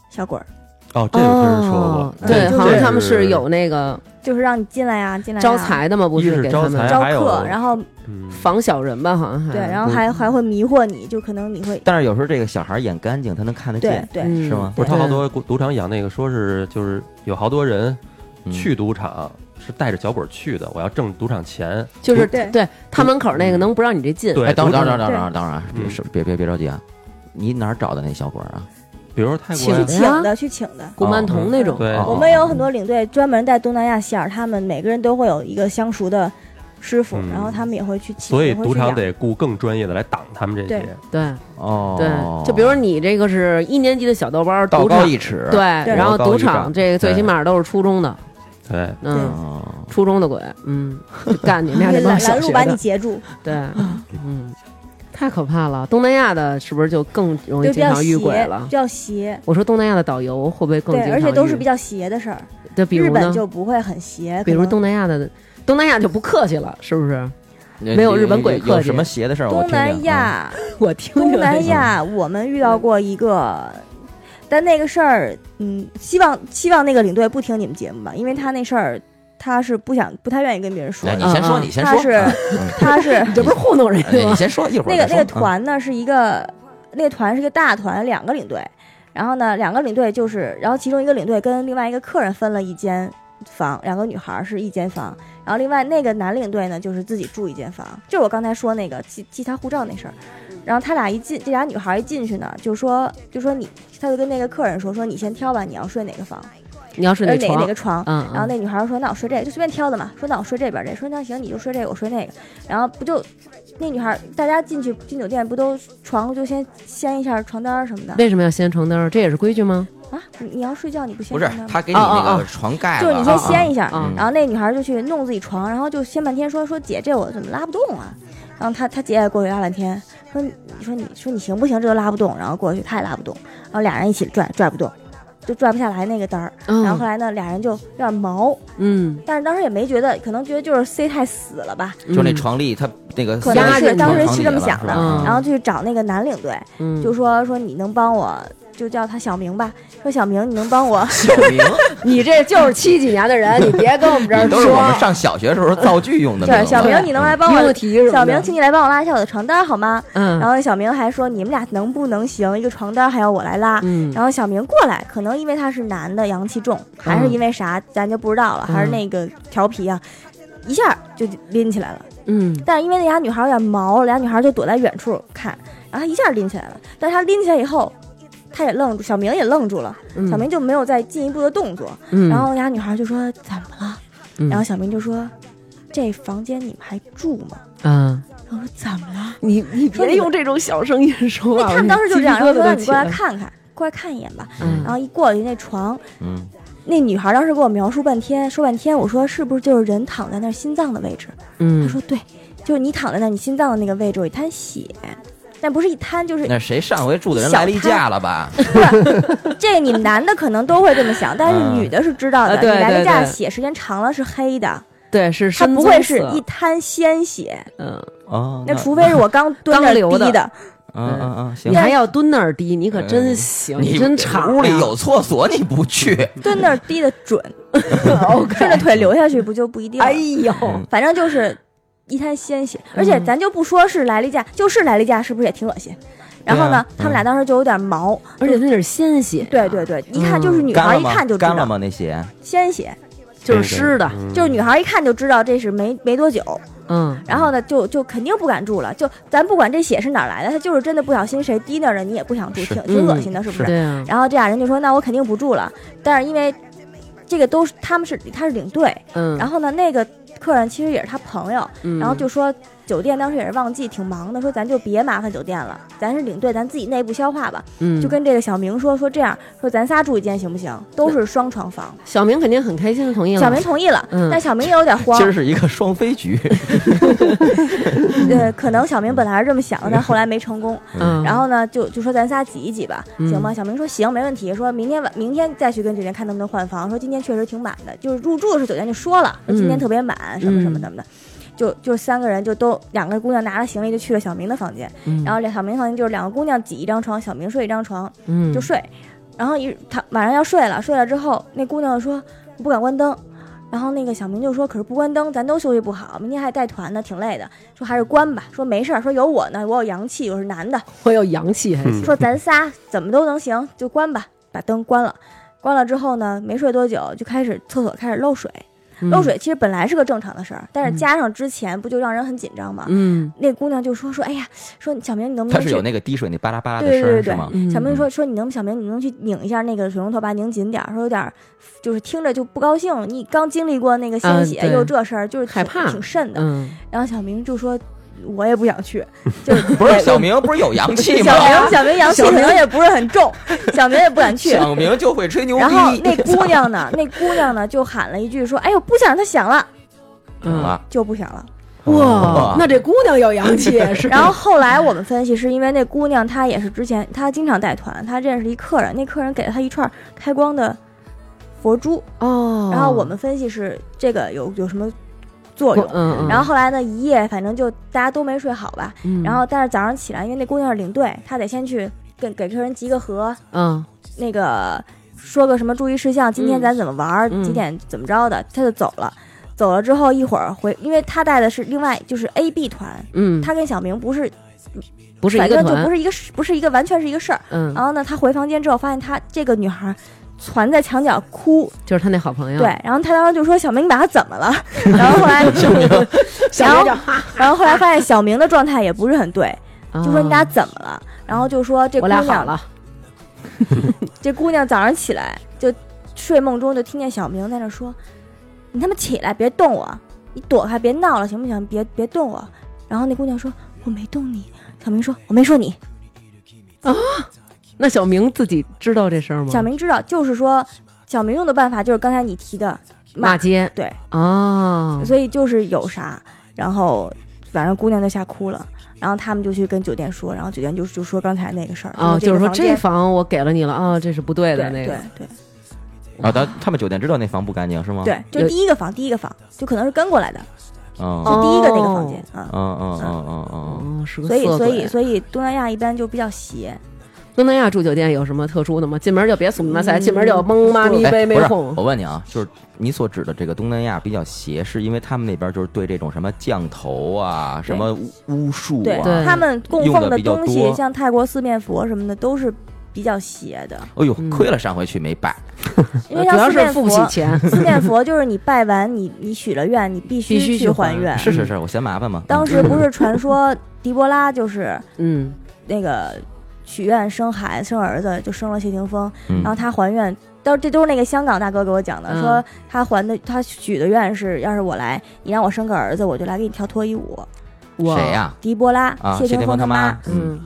[SPEAKER 3] 小鬼儿，
[SPEAKER 4] 哦，这个听人说过。
[SPEAKER 1] 哦对，
[SPEAKER 3] 嗯
[SPEAKER 1] 好
[SPEAKER 3] 就
[SPEAKER 1] 像
[SPEAKER 3] 是
[SPEAKER 1] 他们是有那个
[SPEAKER 3] 就是让你进来呀、进来、啊、
[SPEAKER 1] 招、财的嘛，不
[SPEAKER 4] 一是
[SPEAKER 1] 给
[SPEAKER 4] 招
[SPEAKER 1] 他们
[SPEAKER 4] 财
[SPEAKER 3] 招
[SPEAKER 4] 还有
[SPEAKER 3] 客，然后
[SPEAKER 4] 嗯，
[SPEAKER 1] 防小人吧，好像还
[SPEAKER 3] 对，然后还还会迷惑你，就可能你
[SPEAKER 4] 嗯
[SPEAKER 3] 会
[SPEAKER 2] 但是有时候这个小孩眼干净，他能看得
[SPEAKER 3] 对
[SPEAKER 2] 见，
[SPEAKER 3] 对。
[SPEAKER 1] 嗯
[SPEAKER 2] 是吗？
[SPEAKER 4] 不是他
[SPEAKER 1] 对
[SPEAKER 4] 好多赌赌场养那个，说是就是有好多人
[SPEAKER 2] 嗯
[SPEAKER 4] 去赌场是带着小鬼儿去的，我要挣赌场钱。
[SPEAKER 1] 就是
[SPEAKER 3] 对
[SPEAKER 1] 对他门口那个能不让你这进，
[SPEAKER 4] 对
[SPEAKER 2] 哎，，等
[SPEAKER 4] 赌
[SPEAKER 2] 等
[SPEAKER 4] 场
[SPEAKER 2] 等等
[SPEAKER 3] 对
[SPEAKER 2] 等等等，别
[SPEAKER 4] 嗯
[SPEAKER 2] 是别别别着急啊！你哪儿找的那小鬼儿啊？
[SPEAKER 4] 比如说泰
[SPEAKER 1] 请
[SPEAKER 4] 国
[SPEAKER 3] 去
[SPEAKER 1] 对
[SPEAKER 4] 呀，
[SPEAKER 3] 请的，去请的。
[SPEAKER 1] 古曼童那种，
[SPEAKER 4] 对
[SPEAKER 2] 哦
[SPEAKER 3] 我们有很多领队专门带东南亚线儿，他们每个人都会有一个相熟的师傅，
[SPEAKER 4] 嗯
[SPEAKER 3] 然后他们也会去请，
[SPEAKER 4] 所以
[SPEAKER 3] 也会
[SPEAKER 4] 赌
[SPEAKER 3] 去
[SPEAKER 4] 场
[SPEAKER 3] 养
[SPEAKER 4] 得雇更专业的来挡他们这些
[SPEAKER 3] 对。
[SPEAKER 1] 对
[SPEAKER 2] 哦，
[SPEAKER 1] 对，就比如你这个是一年级的小豆包，
[SPEAKER 2] 道
[SPEAKER 1] 赌
[SPEAKER 2] 高
[SPEAKER 1] 场
[SPEAKER 2] 一尺，
[SPEAKER 1] 对，
[SPEAKER 3] 对
[SPEAKER 1] 然后
[SPEAKER 2] 道高
[SPEAKER 1] 赌
[SPEAKER 2] 一丈
[SPEAKER 1] 场这个最起码都是初中的，
[SPEAKER 4] 对，
[SPEAKER 1] 嗯，
[SPEAKER 2] 哦，
[SPEAKER 1] 初中的鬼， 嗯，就干你们俩
[SPEAKER 3] 拦
[SPEAKER 1] 这帮
[SPEAKER 3] 拦
[SPEAKER 1] 小
[SPEAKER 3] 路
[SPEAKER 1] 学
[SPEAKER 3] 把你
[SPEAKER 1] 的，
[SPEAKER 3] 截住，
[SPEAKER 1] 对，嗯，太可怕了。东南亚的是不是就更容易
[SPEAKER 3] 就比
[SPEAKER 1] 经
[SPEAKER 3] 较
[SPEAKER 1] 常遇
[SPEAKER 3] 邪，
[SPEAKER 1] 鬼了
[SPEAKER 3] 比？较邪。
[SPEAKER 1] 我说东南亚的导游会不会更
[SPEAKER 3] 对
[SPEAKER 1] 经，常
[SPEAKER 3] 而且都是
[SPEAKER 1] 遇
[SPEAKER 3] 比较邪的事儿。
[SPEAKER 1] 对，比
[SPEAKER 3] 日
[SPEAKER 1] 如
[SPEAKER 3] 本
[SPEAKER 1] 呢，
[SPEAKER 3] 就不会很邪，
[SPEAKER 1] 比如
[SPEAKER 3] 可能
[SPEAKER 1] 东南亚的，东南亚就不客气了，是不 是？
[SPEAKER 2] 没
[SPEAKER 1] 有日本鬼客
[SPEAKER 2] 有
[SPEAKER 1] 气
[SPEAKER 2] 什么邪的事哦儿？我
[SPEAKER 3] 东
[SPEAKER 2] 听听啊嗯
[SPEAKER 3] 南，亚，
[SPEAKER 1] 我听
[SPEAKER 3] 东
[SPEAKER 1] 听
[SPEAKER 3] 南亚，
[SPEAKER 1] 嗯
[SPEAKER 3] 我们遇到过一个，但那个事儿，嗯，希望希望那个领队不听你们节目吧，因为他那事儿他是不想不太愿意跟别人说
[SPEAKER 2] 来，
[SPEAKER 3] 的
[SPEAKER 2] 哎你，先说，
[SPEAKER 1] 嗯嗯
[SPEAKER 2] 你先
[SPEAKER 3] 他
[SPEAKER 2] 说，
[SPEAKER 3] 是
[SPEAKER 2] 嗯
[SPEAKER 3] 他是
[SPEAKER 1] 这不是糊弄人
[SPEAKER 2] 哎
[SPEAKER 1] 吗
[SPEAKER 2] 你？先说一会儿嗯再
[SPEAKER 3] 那个
[SPEAKER 2] 说。
[SPEAKER 3] 那个团呢是一个那个团是一个大团，两个领队，然后呢，两个领队就是，然后其中一个领队跟另外一个客人分了一间房，两个女孩儿是一间房，然后另外那个男领队呢，就是自己住一间房，就是我刚才说那个记记他护照那事儿。然后他俩一进，这俩女孩一进去呢，就说就说你，他就跟那个客人说说你先挑吧，你要睡哪个房，
[SPEAKER 1] 你要睡
[SPEAKER 3] 呃
[SPEAKER 1] 那
[SPEAKER 3] 哪哪
[SPEAKER 1] 床
[SPEAKER 3] 个，床。
[SPEAKER 1] 嗯，
[SPEAKER 3] 然后
[SPEAKER 1] 那
[SPEAKER 3] 那女孩说：“那我睡这个，就随便挑的嘛。”说：“那我睡这边这。”说：“那行，你就睡这个，我睡那个。”然后不就，那女孩大家进去进酒店不都床就先掀一下床单儿什么的
[SPEAKER 1] 为什么要掀床单儿？这也是规矩吗？
[SPEAKER 3] 啊？你你要睡觉你不掀
[SPEAKER 2] 不是啊
[SPEAKER 3] 床单吗？
[SPEAKER 2] 他给你那个床盖子，
[SPEAKER 3] 嗯就是你先掀一下，
[SPEAKER 1] 嗯
[SPEAKER 3] 然后那女孩就去弄自己床，然后就掀半天说说姐这我怎么拉不动啊？然后她她姐也过去拉半天，说你你说你说你行不行？这都拉不动，然后过去她也拉不动，然后俩人一起拽拽不动，就拽不下来那个单儿。
[SPEAKER 1] 嗯
[SPEAKER 3] 然后后来呢，俩人就有点毛，
[SPEAKER 1] 嗯，
[SPEAKER 3] 但是当时也没觉得，可能觉得就是塞太死了吧。
[SPEAKER 2] 就是那床力，他那个
[SPEAKER 3] 可
[SPEAKER 1] 能是当时
[SPEAKER 2] 床
[SPEAKER 3] 是
[SPEAKER 2] 底
[SPEAKER 3] 这么
[SPEAKER 2] 了
[SPEAKER 3] 想
[SPEAKER 2] 是
[SPEAKER 3] 的
[SPEAKER 2] 吧
[SPEAKER 1] 嗯
[SPEAKER 3] 然后就去找那个男领队，
[SPEAKER 1] 嗯
[SPEAKER 3] 就说说你能帮我，就叫他小明吧。说小明，你能帮我？
[SPEAKER 2] 小 明，
[SPEAKER 1] 你这就是七几年的人，你别跟我们这儿
[SPEAKER 2] 你都是我们
[SPEAKER 1] 说。
[SPEAKER 2] 上小学时候造句用的名
[SPEAKER 3] 对，
[SPEAKER 2] 字。
[SPEAKER 3] 小明，
[SPEAKER 2] 嗯
[SPEAKER 3] 你能来帮
[SPEAKER 1] 标
[SPEAKER 3] 我？
[SPEAKER 1] 题什么的
[SPEAKER 3] 小明，请你来帮我拉一下我的床单好吗？
[SPEAKER 1] 嗯，
[SPEAKER 3] 然后小明还说你们俩能不能行？一个床单还要我来拉。
[SPEAKER 1] 嗯，
[SPEAKER 3] 然后小明过来，可能因为他是男的，阳气重，还是因为啥，咱就不知道了，
[SPEAKER 1] 嗯
[SPEAKER 3] 还是那个调皮啊，一下就拎起来了。
[SPEAKER 1] 嗯
[SPEAKER 3] 但是因为那俩女孩有点毛，俩女孩就躲在远处看，然后她一下拎起来了。但是她拎起来以后，她也愣住，小明也愣住了，
[SPEAKER 1] 嗯，
[SPEAKER 3] 小明就没有再进一步的动作。
[SPEAKER 1] 嗯，
[SPEAKER 3] 然后俩女孩就说：“怎么了？”
[SPEAKER 1] 嗯
[SPEAKER 3] 然后小明就说：“这房间你们还住吗
[SPEAKER 1] 嗯，？”
[SPEAKER 3] 然后我说：“怎么了
[SPEAKER 1] 你你
[SPEAKER 3] 说
[SPEAKER 1] 别
[SPEAKER 3] 你
[SPEAKER 1] 用这种小声音说？”
[SPEAKER 3] 那
[SPEAKER 1] 话，
[SPEAKER 3] 他们当时就这样，然
[SPEAKER 1] 我
[SPEAKER 3] 后
[SPEAKER 1] 鸡皮疙瘩都起
[SPEAKER 3] 说：“那你过
[SPEAKER 1] 来
[SPEAKER 3] 来看看，过来看一眼吧。”
[SPEAKER 1] 嗯
[SPEAKER 3] 然后一过去那床，
[SPEAKER 2] 嗯，
[SPEAKER 3] 那女孩当时给我描述半天，说半天，我说是不是就是人躺在那儿心脏的位置？她
[SPEAKER 1] 嗯，
[SPEAKER 3] 说：“对，就是你躺在那儿，你心脏的那个位置有一滩血，但不是一滩，就是
[SPEAKER 2] 那谁上回住的人来例假了 吧？
[SPEAKER 3] 这个你男的可能都会这么想，但是女的是知道
[SPEAKER 1] 嗯
[SPEAKER 3] 的。
[SPEAKER 1] 啊对
[SPEAKER 3] 你来例假
[SPEAKER 1] 对对
[SPEAKER 3] 血时间长了是黑的，
[SPEAKER 1] 对，是
[SPEAKER 3] 它
[SPEAKER 1] 深
[SPEAKER 3] 不会
[SPEAKER 1] 棕
[SPEAKER 3] 是
[SPEAKER 1] 色
[SPEAKER 3] 一滩鲜血，
[SPEAKER 1] 嗯，
[SPEAKER 2] 哦，
[SPEAKER 3] 那除非是我刚蹲那
[SPEAKER 1] 刚
[SPEAKER 3] 儿
[SPEAKER 1] 流的
[SPEAKER 3] 滴的。
[SPEAKER 2] 嗯嗯嗯，行
[SPEAKER 1] 你。还要蹲那儿滴，哎你哎可真
[SPEAKER 2] 嗯
[SPEAKER 1] 行，
[SPEAKER 2] 你
[SPEAKER 1] 真敞
[SPEAKER 3] 啊
[SPEAKER 2] 屋里
[SPEAKER 1] 亮
[SPEAKER 2] 有厕所你不去，
[SPEAKER 3] 蹲 那儿滴的准，顺着腿流下去不就不一定了？
[SPEAKER 1] 哎 嗯呦，
[SPEAKER 2] 嗯
[SPEAKER 3] 反正就是一滩鲜血，而且咱就不说是来例假，就是来例假，是不是也挺恶心？然后呢，
[SPEAKER 2] 对啊
[SPEAKER 3] 他们俩当时就有点毛，
[SPEAKER 1] 嗯而且那是鲜血，
[SPEAKER 3] 对对，对，一看
[SPEAKER 1] 嗯
[SPEAKER 3] 就是女孩
[SPEAKER 2] 干了
[SPEAKER 3] 一
[SPEAKER 2] 吗
[SPEAKER 3] 看就？知
[SPEAKER 2] 干了
[SPEAKER 3] 道
[SPEAKER 2] 吗？那鞋？
[SPEAKER 3] 鲜血，
[SPEAKER 1] 就是湿的，
[SPEAKER 3] 就是女孩一看就知道这是没没多久，
[SPEAKER 1] 嗯
[SPEAKER 3] 然后呢，就就肯定不敢住了。就咱不管这血是哪儿来的，他就是真的不小心谁滴那儿了，你也不想住，
[SPEAKER 2] 是
[SPEAKER 3] 挺挺恶
[SPEAKER 1] 嗯
[SPEAKER 3] 心的，是不是？
[SPEAKER 1] 对啊，
[SPEAKER 3] 然后这俩人就说：“那我肯定不住了。”但是因为这个都是他们是他是领队，
[SPEAKER 1] 嗯，
[SPEAKER 3] 然后呢，那个客人其实也是他朋友，
[SPEAKER 1] 嗯
[SPEAKER 3] 然后就说酒店当时也是旺季，挺忙的，说咱就别麻烦酒店了，咱是领队，咱自己内部消化吧。
[SPEAKER 1] 嗯
[SPEAKER 3] 就跟这个小明说说这样，说咱仨住一间行不行？都是双床房。
[SPEAKER 1] 小明肯定很开心，同意了，
[SPEAKER 3] 小明同意了，
[SPEAKER 1] 嗯
[SPEAKER 3] 但小明 也有点慌
[SPEAKER 2] 今，儿是一个双飞局，
[SPEAKER 3] 嗯呃，可能小明本来是这么想的，但后来没成功。
[SPEAKER 1] 嗯，
[SPEAKER 3] 然后呢，就就说咱仨挤一挤吧，
[SPEAKER 1] 嗯
[SPEAKER 3] 行吗？小明说行，没问题。说明天晚明天再去跟酒店看能不能换房。说今天确实挺满的，就是入住的时候酒店就说了，说今天
[SPEAKER 1] 嗯
[SPEAKER 3] 特别满，什么什么什么的。就就三个人就都两个姑娘拿着行李就去了小明的房间，
[SPEAKER 1] 嗯，
[SPEAKER 3] 然后两小明房间就是两个姑娘挤一张床，小明睡一张床
[SPEAKER 1] 嗯
[SPEAKER 3] 就睡。然后一他晚上要睡了，睡了之后那姑娘就说不敢关灯。然后那个小明就说：“可是不关灯，咱都休息不好，明天还带团呢，挺累的。说还是关吧。说没事儿，说有我呢，我有阳气，我是男的，
[SPEAKER 1] 我有阳气还
[SPEAKER 2] 嗯
[SPEAKER 1] 行，
[SPEAKER 3] 说咱仨怎么都能行，就关吧，把灯关了。关了之后呢，没睡多久就开始厕所开始漏水，
[SPEAKER 2] 嗯
[SPEAKER 3] 嗯漏水其实本来是个正常的事儿，但是加上之前不就让人很紧张吗？
[SPEAKER 1] 嗯，
[SPEAKER 3] 那姑娘就说说，哎呀，说小明你能不
[SPEAKER 2] 它
[SPEAKER 3] 能
[SPEAKER 2] 是
[SPEAKER 3] 去？
[SPEAKER 2] 有那个滴水那巴拉巴拉的
[SPEAKER 3] 对
[SPEAKER 2] 声儿
[SPEAKER 3] 对对
[SPEAKER 2] 是
[SPEAKER 3] 对
[SPEAKER 2] 吗？
[SPEAKER 1] 嗯，
[SPEAKER 3] 小明说说你能小明你能去拧一下那个水龙头，把它拧紧点儿，说有点儿就是听着就不高兴。你刚经历过那个
[SPEAKER 1] 啊
[SPEAKER 3] 鲜血，
[SPEAKER 1] 对
[SPEAKER 3] 又这事儿，就是挺
[SPEAKER 1] 害怕
[SPEAKER 3] 挺瘆的。
[SPEAKER 1] 嗯，
[SPEAKER 3] 然后小明就说，我也不 想去，就是
[SPEAKER 2] 不是小明不是 有阳气吗
[SPEAKER 3] 小？明小明阳气可能也不是很重，小明也不敢去。
[SPEAKER 2] 小明就会吹牛逼。
[SPEAKER 3] 然后那 姑娘呢，那姑娘呢就喊了一句说：“哎呦，不想让他想了，
[SPEAKER 2] 怎么了？
[SPEAKER 3] 就不想了。
[SPEAKER 1] 嗯啊哇，那这姑娘有阳 气是”，
[SPEAKER 3] 然后后来我们分析，是因为那姑娘她也是之前她经常带团，她认识一客人，那客人给了她一串开光的佛珠，
[SPEAKER 1] 哦，
[SPEAKER 3] 然后我们分析是这个有有什么作用。
[SPEAKER 1] 嗯，
[SPEAKER 3] 然后后来呢，一夜反正就大家都没睡好吧。
[SPEAKER 1] 嗯，
[SPEAKER 3] 然后但是早上起来，因为那姑娘是领队，她得先去跟给客人集个合，
[SPEAKER 1] 嗯
[SPEAKER 3] 那个说个什么注意事项，今天咱怎么玩儿，
[SPEAKER 1] 嗯
[SPEAKER 3] 几点怎么着的，他就走了。走了之后一会儿回，因为他带的是另外就是 A B 团，
[SPEAKER 1] 嗯，
[SPEAKER 3] 他跟小明不是
[SPEAKER 1] 不是一
[SPEAKER 3] 反
[SPEAKER 1] 个
[SPEAKER 3] 正就不
[SPEAKER 1] 团，
[SPEAKER 3] 是啊一个事不是一个完全是一个事儿。
[SPEAKER 1] 嗯
[SPEAKER 3] 然，后呢，他回房间之后发现他这个女孩蜷在墙角哭，
[SPEAKER 1] 就是他那好朋友，
[SPEAKER 3] 对，，然后他当时就说：“小明，你把她怎么了？” 然后后来，然后然后后来发现小明的状态也不是很对，就说你俩怎么了？然后就说这
[SPEAKER 1] 哦
[SPEAKER 3] 姑
[SPEAKER 1] 我俩好
[SPEAKER 3] 娘
[SPEAKER 1] 了，
[SPEAKER 3] 这姑娘早上起来就睡梦中就听见小明在那说：“你他妈起来，别动我，你躲开，别闹了，行不行？别别动我。”然后那姑娘说：“我没动你。”小明说：“我没说你。
[SPEAKER 1] 那小明自己知道这事儿”吗？
[SPEAKER 3] 小明知道，就是说小明用的办法就是刚才你提的
[SPEAKER 1] 骂街，
[SPEAKER 3] 对，
[SPEAKER 1] 哦，
[SPEAKER 3] 所以就是有啥，然后反正姑娘就吓哭了。然后他们就去跟酒店说，然后酒店就就说刚才那个事儿，
[SPEAKER 1] 哦，
[SPEAKER 3] 这
[SPEAKER 1] 就
[SPEAKER 3] 个
[SPEAKER 1] 是说
[SPEAKER 3] 房间
[SPEAKER 1] 这房我给了你了啊、这是不对的那
[SPEAKER 3] 对
[SPEAKER 1] 个哦
[SPEAKER 3] 对。对
[SPEAKER 2] 啊，他他们酒店知道那房不干净是吗？，
[SPEAKER 3] 对，就是第一个房，第一个房就可能是跟过来的，
[SPEAKER 2] 嗯
[SPEAKER 3] 就
[SPEAKER 1] 哦
[SPEAKER 3] 第一个那个房间啊。
[SPEAKER 2] 嗯嗯嗯嗯嗯，
[SPEAKER 1] 哦，是个
[SPEAKER 3] 所以，
[SPEAKER 1] 色
[SPEAKER 3] 所
[SPEAKER 1] 鬼。
[SPEAKER 3] 以，所以东南亚一般就比较邪，
[SPEAKER 1] 东南亚住酒店有什么特殊的吗？进门就别怂那塞，
[SPEAKER 3] 嗯
[SPEAKER 1] 进门就蒙妈咪
[SPEAKER 2] 哎
[SPEAKER 1] 杯没
[SPEAKER 2] 不是，
[SPEAKER 1] 哄
[SPEAKER 2] 我问你啊，就是你所指的这个东南亚比较邪，是因为他们那边就是对这种什么降头啊、什么巫巫术
[SPEAKER 3] 对
[SPEAKER 1] 对
[SPEAKER 2] 啊，
[SPEAKER 3] 他们供
[SPEAKER 2] 用
[SPEAKER 3] 奉
[SPEAKER 2] 得
[SPEAKER 3] 的
[SPEAKER 2] 比较
[SPEAKER 3] 东西，
[SPEAKER 2] 多
[SPEAKER 3] 像泰国四面佛什么的，都是比较邪的。
[SPEAKER 2] 哎呦
[SPEAKER 1] 嗯，
[SPEAKER 2] 亏了上回去没拜，
[SPEAKER 3] 因为
[SPEAKER 1] 主要
[SPEAKER 3] 像四
[SPEAKER 1] 是
[SPEAKER 3] 面
[SPEAKER 1] 付不起
[SPEAKER 3] 佛，
[SPEAKER 1] 钱。
[SPEAKER 3] 四面佛就是你拜完，你你许了愿，你必
[SPEAKER 1] 必须
[SPEAKER 3] 须
[SPEAKER 1] 去
[SPEAKER 3] 去还
[SPEAKER 1] 还
[SPEAKER 3] 愿。
[SPEAKER 2] 是是是，我嫌麻烦嗯嘛。
[SPEAKER 3] 哎当时不是传说狄波拉就是
[SPEAKER 1] 嗯，
[SPEAKER 3] 那个许愿生孩子生儿子，就生了谢霆锋，
[SPEAKER 2] 嗯，
[SPEAKER 3] 然后他还愿。都这都是那个香港大哥给我讲的，
[SPEAKER 1] 嗯
[SPEAKER 3] 说他还的他许的愿是，要是我来，你让我生个儿子，我就来给你跳脱衣舞。
[SPEAKER 1] 我
[SPEAKER 2] 谁？呀？
[SPEAKER 3] 狄波拉，
[SPEAKER 2] 啊，
[SPEAKER 3] 谢
[SPEAKER 2] 谢
[SPEAKER 3] 霆
[SPEAKER 2] 霆锋
[SPEAKER 3] 他
[SPEAKER 2] 他
[SPEAKER 3] 妈，
[SPEAKER 1] 嗯，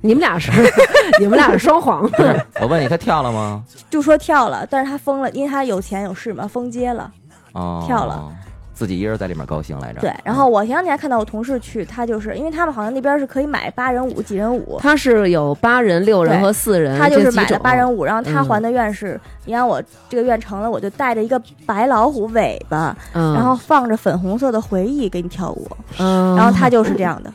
[SPEAKER 1] 你们俩是， 你们俩是双簧。
[SPEAKER 2] 不是，我问你，他跳了吗？
[SPEAKER 3] 就说跳了，但是他疯了，因为他有钱有势嘛，疯街了。
[SPEAKER 2] 哦，
[SPEAKER 3] 跳了，
[SPEAKER 2] 自己一人在里面高兴来着。
[SPEAKER 3] 对，
[SPEAKER 1] 嗯
[SPEAKER 3] 然后我前两天看到我同事去，他就是因为他们好像那边是可以买八人舞、几人舞，
[SPEAKER 1] 他是有八人、六人
[SPEAKER 3] 对
[SPEAKER 1] 和四人，
[SPEAKER 3] 他就
[SPEAKER 1] 嗯这
[SPEAKER 3] 是
[SPEAKER 1] 几
[SPEAKER 3] 买了
[SPEAKER 1] 种
[SPEAKER 3] 八人舞，然后他
[SPEAKER 1] 嗯
[SPEAKER 3] 还的愿是，你让我这个愿成了，我就带着一个白老虎尾巴，
[SPEAKER 1] 嗯，
[SPEAKER 3] 然后放着粉红色的回忆给你跳舞，
[SPEAKER 1] 嗯，
[SPEAKER 3] 然后他就是这样的，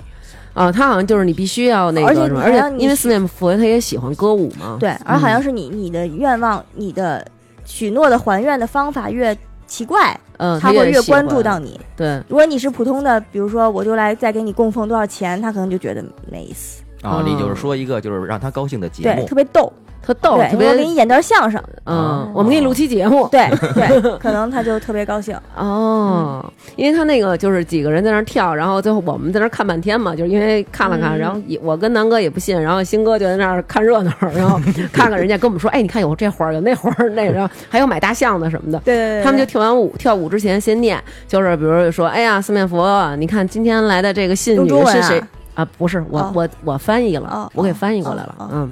[SPEAKER 1] 啊，他好像就是你必须要那个
[SPEAKER 3] 而且
[SPEAKER 1] 什么，
[SPEAKER 3] 你
[SPEAKER 1] 而
[SPEAKER 3] 还要
[SPEAKER 1] 且
[SPEAKER 3] 你
[SPEAKER 1] 因为
[SPEAKER 3] 去
[SPEAKER 1] 四面佛他也喜欢歌舞嘛，
[SPEAKER 3] 对，而好像是你你的愿望、你的许诺的还愿的方法越奇怪，
[SPEAKER 1] 嗯，
[SPEAKER 3] 他会越关注到
[SPEAKER 1] 你，
[SPEAKER 3] 你。
[SPEAKER 1] 对，
[SPEAKER 3] 如果你是普通的，比如说我就来再给你供奉多少钱，他可能就觉得没意思，
[SPEAKER 2] 哦，你就是
[SPEAKER 1] 哦
[SPEAKER 2] 说一个就是让他高兴的节
[SPEAKER 3] 嗯对，
[SPEAKER 2] 目
[SPEAKER 3] 特，别逗，
[SPEAKER 1] 特逗，
[SPEAKER 3] 对，
[SPEAKER 1] 特
[SPEAKER 3] 我给
[SPEAKER 1] 别
[SPEAKER 3] 你演段相声，
[SPEAKER 1] 嗯
[SPEAKER 2] 嗯，
[SPEAKER 1] 我们给你录期节目，
[SPEAKER 3] 对对，可能他就特别高兴，
[SPEAKER 1] 哦，因为他那个就是几个人在那儿跳，然后最后我们在那儿看半天嘛，就是因为看了看，
[SPEAKER 3] 嗯
[SPEAKER 1] 然后也我跟南哥也不信，然后新哥就在那儿看热闹，然 后看看人家跟我们说，哎，你看有这花儿，有那花儿，那然后还有买大象的什么的。
[SPEAKER 3] 对对对，
[SPEAKER 1] 他们就跳完舞，跳舞之前先念，就是比如说，哎呀，四面佛啊，你看今天来的这个信
[SPEAKER 3] 用
[SPEAKER 1] 女
[SPEAKER 3] 中文
[SPEAKER 1] 是
[SPEAKER 3] 啊
[SPEAKER 1] 谁啊？不是我，
[SPEAKER 3] 哦
[SPEAKER 1] 我我翻译了，
[SPEAKER 3] 哦
[SPEAKER 1] 我给翻译过来了。
[SPEAKER 3] 哦哦
[SPEAKER 1] 嗯，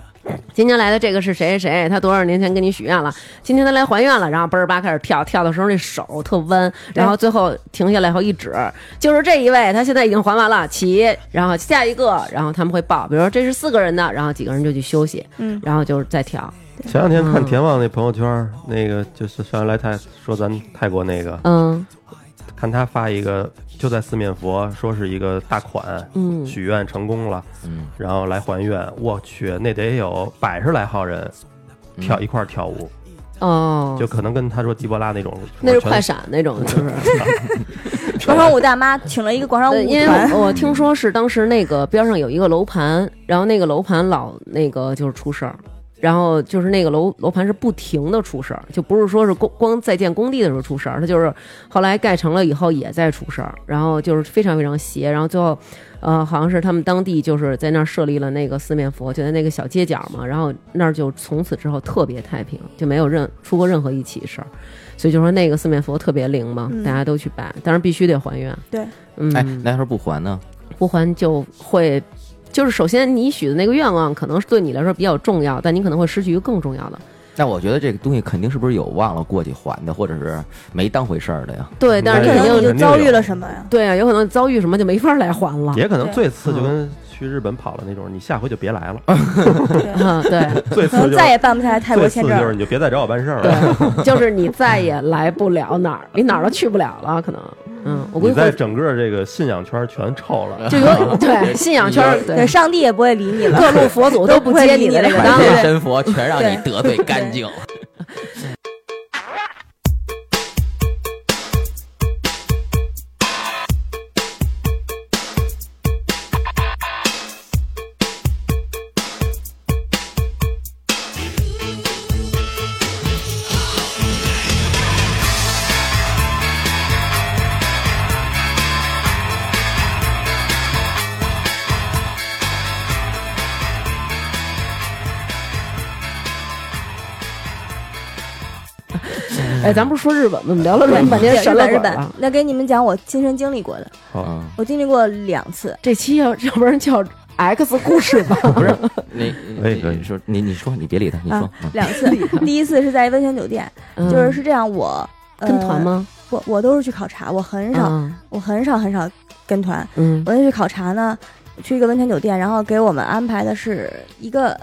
[SPEAKER 1] 今天来的这个是谁谁谁？他多少年前跟你许愿了，今天他来还愿了，然后嘣儿吧开始跳，跳的时候那手特弯，然后最后停下来后一指，就是这一位，他现在已经还完了，起，然后下一个，然后他们会报，比如说这是四个人的，然后几个人就去休息，
[SPEAKER 3] 嗯，
[SPEAKER 1] 然后就是再跳。
[SPEAKER 4] 前两天看
[SPEAKER 1] 嗯
[SPEAKER 4] 田旺那朋友圈儿，那个就是上来泰说咱泰国那个，
[SPEAKER 1] 嗯
[SPEAKER 4] 看他发一个就在四面佛，说是一个大款
[SPEAKER 1] 嗯，
[SPEAKER 4] 许愿成功了，
[SPEAKER 2] 嗯，
[SPEAKER 4] 然后来还愿。我去，那得有百十来号人
[SPEAKER 2] 嗯
[SPEAKER 4] 跳一块儿跳舞，
[SPEAKER 1] 哦
[SPEAKER 3] 嗯
[SPEAKER 4] 就，可能跟他说迪波拉那种，
[SPEAKER 1] 那是
[SPEAKER 4] 全
[SPEAKER 1] 快闪那种，就是。
[SPEAKER 3] 广场舞大妈请了一个广场
[SPEAKER 1] 对，
[SPEAKER 3] 舞
[SPEAKER 1] 因为
[SPEAKER 3] 团，
[SPEAKER 1] 我我听说是当时那个边上有一个楼盘，然后那个楼盘老那个就是出事儿，然后就是那个楼楼盘是不停的出事儿，就不是说是光光在建工地的时候出事儿，它就是后来盖成了以后也在出事儿，然后就是非常非常邪，然后最后。呃，好像是他们当地就是在那儿设立了那个四面佛，就在那个小街角嘛，然后那儿就从此之后特别太平，就没有任出过任何一起事儿，所以就说那个四面佛特别灵嘛，
[SPEAKER 3] 嗯
[SPEAKER 1] 大家都去拜，但是必须得还愿。
[SPEAKER 3] 对，
[SPEAKER 1] 嗯，
[SPEAKER 2] 哎，那时候不还呢？
[SPEAKER 1] 不还就会，就是首先你许的那个愿望可能是对你来说比较重要，但你可能会失去一个更重要的。
[SPEAKER 2] 那我觉得这个东西肯定是不是有忘了过去还的，或者是没当回事儿的呀？
[SPEAKER 1] 对，但
[SPEAKER 4] 但
[SPEAKER 1] 是
[SPEAKER 3] 可
[SPEAKER 4] 是
[SPEAKER 1] 肯
[SPEAKER 4] 肯
[SPEAKER 3] 能
[SPEAKER 4] 定
[SPEAKER 1] 定
[SPEAKER 3] 你就遭遇了什么呀？
[SPEAKER 1] 对啊，有可能遭遇什么就没法来还了。
[SPEAKER 4] 也可能
[SPEAKER 3] 对
[SPEAKER 4] 最次就跟去日本跑了那种，你下回就别来了。
[SPEAKER 3] 对，
[SPEAKER 1] 嗯，对
[SPEAKER 4] 最
[SPEAKER 3] 可
[SPEAKER 4] 次
[SPEAKER 3] 能
[SPEAKER 4] 就
[SPEAKER 3] 再也办不下来泰国签
[SPEAKER 4] 最次
[SPEAKER 3] 证
[SPEAKER 4] 就
[SPEAKER 3] 了
[SPEAKER 4] 是。你就别再找我办事儿了。
[SPEAKER 1] 对，就是你再也来不了哪儿，你哪儿都去不了了，可能。嗯，我估
[SPEAKER 4] 你
[SPEAKER 1] 计
[SPEAKER 4] 在
[SPEAKER 1] 会
[SPEAKER 4] 整个这个信仰圈全臭了，
[SPEAKER 1] 就有 对信仰圈儿，
[SPEAKER 3] 对，
[SPEAKER 1] 对
[SPEAKER 3] 上帝也不会理你了。
[SPEAKER 1] 各路佛祖 都不接你的这个
[SPEAKER 3] 对
[SPEAKER 2] 百
[SPEAKER 1] 当
[SPEAKER 3] 对
[SPEAKER 2] 天
[SPEAKER 1] 了。
[SPEAKER 2] 神佛全让你得罪干净。
[SPEAKER 1] 哎，咱不是说日本吗？怎么聊了这么半天
[SPEAKER 3] 日
[SPEAKER 1] 神了啊
[SPEAKER 3] 本
[SPEAKER 1] 鬼
[SPEAKER 3] 日本
[SPEAKER 1] 了？，
[SPEAKER 3] 那给你们讲我亲身经历过的，
[SPEAKER 4] 哦，
[SPEAKER 2] 啊，
[SPEAKER 3] 我经历过两 次。
[SPEAKER 1] 这期要要不然叫 X 故事吧？
[SPEAKER 2] 不是你
[SPEAKER 4] 可以可以
[SPEAKER 2] 你说你你说你别理他，你说
[SPEAKER 3] 啊，两次，第一次是在温泉酒店，
[SPEAKER 1] 嗯
[SPEAKER 3] 就是是这样，我
[SPEAKER 1] 跟团？吗？
[SPEAKER 3] 呃我我都是去考察，我呃很少，
[SPEAKER 1] 啊
[SPEAKER 3] 我很少很少跟团。
[SPEAKER 1] 嗯
[SPEAKER 3] 我那去考察呢，去一个温泉酒店，然后给我们安排的是一个，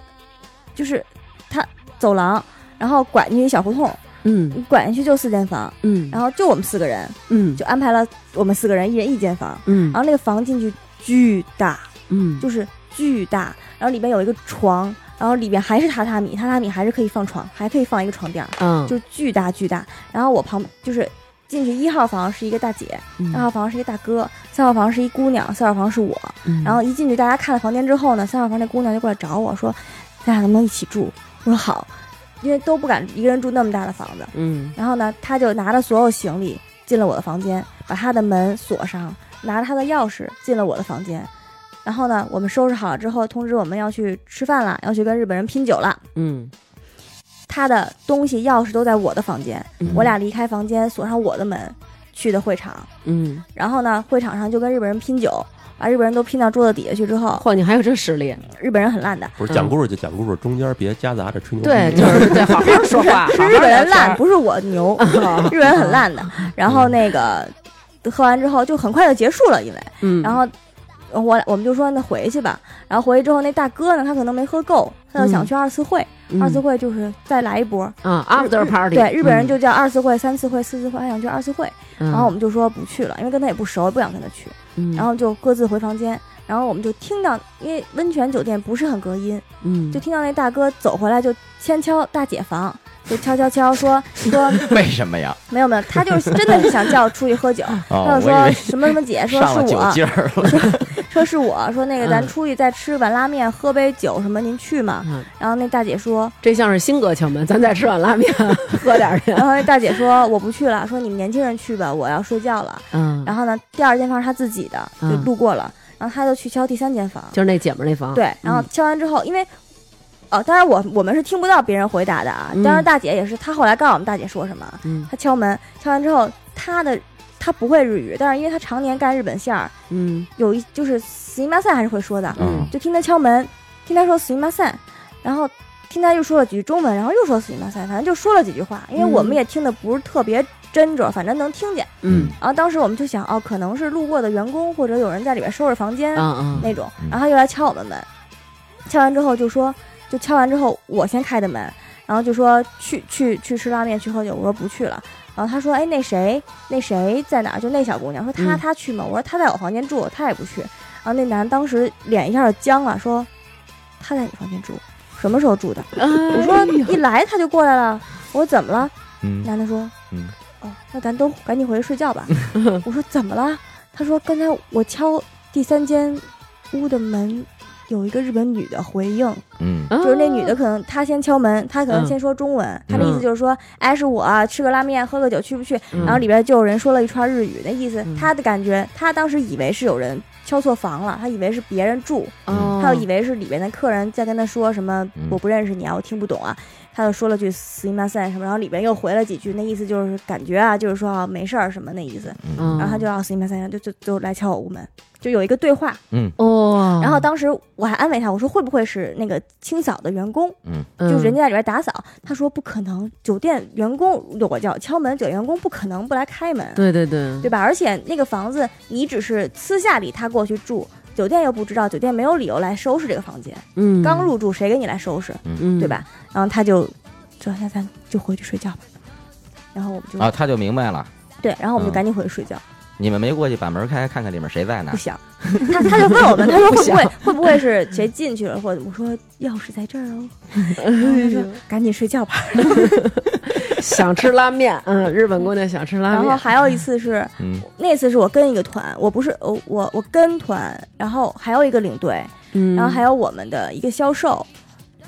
[SPEAKER 3] 就是它走廊，然后拐进去一小胡同，
[SPEAKER 1] 嗯
[SPEAKER 3] 你拐进去就四间房，
[SPEAKER 1] 嗯，
[SPEAKER 3] 然后就我们四个人，
[SPEAKER 1] 嗯
[SPEAKER 3] 就安排了我们四个人一人一间房，
[SPEAKER 1] 嗯
[SPEAKER 3] 然后那个房进去巨大，
[SPEAKER 1] 嗯
[SPEAKER 3] 就是巨大，然后里边有一个床，然后里边还是榻榻米，榻榻米还是可以放床，还可以放一个床垫儿，
[SPEAKER 1] 嗯
[SPEAKER 3] 就是巨大巨大。然后我旁就是进去一号房是一个大姐，
[SPEAKER 1] 嗯
[SPEAKER 3] 二号房是一个大哥，三号房是一姑娘，四号房是我。
[SPEAKER 1] 嗯
[SPEAKER 3] 然后一进去，大家看了房间之后呢，三号房那姑娘就过来找我说：“咱俩能不能一起住？”我说好，因为都不敢一个人住那么大的房子。
[SPEAKER 1] 嗯
[SPEAKER 3] 然后呢，她就拿着所有行李进了我的房间，把她的门锁上，拿着她的钥匙进了我的房间。然后呢，我们收拾好了之后，通知我们要去吃饭了，要去跟日本人拼酒了。
[SPEAKER 1] 嗯
[SPEAKER 3] 她的东西、钥匙都在我的房间，
[SPEAKER 1] 嗯
[SPEAKER 3] 我俩离开房间，锁上我的门，去的会场。
[SPEAKER 1] 嗯，
[SPEAKER 3] 然后呢，会场上就跟日本人拼酒，把日本人都拼到桌子底下去之后，
[SPEAKER 1] 嚯，你还有这实力？
[SPEAKER 3] 日本人很烂的，
[SPEAKER 4] 不是讲故事就讲故事，中间别夹杂着吹牛逼。
[SPEAKER 1] 对，就是对，好好说话，
[SPEAKER 3] 是
[SPEAKER 1] 好好
[SPEAKER 3] 日本
[SPEAKER 1] 聊
[SPEAKER 3] 人
[SPEAKER 1] 天
[SPEAKER 3] 烂，不是我 牛，日本人很烂的。
[SPEAKER 1] 嗯
[SPEAKER 3] 然后那个喝完之后就很快就结束了，因为
[SPEAKER 1] 嗯，
[SPEAKER 3] 然后我我们就说那回去吧。然后回去之后，那大哥呢，他可能没喝够，他就想去二次会，
[SPEAKER 1] 嗯
[SPEAKER 3] 二次会就是再来一波。
[SPEAKER 1] 啊，after party，
[SPEAKER 3] 对，日本人就叫二次会、三次会、四次会，还想去二次会。
[SPEAKER 1] 嗯，
[SPEAKER 3] 然后我们就说不去了，因为跟他也不熟，不想跟他去。
[SPEAKER 1] 嗯，
[SPEAKER 3] 然后就各自回房间。然后我们就听到，因为温泉酒店不是很隔音，
[SPEAKER 1] 嗯，
[SPEAKER 3] 就听到那大哥走回来就先敲大姐房，就敲敲敲说说
[SPEAKER 2] 嗯为什么 呀？
[SPEAKER 3] 没有没有，他就是真的是想叫我出去喝酒，他
[SPEAKER 2] 哦，
[SPEAKER 3] 就
[SPEAKER 2] 我以
[SPEAKER 3] 说
[SPEAKER 2] 为
[SPEAKER 3] 什么什么姐，说
[SPEAKER 2] 上了
[SPEAKER 3] 是
[SPEAKER 2] 酒
[SPEAKER 3] 我，
[SPEAKER 2] 劲儿 了，
[SPEAKER 3] 说是我说那个咱
[SPEAKER 1] 嗯
[SPEAKER 3] 出去再吃碗拉面，喝杯酒什么，您去吗？
[SPEAKER 1] 嗯
[SPEAKER 3] 然后那大姐说，
[SPEAKER 1] 这像是新歌敲门，咱再吃碗拉面， 喝点儿去。
[SPEAKER 3] 然后那大姐说我不去了，说你们年轻人去吧，我要睡觉了。
[SPEAKER 1] 嗯，
[SPEAKER 3] 然后呢，第二间房是他自己的，就
[SPEAKER 1] 嗯
[SPEAKER 3] 路过了，然后他就去敲第三间房，
[SPEAKER 1] 就是那姐们儿那
[SPEAKER 2] 嗯
[SPEAKER 1] 房，
[SPEAKER 3] 对，然后敲完之后，因为。哦，当然我我们是听不到别人回答的啊。
[SPEAKER 1] 嗯
[SPEAKER 3] 当然，大姐也是，她后来告诉我们大姐说什么，
[SPEAKER 1] 嗯
[SPEAKER 3] 她敲门，敲完之后，她的她不会日语，但是因为她常年干日本线儿，
[SPEAKER 1] 嗯
[SPEAKER 3] 有一就是死尼玛塞还是会说的，
[SPEAKER 2] 嗯
[SPEAKER 3] 就听他敲门，听他说死尼玛塞，然后听他又说了几句中文，然后又说死尼玛塞，反正就说了几句话，因为
[SPEAKER 1] 嗯
[SPEAKER 3] 我们也听得不是特别真着，反正能听见。
[SPEAKER 1] 嗯
[SPEAKER 3] 然后当时我们就想，哦，可能是路过的员工或者有人在里边收拾房间、
[SPEAKER 1] 嗯啊
[SPEAKER 3] 那种
[SPEAKER 2] 嗯，
[SPEAKER 3] 然后他又来敲我们门，敲完之后就说，就敲完之后我先开的门，然后就说去去去吃拉面去喝酒，我说不去了。然后他说：“哎，那谁，那谁在哪儿？就那小姑娘，说她
[SPEAKER 1] 嗯
[SPEAKER 3] 她去吗？我说她在我房间住，她也不去。然后那男的当时脸一下就僵了，说：她在你房间住，什么时候住的？
[SPEAKER 1] 嗯，
[SPEAKER 3] 我
[SPEAKER 1] 我
[SPEAKER 3] 说一来她就过来了，我说怎么了？
[SPEAKER 2] 嗯
[SPEAKER 3] 男的说：
[SPEAKER 2] 嗯，
[SPEAKER 3] 哦，那咱都赶紧回去睡 觉吧。我说怎么了？他说刚才我敲第三间屋的门，有一个日本女的回应，
[SPEAKER 2] 嗯，
[SPEAKER 3] 就是那女的，可能她先敲门，她可能
[SPEAKER 1] 嗯
[SPEAKER 3] 先说中文，她的意思
[SPEAKER 1] 嗯
[SPEAKER 3] 就是说，哎，是我啊吃个拉面喝个酒去不去？
[SPEAKER 1] 嗯
[SPEAKER 3] 然后里边就有人说了一串日语，那意思
[SPEAKER 1] 嗯
[SPEAKER 3] 她的感觉，她当时以为是有人敲错房了，她以为是别人住，
[SPEAKER 1] 哦
[SPEAKER 3] 她就以为是里边的客人在跟她说什么
[SPEAKER 2] 嗯
[SPEAKER 3] 我不认识你啊，我听不懂啊，她就说了句すみません什么，然后里边又回了几句，那意思就是感觉啊，就是说啊没事儿什么那意思，
[SPEAKER 1] 嗯，
[SPEAKER 3] 然后她就要すみません，就就就来敲我屋门，就有一个对话，
[SPEAKER 1] 哦，
[SPEAKER 3] 然后当时我还安慰她，我说会不会是那个清扫的员工？就人
[SPEAKER 1] 家
[SPEAKER 3] 家在里边打扫，他说不可能，酒店员工我叫敲门，酒店员工不可能不来开门，
[SPEAKER 1] 对对对
[SPEAKER 3] 对吧？而且那个房子你只是私下里他过去住，酒店又不知道，酒店没有理由来收拾这个房间，
[SPEAKER 1] 嗯，
[SPEAKER 3] 刚入住谁给你来收拾，
[SPEAKER 1] 嗯
[SPEAKER 3] 对？吧？然后他就说那咱就回去睡觉吧，然后我们就、
[SPEAKER 2] 啊，他就明白了，
[SPEAKER 3] 对，然后我们就
[SPEAKER 2] 嗯
[SPEAKER 3] 赶紧回去睡觉，
[SPEAKER 2] 你们没过去把门开开看看里面谁在呢
[SPEAKER 3] 不？ 想，他他就问我们，他说
[SPEAKER 1] 不
[SPEAKER 3] 会不
[SPEAKER 1] 想
[SPEAKER 3] 会会不会是谁进去了，或者我说钥匙在这 儿哦，然后他说赶紧睡觉吧。
[SPEAKER 1] 想吃拉面，嗯， 日本姑娘想吃拉
[SPEAKER 3] 然后
[SPEAKER 1] 面，
[SPEAKER 3] 还有一次是。
[SPEAKER 2] 嗯
[SPEAKER 3] 那次是我跟一个团，我不是我我我跟团，然后还有一个领队，
[SPEAKER 1] 嗯，
[SPEAKER 3] 然后还有我们的一个销售，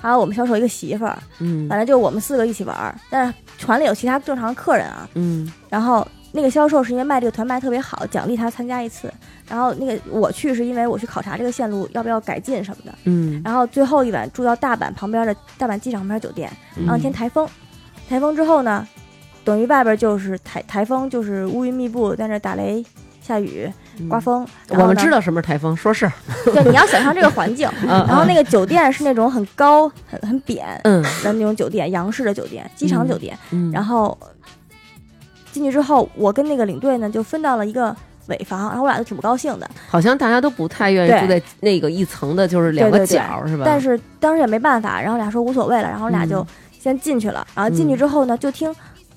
[SPEAKER 3] 还有我们销售一个媳妇儿，
[SPEAKER 1] 嗯
[SPEAKER 3] 反正就我们四个一起玩儿。但是团里有其他正常客人啊，
[SPEAKER 1] 嗯
[SPEAKER 3] 然后那个销售是因为卖这个团卖特别好，奖励他参加一次。然后那个我去是因为我去考察这个线路要不要改进什么的。
[SPEAKER 1] 嗯，
[SPEAKER 3] 然后最后一晚住到大阪旁边的大阪机场旁边酒店，
[SPEAKER 2] 嗯
[SPEAKER 3] 那天台风，台风之后呢，等于外边就是台台风，就是乌云密布，在那打雷、下雨、刮风。然后
[SPEAKER 1] 嗯我们
[SPEAKER 3] 呢
[SPEAKER 1] 知，道什么是台风，说 是，
[SPEAKER 3] 对，你要想象这个 环境。
[SPEAKER 1] 嗯，
[SPEAKER 3] 然后
[SPEAKER 1] 嗯
[SPEAKER 3] 那个酒店是那种很高、很很扁
[SPEAKER 1] 嗯
[SPEAKER 3] 的那种酒店，洋式的酒店，机场酒店。
[SPEAKER 1] 嗯，
[SPEAKER 3] 然后进去之后，我跟那个领队呢就分到了一个尾房，然后我俩就挺不高兴的。
[SPEAKER 1] 好像大家都不太愿意
[SPEAKER 3] 对
[SPEAKER 1] 住在那个一层的，就是两个
[SPEAKER 3] 对对对
[SPEAKER 1] 角儿是吧？
[SPEAKER 3] 但是当时也没办法，然后俩说无所谓了，然后俩就
[SPEAKER 1] 嗯
[SPEAKER 3] 先进去了。然后进去之后呢，就听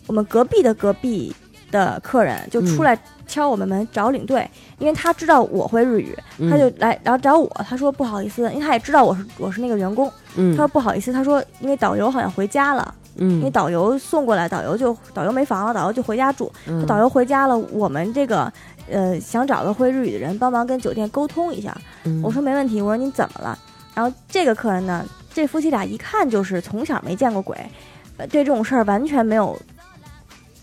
[SPEAKER 3] 我们隔壁的隔壁的客人就
[SPEAKER 1] 嗯
[SPEAKER 3] 出来敲我们门找领队，因为他知道我会日语，
[SPEAKER 1] 嗯
[SPEAKER 3] 他就来，然后找我，他说不好意思，因为他也知道我是我是那个员工，
[SPEAKER 1] 嗯
[SPEAKER 3] 他说不好意思，他说因为导游好像回家了，因为
[SPEAKER 1] 嗯，
[SPEAKER 3] 导游送过来，导游就导游没房了，导游就回家住，
[SPEAKER 1] 嗯
[SPEAKER 3] 导游回家了，我们这个。呃，想找个会日语的人帮忙跟酒店沟通一下，
[SPEAKER 1] 嗯
[SPEAKER 3] 我说没问题，我说您怎么了？然后这个客人呢，这夫妻俩一看就是从小没见过鬼，呃，对这种事儿完全没有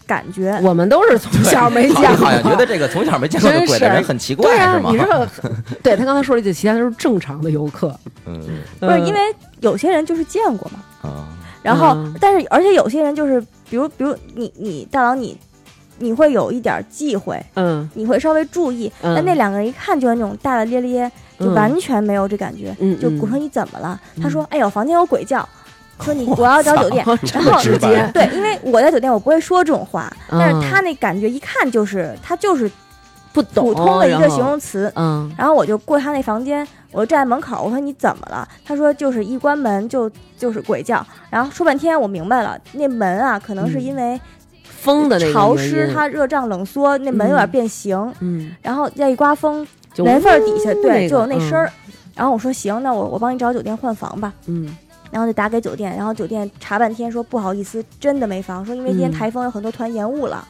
[SPEAKER 3] 感觉。
[SPEAKER 1] 我们都是从小没见过，
[SPEAKER 2] 好像觉得这个从小没见过的鬼的人很奇怪，
[SPEAKER 1] 对啊
[SPEAKER 2] 是，吗
[SPEAKER 1] 你？这 对他刚才说了一句，其他都是正常的游客，
[SPEAKER 2] 嗯
[SPEAKER 1] 不
[SPEAKER 3] 不是因为有些人就是见过嘛，
[SPEAKER 2] 啊，
[SPEAKER 3] 然后、
[SPEAKER 1] 嗯
[SPEAKER 3] 但是而且有些人就是，比如比如你你大佬你你会有一点忌讳，
[SPEAKER 1] 嗯
[SPEAKER 3] 你会稍微注意，
[SPEAKER 1] 嗯
[SPEAKER 3] 但那两个人一看就是那种大大咧咧，就
[SPEAKER 1] 嗯
[SPEAKER 3] 完全没有这感觉。
[SPEAKER 1] 嗯
[SPEAKER 3] 就
[SPEAKER 1] 嗯
[SPEAKER 3] 我说你怎么了？他
[SPEAKER 1] 嗯
[SPEAKER 3] 说哎呦，房间有鬼叫，说你我要找酒店，然
[SPEAKER 2] 么
[SPEAKER 3] 后
[SPEAKER 2] 直白
[SPEAKER 3] 对，因为我在酒店我不会说这种话，
[SPEAKER 1] 嗯
[SPEAKER 3] 但是他那感觉一看就是他就是
[SPEAKER 1] 不懂
[SPEAKER 3] 普通的一个
[SPEAKER 1] 然后
[SPEAKER 3] 形容词。
[SPEAKER 1] 嗯
[SPEAKER 3] 然后我就过他那房间，我就站在门口，我说你怎么了？他说就是一关门就就是鬼叫。然后说半天我明白了，那门啊可能是因为
[SPEAKER 1] 风嗯的那个
[SPEAKER 3] 潮
[SPEAKER 1] 原
[SPEAKER 3] 湿，
[SPEAKER 1] 因
[SPEAKER 3] 它热胀冷缩，那门有点变形，
[SPEAKER 1] 嗯
[SPEAKER 3] 然后再一刮风，
[SPEAKER 1] 就
[SPEAKER 3] 门缝儿底下
[SPEAKER 1] 呜
[SPEAKER 3] 对就有
[SPEAKER 1] 那
[SPEAKER 3] 那
[SPEAKER 1] 个
[SPEAKER 3] 声儿。然后我说行，那我我帮你找酒店换房吧。
[SPEAKER 1] 嗯
[SPEAKER 3] 然后就打给酒店，然后酒店查半天说不好意思，真的没房，说因为今天
[SPEAKER 1] 嗯
[SPEAKER 3] 台风有很多团延误了，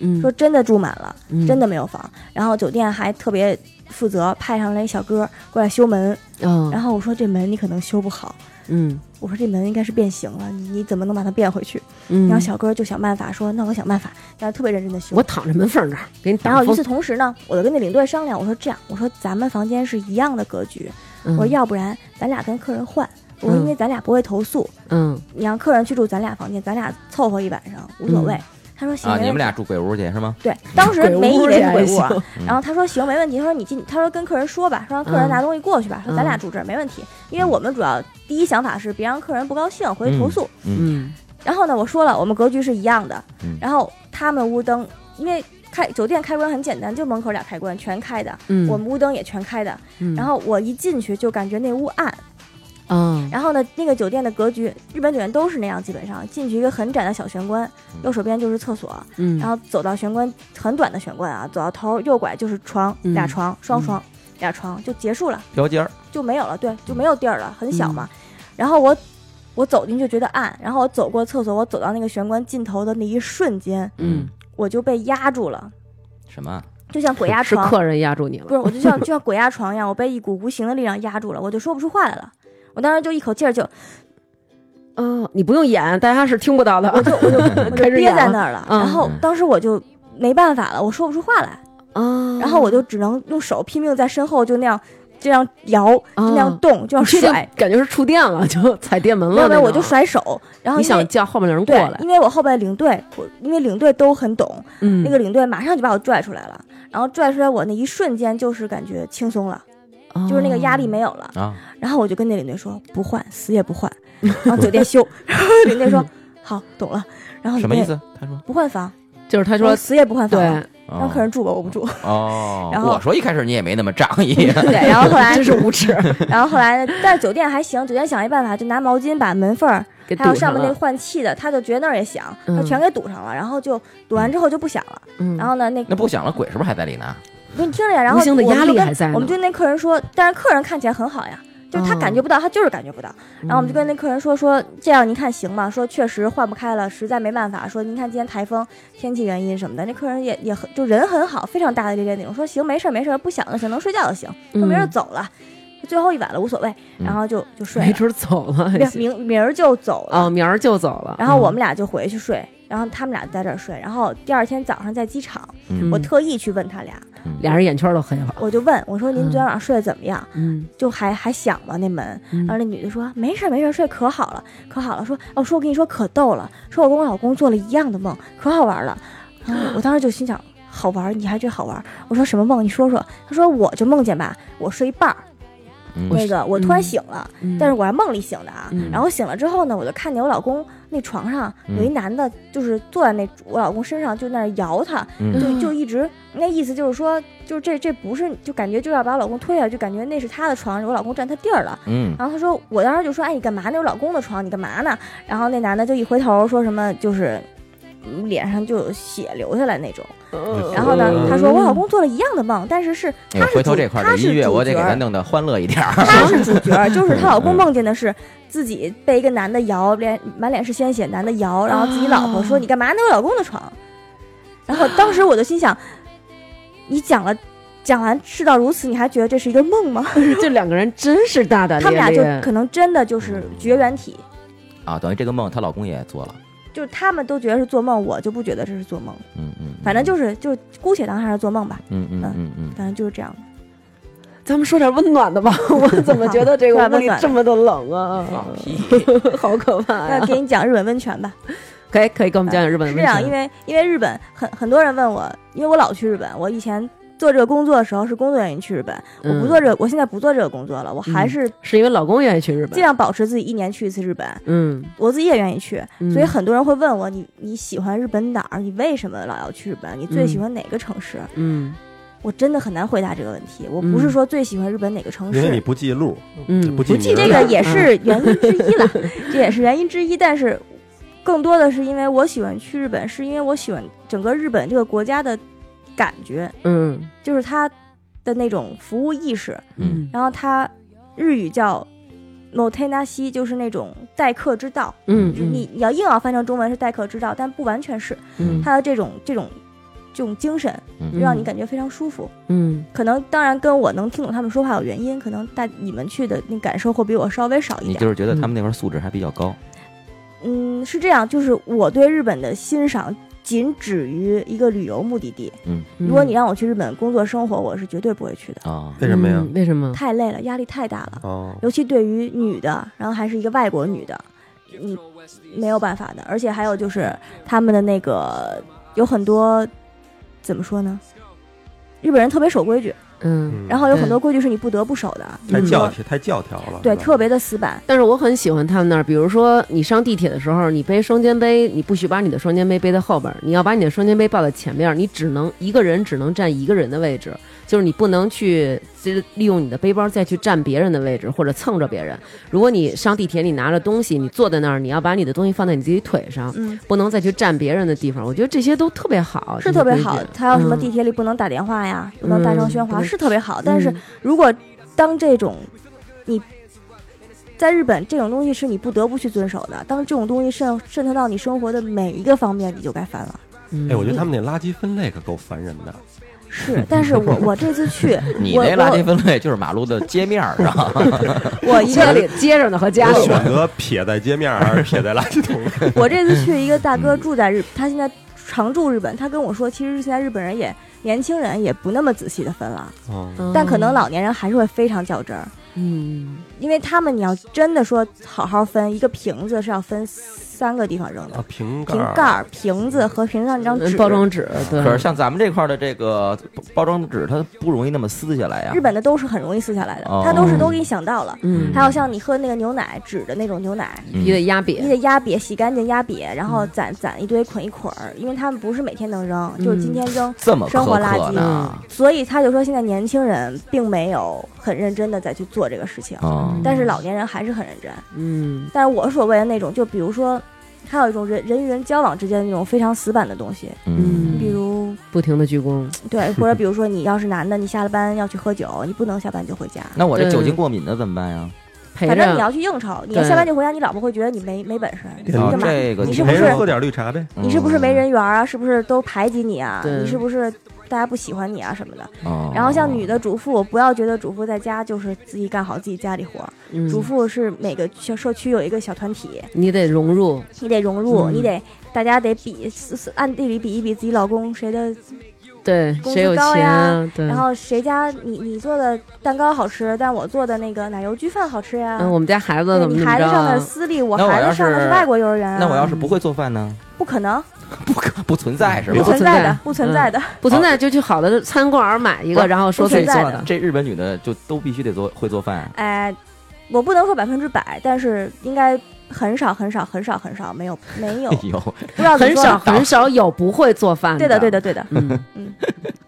[SPEAKER 1] 嗯
[SPEAKER 3] 说真的住满了，
[SPEAKER 1] 嗯
[SPEAKER 3] 真的没有房。然后酒店还特别负责，派上来一小哥过来修门，
[SPEAKER 1] 嗯
[SPEAKER 3] 然后我说这门你可能修不好，
[SPEAKER 1] 嗯
[SPEAKER 3] 我说这门应该是变形了，你你怎么能把它变回去？
[SPEAKER 1] 嗯，
[SPEAKER 3] 然后小哥就想办法说，那我想办法，但是特别认真的修
[SPEAKER 1] 我。躺在门缝那儿给你
[SPEAKER 3] 然
[SPEAKER 1] 打
[SPEAKER 3] 后与
[SPEAKER 1] 风
[SPEAKER 3] 此，同时呢，我就跟那领队商量，我说这样，我说咱们房间是一样的格局，
[SPEAKER 1] 嗯
[SPEAKER 3] 我说要不然咱俩跟客人换，我说
[SPEAKER 1] 嗯
[SPEAKER 3] 因为咱俩不会投诉，
[SPEAKER 1] 嗯
[SPEAKER 3] 你让客人去住咱俩房间，咱俩凑合一晚上无所谓。他说行，
[SPEAKER 2] 啊，
[SPEAKER 3] 没
[SPEAKER 2] 你
[SPEAKER 3] 问
[SPEAKER 2] 们
[SPEAKER 3] 题。
[SPEAKER 2] 俩住鬼屋去是吗？
[SPEAKER 3] 对，当时
[SPEAKER 1] 鬼屋
[SPEAKER 3] 没以为是鬼屋
[SPEAKER 1] 这还
[SPEAKER 3] 啊
[SPEAKER 1] 行。
[SPEAKER 2] 嗯
[SPEAKER 3] 然后他说行，没问题。他说你进，他说跟客人说吧，说让客人拿东西过去
[SPEAKER 2] 嗯
[SPEAKER 3] 吧。说咱俩住这儿没问题，因为我们主要第一想法是别让客人不高兴回去投诉。
[SPEAKER 1] 嗯
[SPEAKER 3] 然后呢，我说了我们格局是一样的
[SPEAKER 2] 嗯，
[SPEAKER 3] 然后他们屋灯因为。开酒店开关很简单，就门口俩开关全开的，
[SPEAKER 1] 嗯，
[SPEAKER 3] 我们屋灯也全开的。
[SPEAKER 1] 嗯
[SPEAKER 3] 然后我一进去就感觉那屋暗，
[SPEAKER 1] 嗯
[SPEAKER 3] 然后呢，那个酒店的格局，日本酒店都是那样，基本上进去一个很窄的小玄关，右手边就是厕所，
[SPEAKER 1] 嗯，
[SPEAKER 3] 然后走到玄关很短的玄关啊，走到头儿右拐就是床，
[SPEAKER 1] 嗯
[SPEAKER 3] 俩床双床，俩床就结束了，
[SPEAKER 2] 标间儿，
[SPEAKER 3] 就没有了，对，就没有地儿了，很小嘛。
[SPEAKER 1] 嗯
[SPEAKER 3] 然后我我走进去觉得暗，然后我走过厕所，我走到那个玄关尽头的那一瞬间，
[SPEAKER 1] 嗯
[SPEAKER 3] 我就被压住了，
[SPEAKER 2] 什么啊？
[SPEAKER 3] 就像鬼压
[SPEAKER 1] 是
[SPEAKER 3] 床，
[SPEAKER 1] 客人压住你
[SPEAKER 3] 不
[SPEAKER 1] 了，
[SPEAKER 3] 是，我就像就像鬼压床一样，我被一股无形的力量压住了，我就说不出话来了。我当时就一口气儿就
[SPEAKER 1] 嗯，你不用演，大家是听不到的，
[SPEAKER 3] 我就 我就
[SPEAKER 1] 开
[SPEAKER 3] 我就
[SPEAKER 1] 始演
[SPEAKER 3] 憋在
[SPEAKER 1] 了
[SPEAKER 3] 那儿了。
[SPEAKER 1] 嗯
[SPEAKER 3] 然后当时我就没办法了，我说不出话来，
[SPEAKER 1] 啊，
[SPEAKER 3] 然后我就只能用手拼命在身后就那样这样摇，就那样动，就
[SPEAKER 1] 要
[SPEAKER 3] 要甩。，
[SPEAKER 1] 感觉是触电了，就踩电门
[SPEAKER 3] 没有
[SPEAKER 1] 了那种，
[SPEAKER 3] 没有，我就甩手。然后
[SPEAKER 1] 你
[SPEAKER 3] 因为
[SPEAKER 1] 想叫后面的人过
[SPEAKER 3] 对，
[SPEAKER 1] 来，
[SPEAKER 3] 因为我后边领队，我因为领队都很懂，
[SPEAKER 1] 嗯，
[SPEAKER 3] 那个领队马上就把我拽出来了。然后拽出来我那一瞬间就是感觉轻松了，就是那个
[SPEAKER 1] 哦
[SPEAKER 3] 压力没有了。
[SPEAKER 2] 啊，
[SPEAKER 3] 然后我就跟那领队说不换，死也不 换，然后酒店修。 然后领队
[SPEAKER 1] 嗯
[SPEAKER 3] 说好，懂了。然后
[SPEAKER 2] 什
[SPEAKER 3] 领
[SPEAKER 2] 么意
[SPEAKER 3] 队
[SPEAKER 2] 思？他说
[SPEAKER 3] 不换房，
[SPEAKER 1] 哦，就是他
[SPEAKER 3] 他
[SPEAKER 1] 说
[SPEAKER 3] 死也不换房，
[SPEAKER 1] 对，
[SPEAKER 2] 哦
[SPEAKER 3] 让客人住吧，我不住。
[SPEAKER 1] 啊
[SPEAKER 2] 哦
[SPEAKER 3] 然，后嗯
[SPEAKER 2] 我说一开始你也没那么仗义，
[SPEAKER 3] 对，然后 后来
[SPEAKER 1] 真是无 耻，
[SPEAKER 3] 然后后来呢，但是酒店还行，酒店想一办法，就拿毛巾把门缝儿，
[SPEAKER 1] 给
[SPEAKER 3] 还有
[SPEAKER 1] 堵
[SPEAKER 3] 上
[SPEAKER 1] 上
[SPEAKER 3] 面那个
[SPEAKER 1] 了，
[SPEAKER 3] 换气的，他就觉得那儿也响，
[SPEAKER 1] 嗯
[SPEAKER 3] 他全给堵上了，然后就堵完之后就不响了。
[SPEAKER 1] 嗯
[SPEAKER 3] 然后呢，那
[SPEAKER 2] 那不想了，鬼是不是还在里呢？
[SPEAKER 3] 不是你听着呀，然后
[SPEAKER 1] 无形的
[SPEAKER 3] 我们就
[SPEAKER 1] 压力
[SPEAKER 3] 跟
[SPEAKER 1] 还在呢
[SPEAKER 3] 我们就跟那客人说，但是客人看起来很好呀。就是他
[SPEAKER 1] 哦
[SPEAKER 3] 感觉不到，他就是感觉不到。然后我们就跟那客人说说这样您看行吗？说确实换不开了，实在没办法。说您看今天台风天气原因什么的，那客人也也很就人很好，非常大大咧咧那种。说行，没事儿没事儿，不想了行，能睡觉就行。说明儿就走了，最后一晚了无所谓，
[SPEAKER 2] 嗯
[SPEAKER 3] 然后就就睡
[SPEAKER 1] 没
[SPEAKER 3] 了。
[SPEAKER 1] 准走了，
[SPEAKER 3] 明明明儿就走了，
[SPEAKER 1] 哦，明儿就走了，
[SPEAKER 3] 然后我们俩就回去睡。然后他们俩在这儿睡，然后第二天早上在机场，
[SPEAKER 1] 嗯
[SPEAKER 3] 我特意去问他俩，
[SPEAKER 2] 嗯
[SPEAKER 1] 俩人眼圈都黑了，
[SPEAKER 3] 我就问我说
[SPEAKER 1] 嗯
[SPEAKER 3] 您昨天晚上睡得怎么样？
[SPEAKER 1] 嗯，
[SPEAKER 3] 就还还响吗那门？
[SPEAKER 1] 嗯
[SPEAKER 3] 然后那女的说没事儿没事儿，睡可好了，可好了。说哦，说我跟你说可逗了，说我跟我老公做了一样的梦，可好玩了。然后 我当时就心想，好玩儿你还觉得好玩儿？我说什么梦？你说说。他说我就梦见吧，我睡一半儿，
[SPEAKER 2] 嗯
[SPEAKER 3] 那个我突然
[SPEAKER 1] 嗯
[SPEAKER 3] 醒了，
[SPEAKER 1] 嗯
[SPEAKER 3] 但是我还梦里醒的啊。
[SPEAKER 1] 嗯
[SPEAKER 3] 然后醒了之后呢，我就看见我老公那床上
[SPEAKER 2] 嗯
[SPEAKER 3] 有一男的，就是坐在那我老公身上，就那儿摇他，
[SPEAKER 2] 嗯
[SPEAKER 3] 就就一直那意思就是说，就是这这不是，就感觉就要把我老公推下，去，就感觉那是他的床，我老公占他地儿了。
[SPEAKER 2] 嗯
[SPEAKER 3] 然后他说，我当时就说，哎，你干嘛呢？我老公的床，你干嘛呢？然后那男的就一回头说什么，就是嗯脸上就有血流下来那种。
[SPEAKER 4] 嗯
[SPEAKER 3] 呃然后呢，他说我
[SPEAKER 1] 嗯
[SPEAKER 3] 老公做了一样的梦，但是是
[SPEAKER 2] 哎呦
[SPEAKER 3] 他是
[SPEAKER 2] 嗯回头
[SPEAKER 3] 主
[SPEAKER 2] 这块儿
[SPEAKER 3] 他
[SPEAKER 2] 的
[SPEAKER 3] 是
[SPEAKER 2] 音乐，
[SPEAKER 3] 主
[SPEAKER 2] 我得给
[SPEAKER 3] 角
[SPEAKER 2] 他弄得欢乐一点儿。
[SPEAKER 3] 他是主角，就是她老公
[SPEAKER 2] 嗯
[SPEAKER 3] 梦见的是自己被一个男的摇，脸满脸是鲜血，男的
[SPEAKER 2] 啊
[SPEAKER 3] 摇，然后自己老婆说：“
[SPEAKER 1] 哦
[SPEAKER 3] 你干嘛拿我老公的床？”然后当时我就心想：“你讲了，讲完事到如此，你还觉得这是一个梦吗
[SPEAKER 2] 啊
[SPEAKER 1] 这两个人真是大？”大
[SPEAKER 3] 他们
[SPEAKER 1] 咧
[SPEAKER 3] 俩就
[SPEAKER 1] 咧，
[SPEAKER 3] 可能真的就是绝缘体，
[SPEAKER 2] 啊，等于这个梦她老公也做了，
[SPEAKER 3] 就是他们都觉得是做梦，我就不觉得这是做梦，
[SPEAKER 2] 嗯嗯，，
[SPEAKER 3] 反正就是是就是姑且当它是做梦吧，
[SPEAKER 2] 嗯嗯嗯嗯，
[SPEAKER 3] 反正就是这样。
[SPEAKER 1] 咱们说点温暖的吧。我怎么觉得这个屋里这么的冷 啊？
[SPEAKER 2] 放屁，
[SPEAKER 1] 好可
[SPEAKER 2] 啊
[SPEAKER 1] 怕呀
[SPEAKER 3] 那！给你讲日本温泉吧。
[SPEAKER 1] 可以可以给我们讲讲日本的
[SPEAKER 3] 是
[SPEAKER 1] 温
[SPEAKER 3] 这样，因
[SPEAKER 1] 泉。
[SPEAKER 3] 为因为日本很很多人问我，因为我老去日本，我以前做这个工作的时候是工作原因去日本，
[SPEAKER 4] 嗯
[SPEAKER 3] 我不做这个，我现在不做这个工作了，我还是
[SPEAKER 1] 嗯是因为老公愿意去日
[SPEAKER 3] 尽
[SPEAKER 1] 本。
[SPEAKER 3] 量保持自己一年去一次日本，
[SPEAKER 1] 嗯，
[SPEAKER 3] 我自己也愿意去，
[SPEAKER 1] 嗯
[SPEAKER 3] 所以很多人会问我，你你喜欢日本哪儿？你为什么老要去日本？你最喜欢哪个城市？
[SPEAKER 1] 嗯
[SPEAKER 3] 我真的很难回答这个问题，我不是
[SPEAKER 1] 嗯
[SPEAKER 3] 说最喜欢日本哪个城
[SPEAKER 4] 因为你
[SPEAKER 3] 市，
[SPEAKER 4] 不记录，
[SPEAKER 1] 嗯，
[SPEAKER 4] 不记名
[SPEAKER 3] 这
[SPEAKER 4] 儿
[SPEAKER 3] 个也是原因之一了，这也是原因之一，但是。更多的是因为我喜欢去日本，是因为我喜欢整个日本这个国家的感觉，
[SPEAKER 1] 嗯
[SPEAKER 3] 就是他的那种服务意识。
[SPEAKER 1] 嗯
[SPEAKER 3] 然后他日语叫 m o t e n a s i 就是那种待客之道。
[SPEAKER 1] 嗯，
[SPEAKER 3] 就是你你要硬要翻成中文是待客之道，但不完全是
[SPEAKER 1] 嗯
[SPEAKER 3] 他的这种这种这种精神，让你感觉非常舒服。
[SPEAKER 1] 嗯
[SPEAKER 3] 可能当然跟我能听懂他们说话有原因，可能大你们去的那感受会比我稍微少一
[SPEAKER 2] 你
[SPEAKER 3] 点。
[SPEAKER 2] 就是觉得他们那边素质还比较高，
[SPEAKER 3] 嗯，是这样，就是我对日本的欣赏仅止于一个旅游目的地。
[SPEAKER 1] 嗯
[SPEAKER 3] 如果你让我去日本工作生活，我是绝对不会去的，
[SPEAKER 2] 啊，，
[SPEAKER 4] 为什么
[SPEAKER 3] 嗯
[SPEAKER 4] 呀？
[SPEAKER 1] 嗯为什么？
[SPEAKER 3] 太累了，压力太大了。
[SPEAKER 4] 哦，
[SPEAKER 3] 尤其对于女的，然后还是一个外国女的，你没有办法的。而且还有就是他们的那个有很多怎么说呢？日本人特别守规矩，
[SPEAKER 1] 嗯，
[SPEAKER 3] 然后有很多规矩是你不得不守的，比
[SPEAKER 4] 太
[SPEAKER 3] 如
[SPEAKER 4] 教
[SPEAKER 3] 说
[SPEAKER 4] 条，太教条了，
[SPEAKER 3] 对
[SPEAKER 4] 是吧
[SPEAKER 3] 特别的死板。
[SPEAKER 1] 但是我很喜欢他们那儿，比如说你上地铁的时候，你背双肩背，你不许把你的双肩背背在后边儿，你要把你的双肩背抱在前面儿，你只能一个人只能占一个人的位置，就是你不能去这利用你的背包再去占别人的位置或者蹭着别人。如果你上地铁，你拿着东西，你坐在那儿，你要把你的东西放在你自己腿上，
[SPEAKER 3] 嗯，
[SPEAKER 1] 不能再去占别人的地方。我觉得这些都特别好，
[SPEAKER 3] 是
[SPEAKER 1] 这些
[SPEAKER 3] 特别
[SPEAKER 1] 规矩
[SPEAKER 3] 好。还有什么
[SPEAKER 1] 嗯
[SPEAKER 3] 地铁里不能打电话呀，不能大声喧哗，
[SPEAKER 1] 嗯
[SPEAKER 3] 是特别好。但是
[SPEAKER 1] 嗯
[SPEAKER 3] 如果当这种你在日本这种东西是你不得不去遵守的，当这种东西渗渗透到你生活的每一个方面，你就该烦了。
[SPEAKER 1] 嗯
[SPEAKER 4] 哎，我觉得他们那垃圾分类可够烦人的。
[SPEAKER 3] 是，但是 我我这次去
[SPEAKER 2] 你
[SPEAKER 3] 我
[SPEAKER 2] 那垃圾分类就是马路的街面儿上，
[SPEAKER 3] 我我一
[SPEAKER 1] 家
[SPEAKER 3] 个
[SPEAKER 1] 里接着呢和家
[SPEAKER 4] 我
[SPEAKER 1] 里
[SPEAKER 4] 选择撇在街面儿还是撇在垃 圾桶里？
[SPEAKER 3] 我这次去一个大
[SPEAKER 1] 嗯
[SPEAKER 3] 哥住在日，他现在常住日本，他跟我说，其实现在日本人也年轻人也不那么仔细的分了，
[SPEAKER 4] 嗯，
[SPEAKER 1] 嗯
[SPEAKER 3] 但可能老年人还是会非常较真儿，
[SPEAKER 1] 嗯
[SPEAKER 3] 因为他们你要真的说好好分，一个瓶子是要分三个地方扔的
[SPEAKER 4] 啊，，瓶盖
[SPEAKER 3] 瓶
[SPEAKER 4] 儿
[SPEAKER 3] 盖儿、瓶子和瓶上一张纸。
[SPEAKER 1] 嗯包装纸，对，
[SPEAKER 2] 可是像咱们这块儿的这个包装纸，它不容易那么撕下来呀
[SPEAKER 3] 日。本的都是很容易撕下来的
[SPEAKER 2] 哦，
[SPEAKER 3] 他都是都给你想到了。
[SPEAKER 1] 嗯，
[SPEAKER 3] 还有像你喝那个牛奶纸的那种牛奶，
[SPEAKER 2] 嗯
[SPEAKER 1] 必得压瘪
[SPEAKER 3] 你，得压瘪，洗干净压瘪，然后攒攒一堆捆一捆儿，因为他们不是每天能扔，就是今天扔。
[SPEAKER 2] 这么苛
[SPEAKER 3] 生活垃
[SPEAKER 2] 刻
[SPEAKER 3] 圾
[SPEAKER 2] 呢？
[SPEAKER 3] 所以他就说，现在年轻人并没有很认真的在去做这个事情，
[SPEAKER 2] 啊，
[SPEAKER 3] 嗯但是老年人还是很认真。
[SPEAKER 1] 嗯。
[SPEAKER 3] 但是我所谓的那种，就比如说，还有一种人人与人交往之间的那种非常死板的东西，
[SPEAKER 2] 嗯，
[SPEAKER 3] 比如
[SPEAKER 1] 不停的鞠躬，
[SPEAKER 3] 对，或者比如说你要是男的，你下了班要去喝酒，你不能下班就回家。
[SPEAKER 2] 那我这
[SPEAKER 1] 对
[SPEAKER 2] 酒精过敏的怎么办呀？
[SPEAKER 1] 陪
[SPEAKER 3] 反正你
[SPEAKER 1] 着。
[SPEAKER 3] 要去应酬，你要下班就回家，你老婆会觉得你没没本事，你
[SPEAKER 4] 啊
[SPEAKER 3] 干嘛？
[SPEAKER 2] 哦这个
[SPEAKER 3] 你
[SPEAKER 2] 就是
[SPEAKER 3] 不
[SPEAKER 4] 陪
[SPEAKER 3] 是
[SPEAKER 4] 人喝点绿茶呗。
[SPEAKER 2] 嗯
[SPEAKER 3] 你是不是没人缘啊？是不是都排挤你啊？
[SPEAKER 1] 对
[SPEAKER 3] 你是不是大家不喜欢你啊什么的？
[SPEAKER 2] 哦
[SPEAKER 3] 然后像女的主妇，不要觉得主妇在家就是自己干好自己家里活儿，
[SPEAKER 1] 嗯
[SPEAKER 3] 主妇是每个小社区有一个小团体，
[SPEAKER 1] 你得融入，
[SPEAKER 3] 你得融入，
[SPEAKER 1] 嗯
[SPEAKER 3] 你得大家得比暗地里比一比自己老公谁的，
[SPEAKER 1] 对，
[SPEAKER 3] 工
[SPEAKER 1] 谁
[SPEAKER 3] 资
[SPEAKER 1] 有
[SPEAKER 3] 高
[SPEAKER 1] 钱
[SPEAKER 3] 呀
[SPEAKER 1] 啊？对，
[SPEAKER 3] 然后谁家你你做的蛋糕好吃，但我做的那个奶油焗饭好吃呀。
[SPEAKER 1] 嗯，我们家孩子
[SPEAKER 3] 对
[SPEAKER 1] 怎么
[SPEAKER 3] 你
[SPEAKER 1] 怎么
[SPEAKER 3] 孩子
[SPEAKER 1] 着
[SPEAKER 3] 上的
[SPEAKER 1] 啊
[SPEAKER 3] 是？私立，我
[SPEAKER 2] 那我
[SPEAKER 3] 孩
[SPEAKER 2] 要
[SPEAKER 3] 子上的
[SPEAKER 2] 是
[SPEAKER 3] 是外国幼儿园啊。
[SPEAKER 2] 那我要是不会做饭呢？
[SPEAKER 3] 不可能，
[SPEAKER 2] 不可不存在是
[SPEAKER 1] 不
[SPEAKER 3] 不
[SPEAKER 2] 吧？
[SPEAKER 1] 存
[SPEAKER 3] 存
[SPEAKER 1] 在嗯
[SPEAKER 3] 在的，不存在的。
[SPEAKER 1] 不存在就去好的餐馆儿买一
[SPEAKER 2] 不
[SPEAKER 1] 个，
[SPEAKER 2] 是
[SPEAKER 1] 然后说
[SPEAKER 3] 不
[SPEAKER 1] 自己
[SPEAKER 3] 存
[SPEAKER 1] 做
[SPEAKER 3] 在
[SPEAKER 1] 的。
[SPEAKER 2] 这日本女的就都必须得做会做饭，
[SPEAKER 3] 哎，我不能说百分之百，但是应该很少很少很少很少，没有没 有
[SPEAKER 2] 哎，呦，
[SPEAKER 3] 不知道怎么
[SPEAKER 1] 很
[SPEAKER 3] 说
[SPEAKER 1] 少
[SPEAKER 3] 呢。
[SPEAKER 1] 很少有不会做饭
[SPEAKER 3] 对的，对
[SPEAKER 1] 的，
[SPEAKER 3] 的，对的，
[SPEAKER 1] 嗯，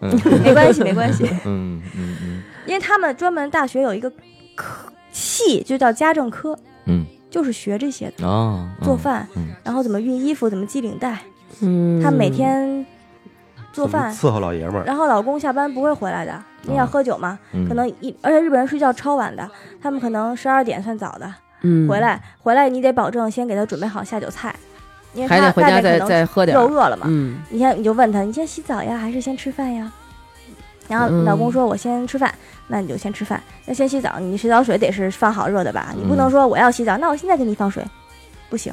[SPEAKER 2] 嗯
[SPEAKER 3] 没关系，没 关系，
[SPEAKER 2] 嗯嗯嗯
[SPEAKER 3] 因为他们专门大学有一个科系，就叫家政科，
[SPEAKER 2] 嗯
[SPEAKER 3] 就是学这些的，
[SPEAKER 2] 嗯，哦，嗯
[SPEAKER 3] 做，饭
[SPEAKER 2] 嗯，
[SPEAKER 3] 然后怎么熨衣服，怎么系领带，
[SPEAKER 1] 嗯，
[SPEAKER 3] 他每天做饭，
[SPEAKER 4] 伺候老爷们儿，
[SPEAKER 3] 然后老公下班不会回来
[SPEAKER 1] 啊
[SPEAKER 3] 的，人家喝酒嘛，
[SPEAKER 2] 嗯
[SPEAKER 3] 可能一，而且日本人睡觉超晚的，他们可能十二点算早的，
[SPEAKER 1] 嗯
[SPEAKER 3] 回来回来你得保证先给他准备好下酒菜，因为
[SPEAKER 1] 还
[SPEAKER 3] 他
[SPEAKER 1] 得回家
[SPEAKER 3] 外面
[SPEAKER 1] 再
[SPEAKER 3] 可能
[SPEAKER 1] 再喝点
[SPEAKER 3] 又
[SPEAKER 1] 儿，
[SPEAKER 3] 饿了嘛，
[SPEAKER 1] 嗯，
[SPEAKER 3] 你先你就问他，你先洗澡呀，还是先吃饭呀？然后
[SPEAKER 1] 嗯
[SPEAKER 3] 老公说：“我先吃饭，那你就先吃饭。那先洗澡，你洗澡水得是放好热的吧？你不能
[SPEAKER 2] 嗯
[SPEAKER 3] 说我要洗澡，那我现在给你放水，不行，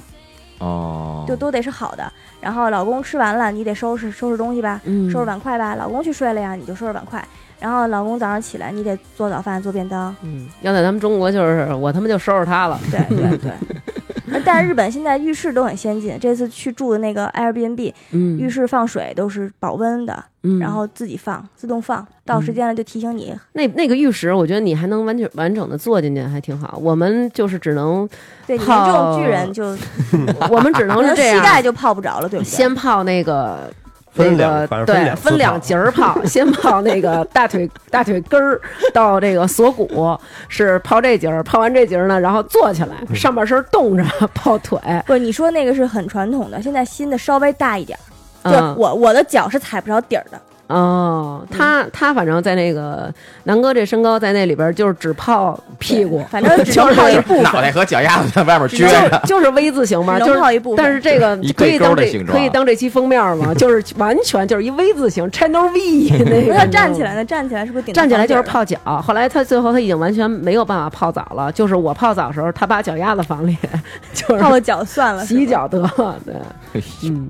[SPEAKER 2] 哦，
[SPEAKER 3] 就都得是好的。然后老公吃完了，你得收拾收拾东西吧，
[SPEAKER 1] 嗯
[SPEAKER 3] 收拾碗筷吧。老公去睡了呀，你就收拾碗筷。然后老公早上起来，你得做早饭、做便当。
[SPEAKER 1] 嗯，要在咱们中国就是我他妈就收拾他了，
[SPEAKER 3] 对 对对。而但是日本现在浴室都很先进，这次去住的那个 Airbnb
[SPEAKER 1] 嗯，
[SPEAKER 3] 浴室放水都是保温的，
[SPEAKER 1] 嗯，
[SPEAKER 3] 然后自己放，自动放，到时间了就提醒你。
[SPEAKER 1] 那那个浴室，我觉得你还能完全完整的坐进去，还挺好。我们就是只 能，
[SPEAKER 3] 对，你
[SPEAKER 1] 泡
[SPEAKER 3] 们这种巨人就
[SPEAKER 1] 我们只能
[SPEAKER 3] 可
[SPEAKER 1] 是
[SPEAKER 3] 能
[SPEAKER 1] 这
[SPEAKER 3] 膝
[SPEAKER 1] 样，
[SPEAKER 3] 盖就泡不着了，对不对？
[SPEAKER 1] 先泡那个。
[SPEAKER 4] 分
[SPEAKER 1] 那
[SPEAKER 4] 两
[SPEAKER 1] 个
[SPEAKER 4] 反正分
[SPEAKER 1] 对，
[SPEAKER 4] 两次
[SPEAKER 1] 分两
[SPEAKER 4] 泡
[SPEAKER 1] 节儿 泡，先泡那个大腿大腿根儿到这个锁骨，是泡这节儿，泡完这节儿呢，然后坐起
[SPEAKER 4] 嗯
[SPEAKER 1] 来，上半身冻着泡腿。
[SPEAKER 3] 不是你说那个是很传统的，现在新的稍微大一点儿，就
[SPEAKER 1] 嗯
[SPEAKER 3] 我我的脚是踩不着底儿的，
[SPEAKER 1] 哦，他
[SPEAKER 3] 嗯
[SPEAKER 1] 他反正在那个南哥这身高在那里边儿就是只泡屁股，
[SPEAKER 3] 反正只能泡一部
[SPEAKER 2] 脑
[SPEAKER 3] 分，
[SPEAKER 2] 袋和脚丫子在外面撅 着，
[SPEAKER 1] 就就是 V 字形嘛，
[SPEAKER 3] 只
[SPEAKER 1] 就是
[SPEAKER 3] 能泡一部分。
[SPEAKER 1] 但是这个
[SPEAKER 2] 一
[SPEAKER 1] 可以
[SPEAKER 2] 对勾
[SPEAKER 1] 当
[SPEAKER 2] 的
[SPEAKER 1] 这
[SPEAKER 2] 形状
[SPEAKER 1] 可以当这期封面 吗？就是完全就是一 V 字形 Channel V 那
[SPEAKER 3] 不
[SPEAKER 1] 个
[SPEAKER 3] 是要站起来。呢，站起来是不是顶到
[SPEAKER 1] 站起来就是
[SPEAKER 3] 房顶儿
[SPEAKER 1] 泡脚，后来他最后他已经完全没有办法泡澡了，就是我泡澡的时候，他把脚丫子放里，就
[SPEAKER 3] 了 泡
[SPEAKER 1] 是
[SPEAKER 3] 个脚算了，是吧
[SPEAKER 1] 洗脚得了。对，
[SPEAKER 2] 哎呦
[SPEAKER 1] 嗯，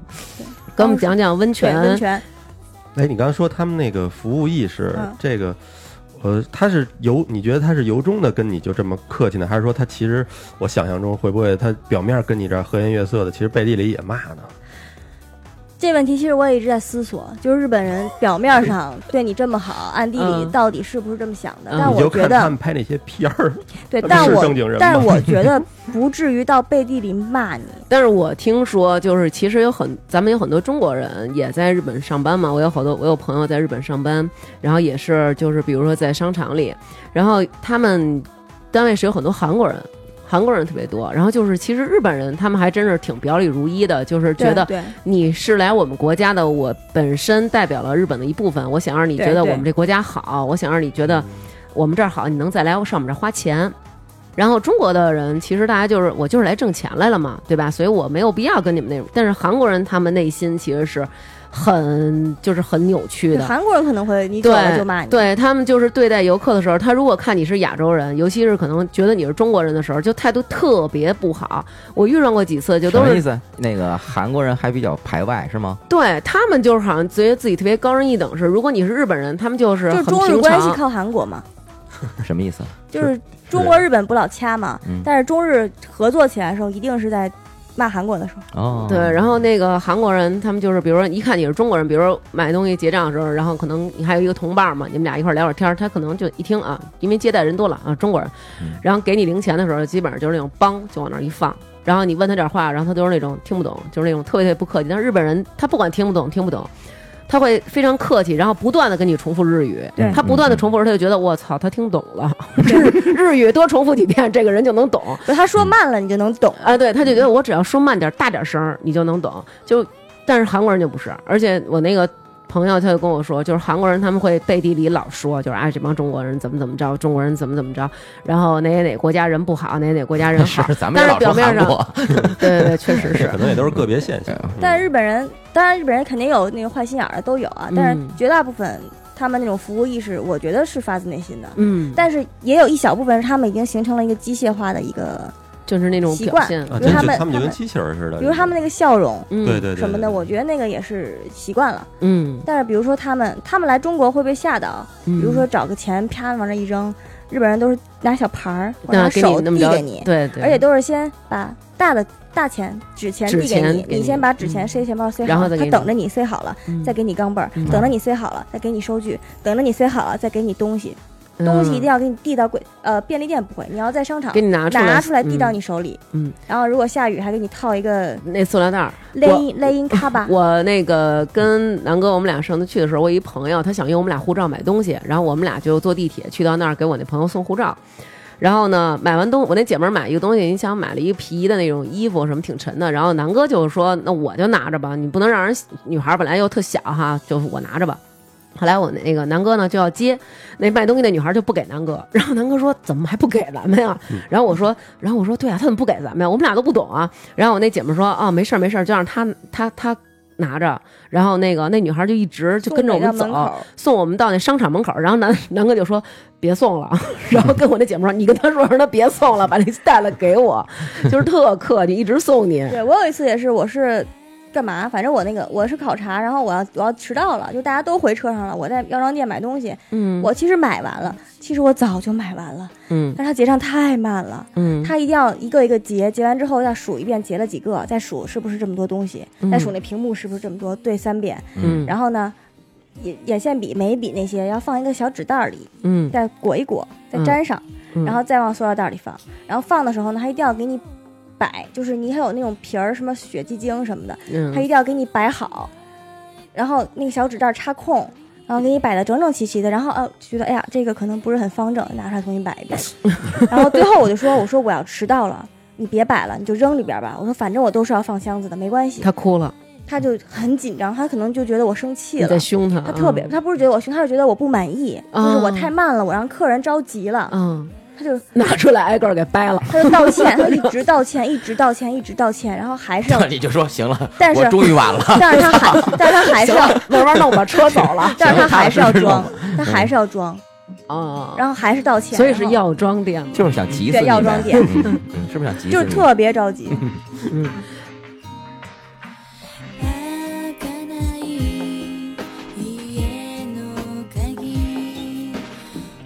[SPEAKER 1] 给我们讲讲温
[SPEAKER 3] 对
[SPEAKER 1] 泉，
[SPEAKER 3] 温泉，
[SPEAKER 4] 哎，你刚才说他们那个服务意识，
[SPEAKER 3] 嗯
[SPEAKER 4] 这个，呃，他是由你觉得他是由衷的跟你就这么客气呢，还是说他其实我想象中会不会他表面跟你这儿和颜悦色的，其实背地里也骂呢？
[SPEAKER 3] 这问题其实我也一直在思索，就是日本人表面上对你这么好，暗地里
[SPEAKER 1] 嗯
[SPEAKER 3] 到底是不是这么想的？
[SPEAKER 1] 嗯
[SPEAKER 3] 但
[SPEAKER 4] 你就
[SPEAKER 3] 我觉
[SPEAKER 4] 看他
[SPEAKER 3] 得，
[SPEAKER 4] 们拍那些片 儿，
[SPEAKER 3] 对，
[SPEAKER 4] 他们
[SPEAKER 3] 但
[SPEAKER 4] 是
[SPEAKER 3] 我
[SPEAKER 4] 正经人
[SPEAKER 3] 但
[SPEAKER 4] 吗
[SPEAKER 3] 是我觉 得不至于到背地里骂你。
[SPEAKER 1] 但是我听说，就是其实有很，咱们有很多中国人也在日本上班嘛。我有好多，我有朋友在日本上班，然后也是就是比如说在商场里，然后他们单位是有很多韩国人，韩国人特别多。然后就是其实日本人他们还真是挺表里如一的，就是 觉
[SPEAKER 3] 对
[SPEAKER 1] 得
[SPEAKER 3] 对
[SPEAKER 1] 你是来我们国家的，我本身代表了日本的一部分，我想让你觉得
[SPEAKER 3] 对对
[SPEAKER 1] 我们这国家好，我想让你觉
[SPEAKER 2] 嗯
[SPEAKER 1] 得我们这儿好，你能再来上我们这儿花钱。然后中国的人其实大家就是我就是来挣钱来了嘛，对吧？所以我没有必要跟你们那种。但是韩国人他们内心其实是很就是很扭曲的，
[SPEAKER 3] 韩国人可能会你走了
[SPEAKER 1] 对
[SPEAKER 3] 就骂你，
[SPEAKER 1] 对他们就是对待游客的时候，他如果看你是亚洲人，尤其是可能觉得你是中国人的时候，就态度特别不好。我遇上过几次，就
[SPEAKER 2] 什
[SPEAKER 1] 都
[SPEAKER 2] 么
[SPEAKER 1] 是
[SPEAKER 2] 意思？那个韩国人还比较排外是吗？
[SPEAKER 1] 对他们就是好像觉得自己特别高人一等似的。如果你是日本人，他们就是
[SPEAKER 3] 就是
[SPEAKER 1] 很
[SPEAKER 3] 中日
[SPEAKER 1] 平
[SPEAKER 3] 关系
[SPEAKER 1] 常。
[SPEAKER 3] 靠韩国嘛，
[SPEAKER 2] 什么意思？
[SPEAKER 3] 就是中国日本不老掐嘛
[SPEAKER 2] 嗯，
[SPEAKER 3] 但是中日合作起来的时候，一定是在骂韩国的时候，
[SPEAKER 2] 哦，
[SPEAKER 1] 对，然后那个韩国人，他们就是，比如说一看你是中国人，比如说买东西结账的时候，然后可能你还有一个同伴嘛，你们俩一块儿聊会儿天儿，他可能就一听啊，因为接待人多了啊，中国人
[SPEAKER 2] 嗯，
[SPEAKER 1] 然后给你零钱的时候，基本上就是那种梆就往那儿一放，然后你问他点话，然后他都是那种听不懂，就是那种特别特别不客气。但是日本人他不管听不懂听不懂，他会非常客气，然后不断的跟你重复日语，
[SPEAKER 3] 对
[SPEAKER 1] 他不断的重复的时候，他就觉得我操，他听懂 了日日语，多重复几遍，这个人就能懂。
[SPEAKER 3] 不是他
[SPEAKER 4] 嗯
[SPEAKER 3] 说慢了你就能懂，
[SPEAKER 1] 啊，对，他就
[SPEAKER 3] 嗯
[SPEAKER 1] 觉得我只要说慢点儿、大点儿声儿，你就能懂。就但是韩国人就不是，而且我那个朋友他就跟我说，就是韩国人他们会背地里老说，就是哎这帮中国人怎么怎么着，中国人怎么怎么着，然后哪哪哪国家人不好，哪哪国家人好。
[SPEAKER 2] 嗯是咱们
[SPEAKER 1] 但是
[SPEAKER 2] 也老
[SPEAKER 1] 表
[SPEAKER 2] 说
[SPEAKER 1] 面
[SPEAKER 2] 韩
[SPEAKER 1] 上
[SPEAKER 2] 国，
[SPEAKER 1] 对对对，确实是
[SPEAKER 4] 可。能也都是个别现象。
[SPEAKER 3] 但是日本人，当然日本人肯定有那个坏心眼儿的都有啊，
[SPEAKER 1] 嗯
[SPEAKER 3] 但是绝大部分他们那种服务意识，我觉得是发自内心的。
[SPEAKER 1] 嗯，
[SPEAKER 3] 但是也有一小部分是他们已经形成了一个机械化的一个
[SPEAKER 1] 就是那种
[SPEAKER 3] 习
[SPEAKER 1] 表
[SPEAKER 3] 惯
[SPEAKER 1] 现，
[SPEAKER 4] 啊，
[SPEAKER 3] 比如
[SPEAKER 4] 真
[SPEAKER 3] 他
[SPEAKER 4] 就
[SPEAKER 3] 们
[SPEAKER 4] 他们就
[SPEAKER 3] 他
[SPEAKER 4] 跟
[SPEAKER 3] 们
[SPEAKER 4] 机器人似的，
[SPEAKER 3] 比如他们那个笑容
[SPEAKER 1] 嗯，
[SPEAKER 4] 对对对
[SPEAKER 3] 什么的，
[SPEAKER 4] 对
[SPEAKER 3] 我觉得那个也是习惯了。
[SPEAKER 1] 嗯，
[SPEAKER 3] 但是比如说他们他们来中国会被吓到，
[SPEAKER 1] 比
[SPEAKER 3] 比如说找个钱啪往那一扔，日本人都是拿小盘儿或者
[SPEAKER 1] 那
[SPEAKER 3] 拿
[SPEAKER 1] 给你
[SPEAKER 3] 手
[SPEAKER 1] 那
[SPEAKER 3] 递
[SPEAKER 1] 么着
[SPEAKER 3] 给你，
[SPEAKER 1] 对对，
[SPEAKER 3] 而且都是先把大的大钱纸钱
[SPEAKER 1] 纸
[SPEAKER 3] 递给
[SPEAKER 1] 钱
[SPEAKER 3] 你，
[SPEAKER 1] 给
[SPEAKER 3] 你
[SPEAKER 1] 你
[SPEAKER 3] 先把纸
[SPEAKER 1] 嗯
[SPEAKER 3] 钱塞钱包塞好，
[SPEAKER 1] 然后再给
[SPEAKER 3] 他
[SPEAKER 1] 你
[SPEAKER 3] 等着你塞好了，再给你钢镚儿，
[SPEAKER 1] 嗯
[SPEAKER 3] 等着你塞好了，再给你收据，等着你塞好了，再给你东西，东西一定
[SPEAKER 1] 要
[SPEAKER 3] 要给你递到柜呃便利店不会，你要在商场
[SPEAKER 1] 嗯给你拿出来，
[SPEAKER 3] 拿出来递到
[SPEAKER 1] 嗯
[SPEAKER 3] 你手里，
[SPEAKER 1] 嗯，
[SPEAKER 3] 然后如果下雨还给你套一个
[SPEAKER 1] 那塑料袋儿。
[SPEAKER 3] 勒音勒音卡吧，
[SPEAKER 1] 我那个跟南哥我们俩上次去的时候，我一朋友他想用我们俩护照买东西，然后我们俩就坐地铁去到那儿给我那朋友送护照。然后呢，买完东我那姐们儿买一个东西，你想买了一个皮的那种衣服，什么挺沉的。然后南哥就说：“那我就拿着吧，你不能让人女孩儿本来又特小哈，就是我拿着吧。”后来我那个南哥呢就要接那卖东西那女孩就不给南哥，然后南哥说怎么还不给咱们呀？
[SPEAKER 3] 嗯
[SPEAKER 1] 然后我说，然后我说对啊，他怎么不给咱们呀？我们俩都不懂啊。然后我那姐们说啊，没事儿没事儿，就让她她她拿着。然后那个那女孩就一直就跟着我们
[SPEAKER 3] 送回到门
[SPEAKER 1] 走，
[SPEAKER 3] 口。
[SPEAKER 1] 送我们到那商场门口。然后南南哥就说别送了， 然后跟我那姐们说，你跟他说让他别送了，把那带了给我，就是特客气，一直送你。
[SPEAKER 3] 对我有一次也是，我是干嘛？反正我那个我是考察，然后我要我要迟到了，就大家都回车上了，我在药妆店买东西，
[SPEAKER 1] 嗯，
[SPEAKER 3] 我其实买完了，其实我早就买完了，
[SPEAKER 1] 嗯
[SPEAKER 3] 但是他结账太慢了，
[SPEAKER 1] 嗯，
[SPEAKER 3] 他一定要一个一个结，结完之后要数一遍结了几个，再数是不是这么多东西，再数那屏幕是不是这么多，对三遍，
[SPEAKER 1] 嗯
[SPEAKER 3] 然后呢。眼眼线笔、眉笔那些要放一个小纸袋儿里，
[SPEAKER 1] 嗯，
[SPEAKER 3] 再裹一裹，再
[SPEAKER 1] 嗯
[SPEAKER 3] 粘上，
[SPEAKER 1] 嗯
[SPEAKER 3] 然后再往塑料袋里放。然后放的时候呢，它一定要给你摆，就是你还有那种皮儿，什么血迹精什么的，
[SPEAKER 1] 嗯
[SPEAKER 3] 它一定要给你摆好。然后那个小纸袋儿插空，然后给你摆的整整齐齐的。然后呃，觉得哎呀，这个可能不是很方正，拿出来重新摆一遍。 然后最后我就说，我说我要迟到了。你别摆了，你就扔里边儿吧。我说反正我都是要放箱子的，没关系。
[SPEAKER 1] 嗯他哭了，
[SPEAKER 3] 他就很紧张，他可能就觉得我生气
[SPEAKER 1] 你
[SPEAKER 3] 了，
[SPEAKER 1] 在嗯凶他，
[SPEAKER 3] 他特别，他不是觉得我凶，他是觉得我不满意，就是我太慢了，我让客人着急了，
[SPEAKER 1] 嗯，
[SPEAKER 3] 他就
[SPEAKER 1] 拿出来挨个儿给掰了。
[SPEAKER 3] 他就道 歉，他一直道歉，一直道歉，一直道歉，然后还 是要，
[SPEAKER 2] 你就说行了，
[SPEAKER 3] 但是
[SPEAKER 2] 我终于晚 了。
[SPEAKER 3] 但是他还，但是他还 是要，
[SPEAKER 1] 慢慢弄吧，车走 了。
[SPEAKER 3] 但啊是他
[SPEAKER 1] 啊
[SPEAKER 3] 还是要嗯
[SPEAKER 2] 行
[SPEAKER 3] 装，他还是要装，
[SPEAKER 1] 哦，
[SPEAKER 3] 然后还是道歉，
[SPEAKER 1] 所以是
[SPEAKER 3] 然后
[SPEAKER 1] 药妆店嘛。
[SPEAKER 2] 就是想急死
[SPEAKER 3] 对
[SPEAKER 2] 你呗，
[SPEAKER 3] 药妆店
[SPEAKER 2] 嗯，嗯嗯是不是想急
[SPEAKER 3] 就
[SPEAKER 2] 死
[SPEAKER 3] 是
[SPEAKER 2] 你？
[SPEAKER 3] 特别着急，
[SPEAKER 1] 嗯
[SPEAKER 5] 開かない家の鍵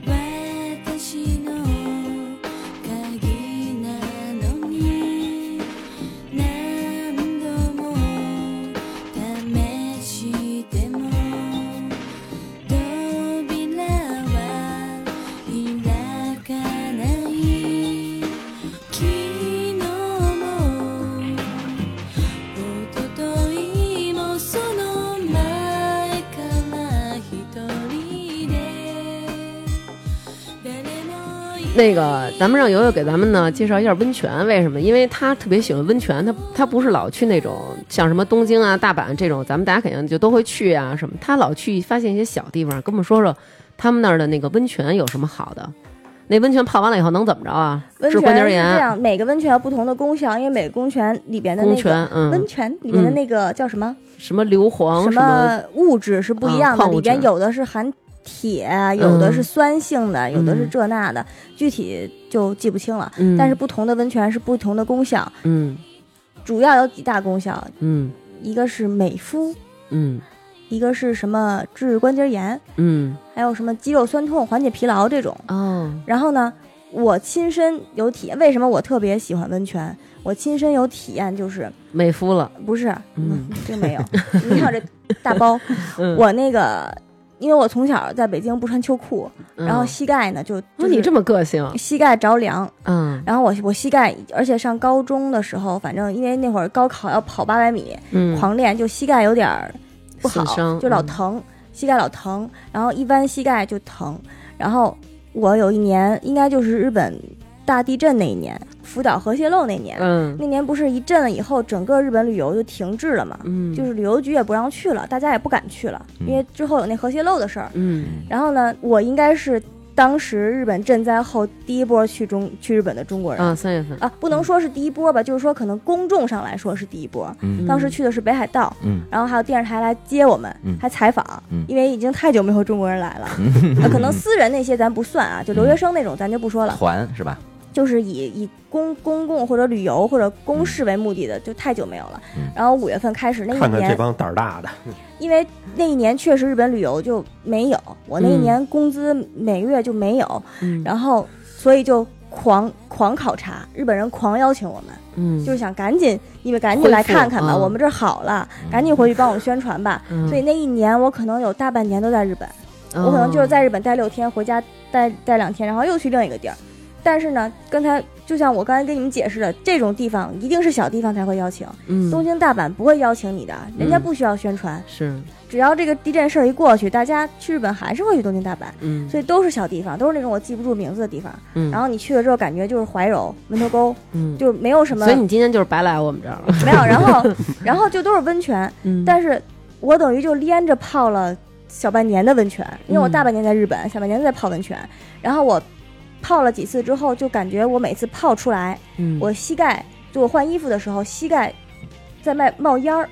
[SPEAKER 5] 私の鍵なのに何度も試しても扉は開かない昨日も一昨日もその前から一人で誰もいない
[SPEAKER 1] 那个，咱们让游游给咱们呢介绍一下温泉，为什么？因为他特别喜欢温泉，他他不是老去那种像什么东京啊、大阪这种，咱们大家肯定就都会去啊什么。他老去发现一些小地方，跟我们说说他们那儿的那个温泉有什么好的。那温泉泡完了以后能怎么着啊？
[SPEAKER 3] 温
[SPEAKER 1] 治
[SPEAKER 3] 泉
[SPEAKER 1] 关
[SPEAKER 3] 是
[SPEAKER 1] 节
[SPEAKER 3] 这
[SPEAKER 1] 炎、
[SPEAKER 3] 样，每个温泉有不同的功效，因为每个温泉里边的
[SPEAKER 1] 宫
[SPEAKER 3] 那个。
[SPEAKER 1] 泉，嗯
[SPEAKER 3] 温，泉里面的那个叫什么、
[SPEAKER 1] 什么硫磺
[SPEAKER 3] 什
[SPEAKER 1] 么，
[SPEAKER 3] 么物质是不一样的，
[SPEAKER 1] 啊矿物
[SPEAKER 3] 里边
[SPEAKER 1] 质
[SPEAKER 3] 有的是含铁，有的是酸性的，有的是
[SPEAKER 1] 嗯
[SPEAKER 3] 这那的，具体就记不清了。
[SPEAKER 1] 嗯，
[SPEAKER 3] 但是不同的温泉是不同的功效，
[SPEAKER 1] 嗯
[SPEAKER 3] 主要有几大功效，
[SPEAKER 1] 嗯
[SPEAKER 3] 一个是美肤，
[SPEAKER 1] 嗯
[SPEAKER 3] 一个是什么治关节炎，
[SPEAKER 1] 嗯
[SPEAKER 3] 还有什么肌肉酸痛、缓解疲劳这种。
[SPEAKER 1] 哦，
[SPEAKER 3] 然后呢，我亲身有体验，为什么我特别喜欢温泉？我亲身有体验，就是
[SPEAKER 1] 美肤了，
[SPEAKER 3] 不是，
[SPEAKER 1] 嗯
[SPEAKER 3] 嗯，真没有。你看我这大包，
[SPEAKER 1] 嗯，
[SPEAKER 3] 我那个，因为我从小在北京不穿秋裤，
[SPEAKER 1] 嗯
[SPEAKER 3] 然后膝盖呢就，
[SPEAKER 1] 哦
[SPEAKER 3] 就
[SPEAKER 1] 你
[SPEAKER 3] 是
[SPEAKER 1] 这么个性，
[SPEAKER 3] 膝盖着凉，
[SPEAKER 1] 嗯
[SPEAKER 3] 然后我我膝盖，而且上高中的时候，反正因为那会儿高考要跑八百米，
[SPEAKER 1] 嗯，
[SPEAKER 3] 狂练，就膝盖有点儿不好
[SPEAKER 1] 损伤，
[SPEAKER 3] 就老疼，膝盖老疼，然后一弯膝盖就疼。然后我有一年，应该就是日本大地震那一年，福岛核泄漏那年，
[SPEAKER 1] 嗯
[SPEAKER 3] 那年不是一震了以后，整个日本旅游就停滞了嘛，
[SPEAKER 1] 嗯，
[SPEAKER 3] 就是旅游局也不让去了，大家也不敢去了，因为之后有那核泄漏的事儿。
[SPEAKER 1] 嗯
[SPEAKER 3] 然后呢，我应该是当时日本震灾后第一波去中去日本的中国人。
[SPEAKER 1] 啊，三月份，
[SPEAKER 3] 啊，不能说是第一波吧，就是说可能公众上来说是第一波。
[SPEAKER 2] 嗯
[SPEAKER 3] 当时去的是北海道，
[SPEAKER 2] 嗯，
[SPEAKER 3] 然后还有电视台来接我们，
[SPEAKER 2] 嗯
[SPEAKER 3] 还采访，
[SPEAKER 2] 嗯
[SPEAKER 3] 因为已经太久没
[SPEAKER 2] 嗯
[SPEAKER 3] 有中国人来了，啊可能私人那些咱不算啊，就留学生那种咱就不说了。
[SPEAKER 2] 团是吧？
[SPEAKER 3] 就是以以公公共或者旅游或者公事为目的的，就太久没有了
[SPEAKER 2] 嗯。
[SPEAKER 3] 然后五月份开始那一
[SPEAKER 4] 看看这
[SPEAKER 3] 年，
[SPEAKER 4] 帮胆儿大的，
[SPEAKER 3] 因为那一年确实日本旅游就没有，我那一
[SPEAKER 1] 嗯
[SPEAKER 3] 年工资每个月就没有，
[SPEAKER 1] 嗯
[SPEAKER 3] 然后所以就狂狂考察，日本人狂要求我们，
[SPEAKER 1] 嗯，
[SPEAKER 3] 就是想赶紧你们赶紧来看看吧，
[SPEAKER 1] 恢复嗯
[SPEAKER 3] 我们这儿好了，赶紧回去帮我们宣传吧。
[SPEAKER 1] 嗯
[SPEAKER 3] 所以那一年我可能有大半年都在日本，我可能就是
[SPEAKER 1] 嗯
[SPEAKER 3] 在日本待六天，回家待待两天，然后又去另一个地儿。但是呢，刚才就像我刚才跟你们解释的，这种地方一定是小地方才会邀请，
[SPEAKER 1] 嗯
[SPEAKER 3] 东京、大阪不会邀请你的，人家
[SPEAKER 1] 嗯
[SPEAKER 3] 不需要宣传，
[SPEAKER 1] 是
[SPEAKER 3] 只要这个地震事儿一过去，大家去日本还是会去东京、大阪，
[SPEAKER 1] 嗯，
[SPEAKER 3] 所以都是小地方，都是那种我记不住名字的地方。
[SPEAKER 1] 嗯
[SPEAKER 3] 然后你去了之后，感觉就是怀柔、门头沟，
[SPEAKER 1] 嗯，
[SPEAKER 3] 就没有什么
[SPEAKER 1] 所以你今天就是白来我们这儿 了，
[SPEAKER 3] 没有，然后然后就都是温泉，
[SPEAKER 1] 嗯
[SPEAKER 3] 但是我等于就连着泡了小半年的温泉，因为
[SPEAKER 1] 嗯
[SPEAKER 3] 我大半年在日本，小半年在泡温泉，然后我泡了几次之后，就感觉我每次泡出来，
[SPEAKER 1] 嗯
[SPEAKER 3] 我膝盖就我换衣服的时候，膝盖在冒冒烟 儿，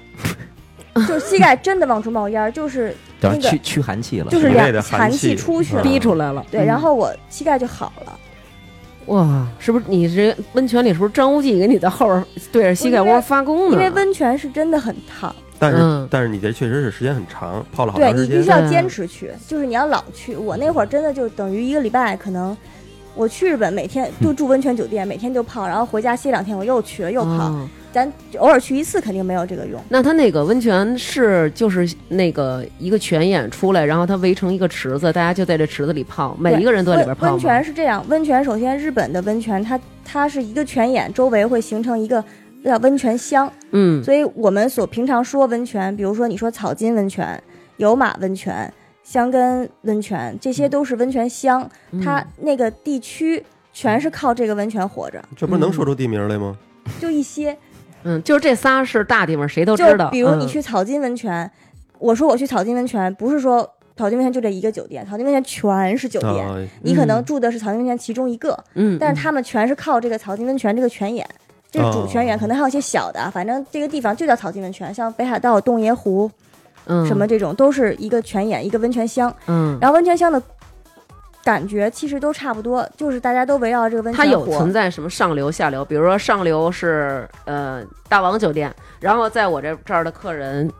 [SPEAKER 3] 就是膝盖真的往出冒烟儿，就是
[SPEAKER 2] 等于
[SPEAKER 3] 那个
[SPEAKER 2] 驱驱寒气了，
[SPEAKER 3] 就是
[SPEAKER 4] 体内
[SPEAKER 3] 两
[SPEAKER 4] 的
[SPEAKER 3] 寒
[SPEAKER 4] 寒
[SPEAKER 3] 气
[SPEAKER 4] 气
[SPEAKER 3] 出去了，
[SPEAKER 1] 逼出来了，
[SPEAKER 3] 对，
[SPEAKER 1] 嗯
[SPEAKER 3] 然后我膝盖就好了。
[SPEAKER 1] 哇，是不是你这温泉里是不是张无忌给你在后边对着膝盖窝发功呢？
[SPEAKER 3] 因为温泉是真的很烫，
[SPEAKER 4] 但是、
[SPEAKER 1] 嗯
[SPEAKER 4] 但是你这确实是时间很长，泡了好
[SPEAKER 3] 对
[SPEAKER 4] 长
[SPEAKER 3] 你
[SPEAKER 4] 时
[SPEAKER 3] 必须
[SPEAKER 4] 间。
[SPEAKER 3] 要
[SPEAKER 1] 对
[SPEAKER 3] 坚持去，就是你要老去。我那会儿真的就等于一个礼拜，可能我去日本每天就住温泉酒店，每天就泡，然后回家歇两天，我又去了又泡。
[SPEAKER 1] 哦
[SPEAKER 3] 咱偶尔去一次肯定没有这个用，
[SPEAKER 1] 那他那个温泉是就是那个一个泉眼出来，然后它围成一个池子，大家就在这池子里泡，每一个人都在里边泡
[SPEAKER 3] 温
[SPEAKER 1] 吗
[SPEAKER 3] 温泉是这样，温泉首先日本的温泉它它是一个泉眼周围会形成一个。叫温泉乡，
[SPEAKER 1] 嗯
[SPEAKER 3] 所以我们所平常说温泉，比如说你说草金温泉、有马温泉、香根温泉，这些都是温泉乡。
[SPEAKER 1] 嗯
[SPEAKER 3] 它那个地区全是靠这个温泉活着，
[SPEAKER 4] 这不是能说出地名来吗？
[SPEAKER 3] 就一些，
[SPEAKER 1] 嗯，就是这仨是大地方，谁 都知
[SPEAKER 3] 就
[SPEAKER 1] 道。
[SPEAKER 3] 比如
[SPEAKER 1] 嗯
[SPEAKER 3] 你去草金温泉，我说我去草金温泉，不是说草金温泉就这一个酒店，草金温泉全是酒
[SPEAKER 4] 啊、
[SPEAKER 3] 店，你可能
[SPEAKER 1] 嗯
[SPEAKER 3] 住的是草金温泉其中一个，
[SPEAKER 1] 嗯，
[SPEAKER 3] 但是他们全是靠这个草金温泉这个泉眼。这是主泉眼，
[SPEAKER 4] 哦
[SPEAKER 3] 可能还有一些小的啊，反正这个地方就叫草金温泉，像北海道洞爷湖
[SPEAKER 1] 嗯
[SPEAKER 3] 什么这种，都是一个泉眼，一个温泉乡。
[SPEAKER 1] 嗯，
[SPEAKER 3] 然后温泉乡的感觉其实都差不多，就是大家都围绕着这个温泉
[SPEAKER 1] 它
[SPEAKER 3] 活。
[SPEAKER 1] 有存在什么上流下流，比如说上流是呃大王酒店，然后在我这这儿的客人。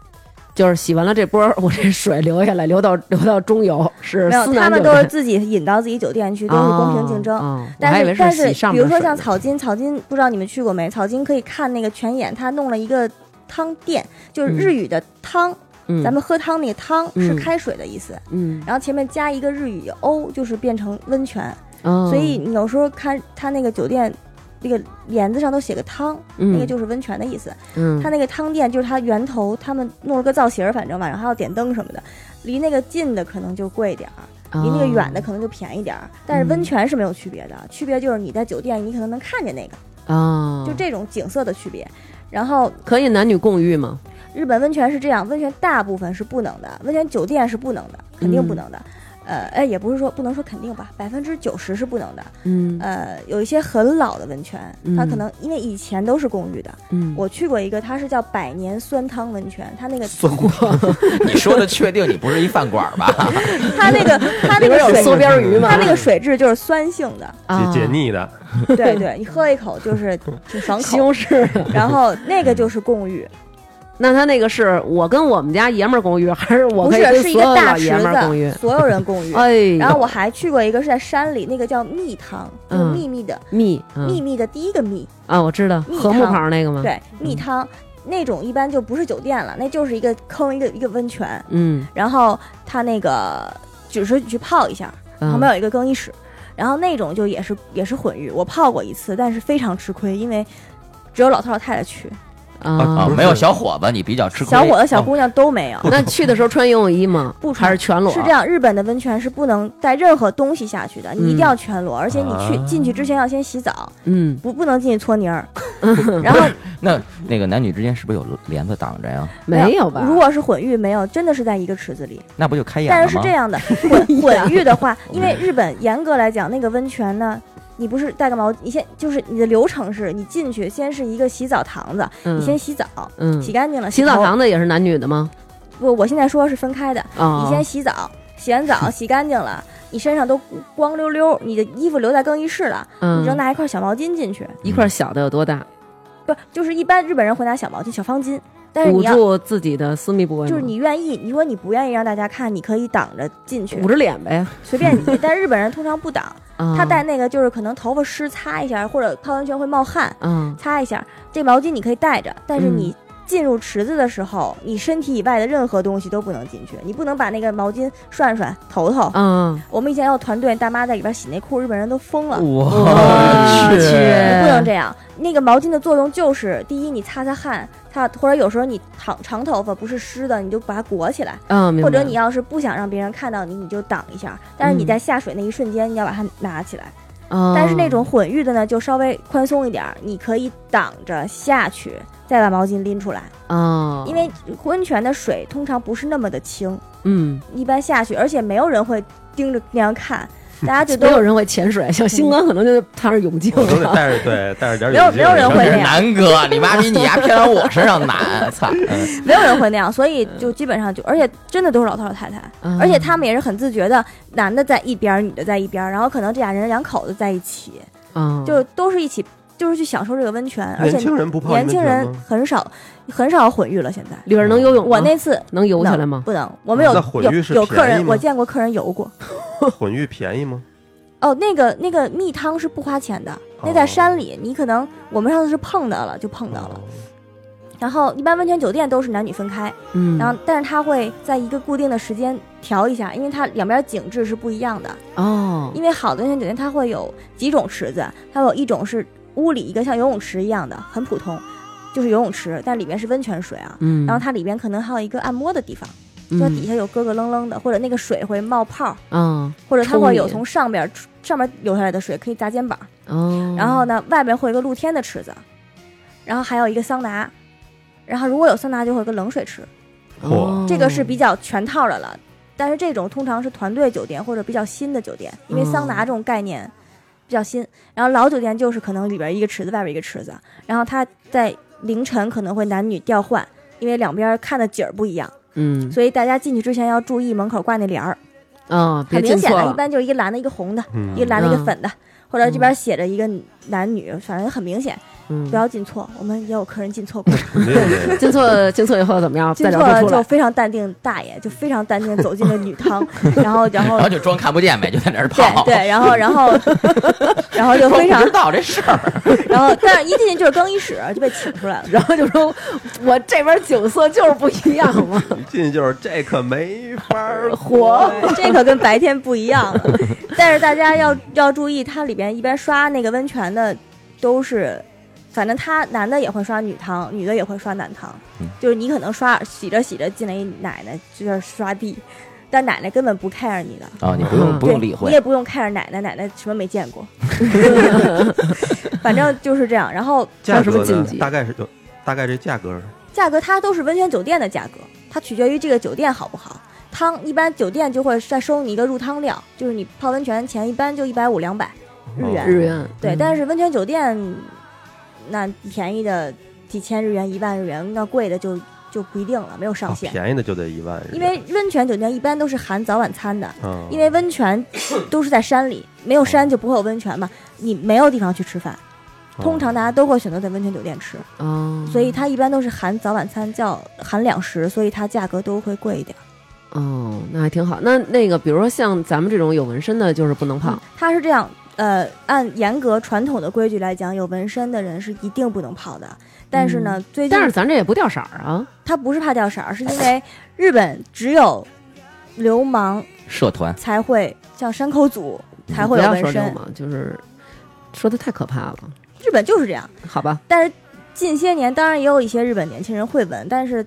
[SPEAKER 1] 就是洗完了这波儿，我这水流下来，流到流到中游是
[SPEAKER 3] 没有，
[SPEAKER 1] 思
[SPEAKER 3] 他
[SPEAKER 1] 南
[SPEAKER 3] 们
[SPEAKER 1] 酒
[SPEAKER 3] 都是
[SPEAKER 1] 店
[SPEAKER 3] 自己引到自己酒店去，都是公平竞争。
[SPEAKER 1] 哦哦我还以
[SPEAKER 3] 但
[SPEAKER 1] 为
[SPEAKER 3] 但
[SPEAKER 1] 是洗
[SPEAKER 3] 是，
[SPEAKER 1] 上
[SPEAKER 3] 比
[SPEAKER 1] 面
[SPEAKER 3] 如说
[SPEAKER 1] 水
[SPEAKER 3] 像
[SPEAKER 1] 的
[SPEAKER 3] 草金，草金不知道你们去过没？草金可以看那个泉眼，它弄了一个汤店，就是
[SPEAKER 1] 嗯
[SPEAKER 3] 日语的汤，
[SPEAKER 1] 嗯
[SPEAKER 3] 咱们喝汤那个汤是
[SPEAKER 1] 嗯
[SPEAKER 3] 开水的意思，
[SPEAKER 1] 嗯，
[SPEAKER 3] 然后前面加一个日语的欧，就是变成温泉。
[SPEAKER 1] 哦
[SPEAKER 3] 所以你有时候看它那个酒店。那个帘子上都写个汤，那个就是温泉的意思。
[SPEAKER 1] 嗯
[SPEAKER 3] 它那个汤店就是它源头，他们弄了个造型儿，反正晚上还要点灯什么的。离那个近的可能就贵点儿，
[SPEAKER 1] 嗯
[SPEAKER 3] 离
[SPEAKER 1] 哦
[SPEAKER 3] 那个远的可能就便宜点儿，但是温泉是没有区别的，区别就是你在酒店你可能能看见那个，
[SPEAKER 1] 哦，
[SPEAKER 3] 就这种景色的区别。然后
[SPEAKER 1] 可以男女共浴吗？
[SPEAKER 3] 日本温泉是这样，温泉大部分是不能的，温泉酒店是不能的，肯定
[SPEAKER 1] 嗯
[SPEAKER 3] 不能的。呃，哎，也不是说不能说肯定吧，百分之九十是不能的。
[SPEAKER 1] 嗯
[SPEAKER 3] 呃，有一些很老的温泉，它
[SPEAKER 1] 嗯
[SPEAKER 3] 可能因为以前都是公寓的，
[SPEAKER 1] 嗯，
[SPEAKER 3] 我去过一个，它是叫百年酸汤温泉，它那个
[SPEAKER 4] 酸
[SPEAKER 2] 你说的确定你不是一饭馆吧？
[SPEAKER 3] 它那个它那
[SPEAKER 1] 里边有
[SPEAKER 3] 个
[SPEAKER 1] 缩
[SPEAKER 3] 水，
[SPEAKER 1] 边鱼吗？
[SPEAKER 3] 它那个水质就是酸性 的，
[SPEAKER 1] 啊
[SPEAKER 4] 解解腻的，
[SPEAKER 3] 对对，你喝一口 就是挺爽
[SPEAKER 1] 西
[SPEAKER 3] 口。
[SPEAKER 1] 红柿。
[SPEAKER 3] 然后那个就是共浴，
[SPEAKER 1] 嗯那他那个是我跟我们家爷们儿共浴，还是我
[SPEAKER 3] 不
[SPEAKER 1] 可以
[SPEAKER 3] 是
[SPEAKER 1] 跟
[SPEAKER 3] 是一
[SPEAKER 1] 所
[SPEAKER 3] 个
[SPEAKER 1] 有
[SPEAKER 3] 大
[SPEAKER 1] 老
[SPEAKER 3] 池
[SPEAKER 1] 爷们儿共浴
[SPEAKER 3] 子，？所有人共浴。
[SPEAKER 1] 哎呦，
[SPEAKER 3] 然后我还去过一个是在山里，那个叫蜜汤，就是
[SPEAKER 1] 嗯
[SPEAKER 3] 秘密的
[SPEAKER 1] 蜜嗯
[SPEAKER 3] 秘密的第一个蜜，
[SPEAKER 1] 啊，我知道
[SPEAKER 3] 蜜
[SPEAKER 1] 禾木旁那个吗？，
[SPEAKER 3] 对蜜汤那种一般就不是酒店了，那就是一个坑一个一个温泉，
[SPEAKER 1] 嗯，
[SPEAKER 3] 然后它那个只是去泡一下，
[SPEAKER 1] 嗯
[SPEAKER 3] 旁边有一个更衣室，然后那种就也是也是混浴，我泡过一次，但是非常吃亏，因为只有老头老太太去，
[SPEAKER 2] 啊
[SPEAKER 1] 啊
[SPEAKER 4] 不，是
[SPEAKER 2] 没有小伙子，你比较吃亏。哦
[SPEAKER 3] 小伙子小姑娘都没有。
[SPEAKER 1] 那去的时候穿游泳衣吗？
[SPEAKER 3] 不
[SPEAKER 1] 还
[SPEAKER 3] 穿
[SPEAKER 1] 是全裸？
[SPEAKER 3] 是这样，日本的温泉是不能带任何东西下去的，你一定要全裸，而且你去
[SPEAKER 4] 啊
[SPEAKER 3] 进去之前要先洗澡，
[SPEAKER 1] 嗯，
[SPEAKER 3] 不不能进去搓泥儿。然后
[SPEAKER 2] 那那个男女之间是不是有帘子挡着呀？
[SPEAKER 1] 没有吧？
[SPEAKER 3] 如果是混浴，没有，真的是在一个池子里。
[SPEAKER 2] 那不就开眼了
[SPEAKER 3] 但
[SPEAKER 2] 吗？
[SPEAKER 3] 是是这 样的，混混浴的话，因为日本严格来讲，那个温泉呢，你不是带个毛，你先就是你的流程是，你进去先是一个洗澡堂子，
[SPEAKER 1] 嗯
[SPEAKER 3] 你先洗澡，
[SPEAKER 1] 嗯，
[SPEAKER 3] 洗干净了，
[SPEAKER 1] 洗澡
[SPEAKER 3] 头
[SPEAKER 1] 堂子也是男女的吗？
[SPEAKER 3] 不，我现在说是分开的，
[SPEAKER 1] 啊，
[SPEAKER 3] 你先洗澡，洗完澡洗干净了，你身上都光溜溜，你的衣服留在更衣室了，你只
[SPEAKER 1] 嗯，
[SPEAKER 3] 能拿一块小毛巾进去，
[SPEAKER 1] 一块小的有多大？
[SPEAKER 3] 不就是一般日本人会拿小毛巾、小方巾，但是
[SPEAKER 1] 捂
[SPEAKER 3] 你要
[SPEAKER 1] 住嗯自己的私密部位吗，
[SPEAKER 3] 就是你愿意，如果你不愿意让大家看，你可以挡着进去
[SPEAKER 1] 捂，着脸呗。
[SPEAKER 3] 随便 你。但日本人通常不挡，
[SPEAKER 1] 啊
[SPEAKER 3] 他戴那个就是可能头发湿擦一下，或者泡温泉会冒汗，
[SPEAKER 1] 嗯
[SPEAKER 3] 擦一下。这毛巾你可以带着，但是
[SPEAKER 1] 嗯
[SPEAKER 3] 你进入池子的时候，你身体以外的任何东西都不能进去，你不能把那个毛巾涮涮头头。
[SPEAKER 1] 嗯，
[SPEAKER 3] 我们以前有团队大妈在里边洗内裤，日本人都疯了。
[SPEAKER 1] 我去，
[SPEAKER 3] 哦不
[SPEAKER 1] 嗯
[SPEAKER 3] 能这样。那个毛巾的作用就是，第一，你擦擦汗，擦或者有时候你长长头发不是湿的，你就把它裹起来；
[SPEAKER 1] 嗯，明白
[SPEAKER 3] 或者你要是不想让别人看到你，你就挡一下。但是你
[SPEAKER 1] 嗯
[SPEAKER 3] 在下水那一瞬间，你要把它拿起来。
[SPEAKER 1] 嗯
[SPEAKER 3] 但是那种混浴的呢，就稍微宽松一点儿，你可以挡着下去，再把毛巾拎出来。
[SPEAKER 1] 哦，
[SPEAKER 3] 因为温泉的水通常不是那么的清，
[SPEAKER 1] 嗯，
[SPEAKER 3] 一般下去，而且没有人会盯着那 样看，大家就
[SPEAKER 1] 没有
[SPEAKER 3] 都。
[SPEAKER 1] 人会潜水，
[SPEAKER 3] 嗯
[SPEAKER 1] 像新哥可能就踏上泳镜
[SPEAKER 4] 我都得
[SPEAKER 1] 了。
[SPEAKER 4] 带着对带着点儿
[SPEAKER 3] 没有没
[SPEAKER 4] 眼镜
[SPEAKER 3] 有人
[SPEAKER 4] 然后
[SPEAKER 2] 这
[SPEAKER 3] 会
[SPEAKER 2] 是
[SPEAKER 3] 这样
[SPEAKER 2] 南哥，你妈逼你丫偏往我身上难，操！嗯
[SPEAKER 3] 没有人会那样，所 以就基本上就，而且真的都是老头老太太，
[SPEAKER 1] 嗯
[SPEAKER 3] 而且他们也是很自觉的，男的在一边儿，女的在一边儿，然后可能这俩人两口子在一起，
[SPEAKER 1] 嗯，
[SPEAKER 3] 就都是一起，就是去享受这个温泉，而且
[SPEAKER 4] 年轻人不怕
[SPEAKER 3] 年轻
[SPEAKER 4] 温泉
[SPEAKER 3] 人
[SPEAKER 4] 吗
[SPEAKER 3] 很少很少混浴了，现在。
[SPEAKER 1] 里边能游泳吗？
[SPEAKER 3] 我那次
[SPEAKER 1] 能游起
[SPEAKER 3] 能
[SPEAKER 1] 来吗？
[SPEAKER 3] 不能，我们有
[SPEAKER 4] 那混浴是
[SPEAKER 3] 有有客
[SPEAKER 4] 便宜
[SPEAKER 3] 人，
[SPEAKER 4] 吗
[SPEAKER 3] 我见过客人游过。
[SPEAKER 4] 混浴便宜吗？
[SPEAKER 3] 哦，那个那个蜜汤是不花钱的，那
[SPEAKER 4] 哦
[SPEAKER 3] 在山里，你可能我们上次是碰到了就碰到了。然后一般温泉酒店都是男女分开，
[SPEAKER 1] 嗯，
[SPEAKER 3] 然后但是他会在一个固定的时间调一下，因为它两边景致是不一样的。
[SPEAKER 1] 哦，
[SPEAKER 3] 因为好的温泉酒店它会有几种池子，它有一种是屋里一个像游泳池一样的，很普通，就是游泳池，但里面是温泉水啊。
[SPEAKER 1] 嗯，
[SPEAKER 3] 然后它里边可能还有一个按摩的地方，就
[SPEAKER 1] 嗯
[SPEAKER 3] 底下有咯咯楞楞的，或者那个水会冒泡，
[SPEAKER 1] 嗯
[SPEAKER 3] 或者它
[SPEAKER 1] 冲
[SPEAKER 3] 会
[SPEAKER 1] 你
[SPEAKER 3] 有从上边上面流下来的水可以砸肩膀。
[SPEAKER 1] 哦，
[SPEAKER 3] 然后呢，外边会有一个露天的池子，然后还有一个桑拿，然后如果有桑拿就会有个冷水池，
[SPEAKER 1] 哦
[SPEAKER 3] 这个是比较全套的了。但是这种通常是团队酒店或者比较新的酒店，因为桑拿
[SPEAKER 1] 嗯
[SPEAKER 3] 这种概念比较新。然后老酒店就是可能里边一个池子，外边一个池子，然后它在凌晨可能会男女调换，因为两边看的景儿不一样，
[SPEAKER 1] 嗯
[SPEAKER 3] 所以大家进去之前要注意门口挂那帘儿，
[SPEAKER 1] 啊，别
[SPEAKER 3] 很明
[SPEAKER 1] 进
[SPEAKER 3] 显
[SPEAKER 1] 错
[SPEAKER 3] 的，一
[SPEAKER 1] 了，
[SPEAKER 3] 般就是一个蓝的，一个红的，
[SPEAKER 4] 嗯
[SPEAKER 3] 一 个蓝的，一个
[SPEAKER 1] 嗯
[SPEAKER 3] 粉的，或者这边写着一个男女，反正很明显。
[SPEAKER 1] 嗯
[SPEAKER 3] 不要进错，我们也有客人进错过，
[SPEAKER 4] 肯定得
[SPEAKER 1] 进错进错以后怎么样？
[SPEAKER 3] 进
[SPEAKER 1] 再
[SPEAKER 3] 错
[SPEAKER 1] 找他
[SPEAKER 3] 了
[SPEAKER 1] 出
[SPEAKER 3] 就
[SPEAKER 1] 来。
[SPEAKER 3] 非常淡定，大爷就非常淡定地走进了女汤， 然后然后
[SPEAKER 2] 然后就装看不见呗，就在那儿跑
[SPEAKER 3] 对。对，然 后然后然后就非
[SPEAKER 2] 我
[SPEAKER 3] 常
[SPEAKER 2] 不知，道这事儿，
[SPEAKER 3] 然后但是一进去就是更衣室就被请出来了，
[SPEAKER 1] 然后就说，我这边景色就是不一样嘛，
[SPEAKER 4] 一进就是这可没 法儿
[SPEAKER 1] 活
[SPEAKER 3] 这可跟白天不一样了。 但是大家要要注意，它里边一般刷那个温泉的都是。反正他男的也会刷女汤，女的也会刷男汤，
[SPEAKER 2] 嗯
[SPEAKER 3] 就是你可能刷洗着洗着进来一奶奶就在刷地，但奶奶根本不 care 你的，
[SPEAKER 2] 啊！你不用不
[SPEAKER 3] 对
[SPEAKER 2] 用理
[SPEAKER 3] 你
[SPEAKER 2] 会
[SPEAKER 3] 也，不用看着奶奶，奶奶什么没见 过， 反正就是这样。然后
[SPEAKER 1] 还有
[SPEAKER 4] 价
[SPEAKER 1] 什么
[SPEAKER 4] 格
[SPEAKER 1] 禁
[SPEAKER 4] 呢
[SPEAKER 1] 忌？
[SPEAKER 4] 大概是有，大概这价格是
[SPEAKER 3] 价格它都是温泉酒店的价格，它取决于这个酒店好不好。汤一般酒店就会再收你一个入汤料，就是你泡温泉前一般就一百五两百日 元，
[SPEAKER 1] 日元
[SPEAKER 3] 对。
[SPEAKER 1] 嗯
[SPEAKER 3] 但是温泉酒店那便宜的几千日元、一万日元，那贵的就就不一定了，没有上
[SPEAKER 4] 啊
[SPEAKER 3] 限。
[SPEAKER 4] 便宜的就得一万日元，
[SPEAKER 3] 因为温泉酒店一般都是含早晚餐的，
[SPEAKER 4] 嗯
[SPEAKER 3] 因为温泉都是在山里，没有山就不会有温泉嘛。你没有地方去吃饭，通常大家都会选择在温泉酒店吃，
[SPEAKER 1] 哦，
[SPEAKER 3] 所以它一般都是含早晚餐叫含两食，所以它价格都会贵一点。
[SPEAKER 1] 哦，那还挺好。那那个，比如说像咱们这种有纹身的，就是不能泡
[SPEAKER 3] 嗯，它是这样，呃，按严格传统的规矩来讲，有纹身的人是一定不能泡的。但是呢，最
[SPEAKER 1] 嗯
[SPEAKER 3] 近
[SPEAKER 1] 但是咱这也不掉色儿啊。
[SPEAKER 3] 它不是怕掉色儿，是因为日本只有流氓
[SPEAKER 2] 社团
[SPEAKER 3] 才会，像山口组才
[SPEAKER 1] 不
[SPEAKER 3] 会有
[SPEAKER 1] 要
[SPEAKER 3] 纹
[SPEAKER 1] 说这
[SPEAKER 3] 身，
[SPEAKER 1] 嘛，就是说的太可怕了，
[SPEAKER 3] 日本就是这样。
[SPEAKER 1] 好吧？
[SPEAKER 3] 但是近些年，当然也有一些日本年轻人会纹，但是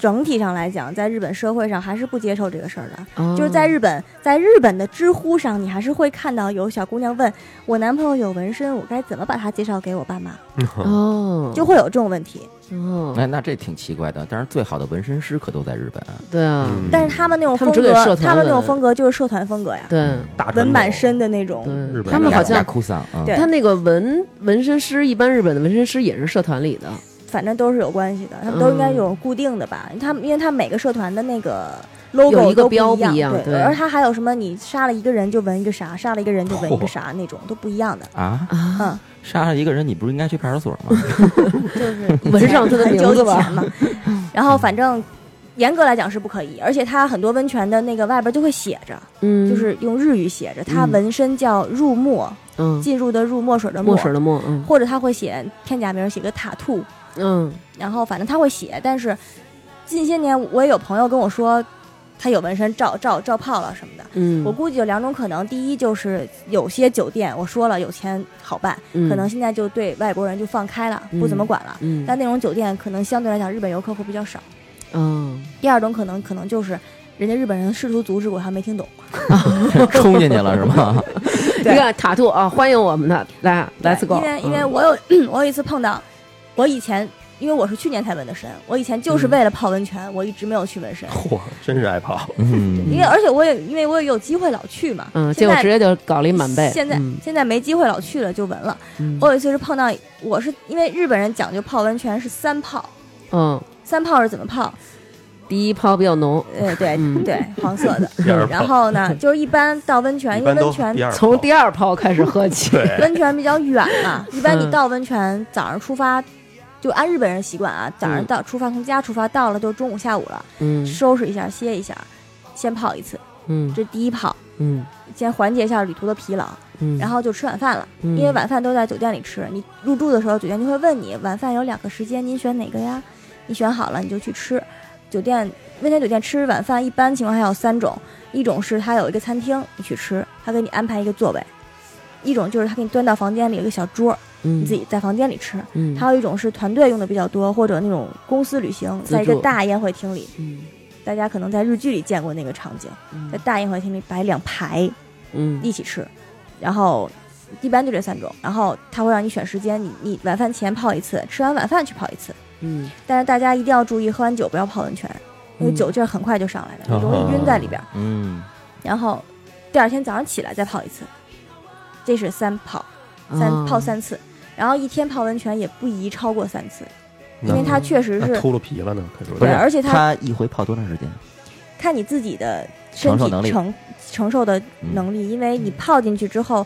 [SPEAKER 3] 整体上来讲，在日本社会上还是不接受这个事儿的。
[SPEAKER 1] 哦
[SPEAKER 3] 就是在日本，在日本的知乎上，你还是会看到有小姑娘问我男朋友有纹身，我该怎么把他介绍给我爸妈，
[SPEAKER 4] 嗯
[SPEAKER 3] 嗯
[SPEAKER 1] 哦，
[SPEAKER 3] 就会有这种问题。
[SPEAKER 1] 哦，
[SPEAKER 2] 哎，那这挺奇怪的。但是最好的纹身师可都在日本啊。
[SPEAKER 1] 对啊，
[SPEAKER 4] 嗯
[SPEAKER 3] 但是他们那种
[SPEAKER 1] 他们
[SPEAKER 3] 风
[SPEAKER 1] 只给
[SPEAKER 3] 格，他
[SPEAKER 1] 社
[SPEAKER 3] 们
[SPEAKER 1] 团
[SPEAKER 3] 那种
[SPEAKER 1] 纹
[SPEAKER 3] 风格就是社团风格呀，
[SPEAKER 1] 对
[SPEAKER 4] 大
[SPEAKER 3] 纹
[SPEAKER 4] 传
[SPEAKER 3] 满
[SPEAKER 4] 统
[SPEAKER 3] 身的那种。
[SPEAKER 1] 对
[SPEAKER 4] 日，本
[SPEAKER 1] 他们
[SPEAKER 4] 雅
[SPEAKER 1] 好像
[SPEAKER 2] 雅库桑啊，
[SPEAKER 3] 对
[SPEAKER 1] 他那个纹纹身师，一般日本的纹身师也是社团里的，
[SPEAKER 3] 反正都是有关系的，他们都应该
[SPEAKER 1] 嗯
[SPEAKER 3] 有固定的吧？他们因为他每个社团的那个 logo
[SPEAKER 1] 有一个
[SPEAKER 3] 都不
[SPEAKER 1] 标不
[SPEAKER 3] 一
[SPEAKER 1] 一样
[SPEAKER 3] 样，
[SPEAKER 1] 对
[SPEAKER 3] 而它还有什么你杀了一个人就纹一个啥，杀了一个人就纹一
[SPEAKER 1] 哦
[SPEAKER 3] 个啥那种都不一样的，
[SPEAKER 2] 啊，
[SPEAKER 1] 啊，
[SPEAKER 3] 嗯，
[SPEAKER 2] 杀了一个人，你不是应该去派出所吗？
[SPEAKER 3] 就是 以前
[SPEAKER 1] 纹上他的
[SPEAKER 3] 很
[SPEAKER 1] 名
[SPEAKER 3] 久
[SPEAKER 1] 字
[SPEAKER 3] 以
[SPEAKER 1] 吧
[SPEAKER 3] 前嘛，然后反正。严格来讲是不可以，而且它很多温泉的那个外边就会写着，
[SPEAKER 1] 嗯，
[SPEAKER 3] 就是用日语写着，它
[SPEAKER 1] 嗯
[SPEAKER 3] 纹身叫入墨，
[SPEAKER 1] 嗯，
[SPEAKER 3] 进入的入墨水的
[SPEAKER 1] 墨水的墨，嗯
[SPEAKER 3] 或者他会写片假名，写个塔兔，
[SPEAKER 1] 嗯，
[SPEAKER 3] 然后反正他会写。但是近些年我也有朋友跟我说，他有纹身照照照泡了什么的。
[SPEAKER 1] 嗯，
[SPEAKER 3] 我估计有两种可能，第一就是有些酒店我说了有钱好办，
[SPEAKER 1] 嗯
[SPEAKER 3] 可能现在就对外国人就放开了，不怎么管了。
[SPEAKER 1] 嗯
[SPEAKER 3] 但那种酒店可能相对来讲日本游客会比较少。
[SPEAKER 1] 嗯，
[SPEAKER 3] 第二种可能可能就是人家日本人试图阻止我，还没听懂。
[SPEAKER 2] 冲进去了是吗？
[SPEAKER 1] 你
[SPEAKER 3] 对
[SPEAKER 1] 看塔兔啊，欢迎我们的，来来自
[SPEAKER 3] 对
[SPEAKER 1] 狗，
[SPEAKER 3] 因为因为
[SPEAKER 1] 嗯
[SPEAKER 3] 我有 我有一次碰到，我以前因为我是去年才纹的身，我以前
[SPEAKER 1] 嗯
[SPEAKER 3] 就是为了泡温泉，我一直没有去纹身，
[SPEAKER 4] 嚯，真是爱跑，
[SPEAKER 2] 嗯，
[SPEAKER 3] 因为而且我也因为我也有机会老去嘛，
[SPEAKER 1] 嗯，结
[SPEAKER 3] 现
[SPEAKER 1] 果
[SPEAKER 3] 在
[SPEAKER 1] 直接就搞了一满背，
[SPEAKER 3] 现在、
[SPEAKER 1] 嗯
[SPEAKER 3] 现在没机会老去了就纹了。
[SPEAKER 1] 嗯
[SPEAKER 3] 我有一次是碰到，我是因为日本人讲究泡温泉是三泡，
[SPEAKER 1] 嗯，
[SPEAKER 3] 三泡是怎么泡？
[SPEAKER 1] 第一泡比较浓，
[SPEAKER 3] 呃，对、
[SPEAKER 1] 嗯
[SPEAKER 3] 对，黄色的。
[SPEAKER 4] 第二
[SPEAKER 3] 然
[SPEAKER 4] 跑，
[SPEAKER 3] 后呢，就是一般到温泉，
[SPEAKER 4] 一
[SPEAKER 3] 因为
[SPEAKER 4] 般
[SPEAKER 3] 温
[SPEAKER 4] 都
[SPEAKER 3] 泉
[SPEAKER 4] 第二跑，
[SPEAKER 1] 从第二泡开始喝起，
[SPEAKER 4] 对，
[SPEAKER 3] 温泉比较远嘛，一般你
[SPEAKER 1] 嗯
[SPEAKER 3] 到温泉早上出发，就按日本人习惯啊，早上
[SPEAKER 1] 嗯
[SPEAKER 3] 到出发从家出发到了就中午下午了，
[SPEAKER 1] 嗯
[SPEAKER 3] 收拾一下歇一下，先泡一次，
[SPEAKER 1] 嗯
[SPEAKER 3] 这是第一泡，
[SPEAKER 1] 嗯
[SPEAKER 3] 先缓解一下旅途的疲劳，
[SPEAKER 1] 嗯，
[SPEAKER 3] 然后就吃晚饭了，
[SPEAKER 1] 因
[SPEAKER 3] 因为晚饭都在酒店里吃，你入住的时候酒店就会问你晚饭有两个时间，您选哪个呀？你选好了你就去吃。酒店温泉酒店吃晚饭一般情况下有三种，一种是它有一个餐厅你去吃，他给你安排一个座位。一种就是他给你端到房间里有一个小桌，
[SPEAKER 1] 你
[SPEAKER 3] 你自己在房间里吃。
[SPEAKER 1] 嗯，
[SPEAKER 3] 还有一种是团队用的比较多，或者那种公司旅行，
[SPEAKER 1] 自助
[SPEAKER 3] 在一个大宴会厅里，
[SPEAKER 1] 嗯
[SPEAKER 3] 大家可能在日剧里见过那个场景，
[SPEAKER 1] 嗯
[SPEAKER 3] 在大宴会厅里摆两排
[SPEAKER 1] 嗯
[SPEAKER 3] 一起吃，然后一般就这三种，然后他会让你选时间，你你晚饭前泡一次，吃完晚饭去泡一次，
[SPEAKER 1] 嗯
[SPEAKER 3] 但是大家一定要注意，喝完酒不要泡温泉，因为
[SPEAKER 1] 嗯啊
[SPEAKER 3] 酒劲儿很快就上来了，你容易晕在里边儿，
[SPEAKER 2] 嗯，
[SPEAKER 3] 然后第二天早上起来再泡一次，这是三泡。三、
[SPEAKER 1] 哦
[SPEAKER 3] 泡三次，然后一天泡温泉也不宜超过三次，因
[SPEAKER 4] 那
[SPEAKER 3] 为
[SPEAKER 2] 嗯
[SPEAKER 3] 它确实
[SPEAKER 4] 那
[SPEAKER 3] 是
[SPEAKER 4] 秃噜皮了呢，可说
[SPEAKER 2] 不
[SPEAKER 3] 对，啊
[SPEAKER 2] 是
[SPEAKER 3] 而且
[SPEAKER 2] 他
[SPEAKER 3] 它
[SPEAKER 2] 一回泡多长时间？
[SPEAKER 3] 看你自己的身
[SPEAKER 2] 承受
[SPEAKER 3] 体
[SPEAKER 2] 能力
[SPEAKER 3] 承承受的
[SPEAKER 2] 嗯
[SPEAKER 3] 能力，因为你泡进去之后，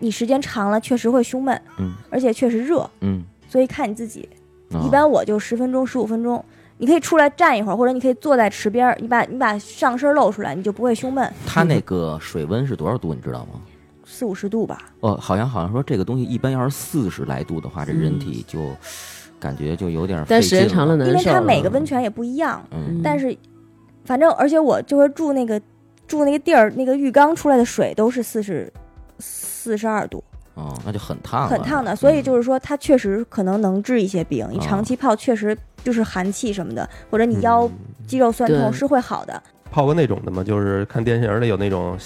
[SPEAKER 3] 你时间长了确实会胸闷，
[SPEAKER 2] 嗯
[SPEAKER 3] 而且确实热，
[SPEAKER 2] 嗯，
[SPEAKER 3] 所以看你自己。
[SPEAKER 2] 哦
[SPEAKER 3] 一般我就十分钟、十五分钟。你可以出来站一会儿，或者你可以坐在池边儿，你把你把上身露出来，你就不会胸闷，
[SPEAKER 2] 他那个水温是多少度，你知道吗？
[SPEAKER 3] 四五十度吧。
[SPEAKER 2] 哦，好像好像说这个东西一般要是四十来度的话，这
[SPEAKER 3] 嗯
[SPEAKER 2] 人体就感觉就有点费劲，
[SPEAKER 1] 但时间长了难受了，
[SPEAKER 3] 因为它每个温泉也不一样，
[SPEAKER 2] 嗯，
[SPEAKER 3] 但是反正而且我就是住那个住那个地儿，那个浴缸出来的水都是四十四十二度，
[SPEAKER 2] 哦，那就很烫了，
[SPEAKER 3] 很烫
[SPEAKER 1] 嗯
[SPEAKER 3] 的，所以
[SPEAKER 2] 是
[SPEAKER 3] 就是说它确实可能能治一些病，你
[SPEAKER 2] 哦
[SPEAKER 3] 长期泡确实就是寒气什么的，或者你腰肌肉酸痛
[SPEAKER 1] 嗯对
[SPEAKER 3] 是会好的。
[SPEAKER 4] 嗯泡过那种的吗？就是看电影里有那种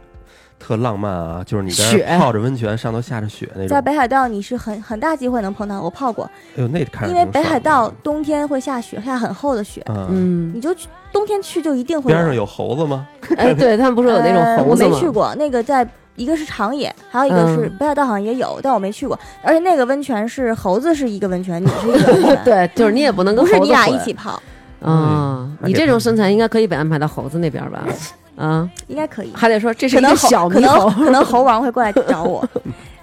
[SPEAKER 4] 特浪漫啊，就是你在
[SPEAKER 1] 雪
[SPEAKER 4] 那儿泡着温泉，上头下着雪那种。哎
[SPEAKER 3] 在北海道你是很很大机会能碰到，我泡过，
[SPEAKER 4] 哎呦，那看着
[SPEAKER 3] 因为
[SPEAKER 4] 挺
[SPEAKER 3] 北海
[SPEAKER 4] 爽的
[SPEAKER 3] 道，冬天会下雪，下很厚的雪，
[SPEAKER 4] 嗯，
[SPEAKER 1] 嗯，
[SPEAKER 3] 你就去冬天去就一定会
[SPEAKER 4] 边上有猴子吗？
[SPEAKER 1] 哎，对他们不是有那种
[SPEAKER 3] 呃
[SPEAKER 1] 猴子
[SPEAKER 3] 我
[SPEAKER 1] 吗？
[SPEAKER 3] 没去过，那个在一个是长野，还有一个是
[SPEAKER 1] 嗯
[SPEAKER 3] 北海道，好像也有，但我没去过。而且那个温泉是猴子是一个温泉，你是一个温泉，
[SPEAKER 1] 对，就是你也不能跟
[SPEAKER 3] 不是
[SPEAKER 1] 猴
[SPEAKER 3] 你
[SPEAKER 1] 子
[SPEAKER 3] 俩
[SPEAKER 1] 混
[SPEAKER 3] 一起泡，
[SPEAKER 1] 啊。
[SPEAKER 4] 嗯
[SPEAKER 1] 你这种身材应该可以被安排到猴子那边 吧？啊，
[SPEAKER 3] 应该可以。
[SPEAKER 1] 还得说这是
[SPEAKER 3] 可
[SPEAKER 1] 一
[SPEAKER 3] 能
[SPEAKER 1] 个
[SPEAKER 3] 猴
[SPEAKER 1] 小
[SPEAKER 3] 可
[SPEAKER 1] 猕
[SPEAKER 3] 能
[SPEAKER 1] 猴，
[SPEAKER 3] 可能猴王会过来找 我。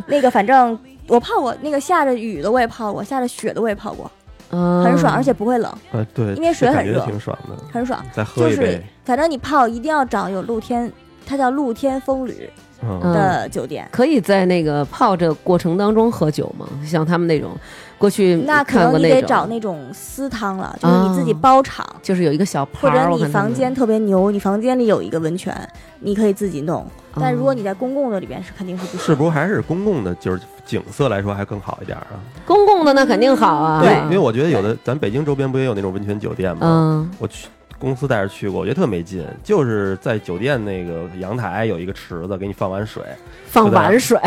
[SPEAKER 3] 那个反正我泡过，那个下着雨的我也泡过，下着雪的我也泡过，
[SPEAKER 1] 嗯
[SPEAKER 3] 很爽，而且不会冷，
[SPEAKER 4] 呃，对，
[SPEAKER 3] 因为水
[SPEAKER 4] 这
[SPEAKER 3] 很
[SPEAKER 4] 感觉
[SPEAKER 3] 热
[SPEAKER 4] 挺爽的。
[SPEAKER 3] 很爽。
[SPEAKER 4] 再喝
[SPEAKER 3] 就
[SPEAKER 4] 一
[SPEAKER 3] 是
[SPEAKER 4] 杯，
[SPEAKER 3] 反正你泡一定要找有露天，它叫露天风旅
[SPEAKER 4] 嗯，
[SPEAKER 1] 嗯。
[SPEAKER 3] 的酒店。
[SPEAKER 1] 可以在那个泡这个过程当中喝酒吗？像他们那种，过去
[SPEAKER 3] 那
[SPEAKER 1] 嗯
[SPEAKER 3] 可
[SPEAKER 1] 看
[SPEAKER 3] 能
[SPEAKER 1] 过
[SPEAKER 3] 你得
[SPEAKER 1] 种，
[SPEAKER 3] 找那种私汤了，就是你自己
[SPEAKER 1] 啊
[SPEAKER 3] 包场，
[SPEAKER 1] 就是有一个小
[SPEAKER 3] 或
[SPEAKER 1] 盘
[SPEAKER 3] 者
[SPEAKER 1] 儿，我
[SPEAKER 3] 你
[SPEAKER 1] 看他
[SPEAKER 3] 房
[SPEAKER 1] 们
[SPEAKER 3] 间，特别牛，你房间里有一个温泉，你可以自己弄。
[SPEAKER 1] 哦
[SPEAKER 3] 但如果
[SPEAKER 1] 嗯
[SPEAKER 3] 你在公共的里边是肯定是不行。
[SPEAKER 4] 是不是还是公共的，就是景色来说还更好一点啊？
[SPEAKER 1] 公共的那肯定好啊，
[SPEAKER 4] 因为因为我觉得有的咱北京周边不也有那种温泉酒店吗？
[SPEAKER 1] 嗯
[SPEAKER 4] 我去公司带着去过，我觉得特没劲，就是在酒店那个阳台有一个池子，给你放完水，
[SPEAKER 1] 放碗水，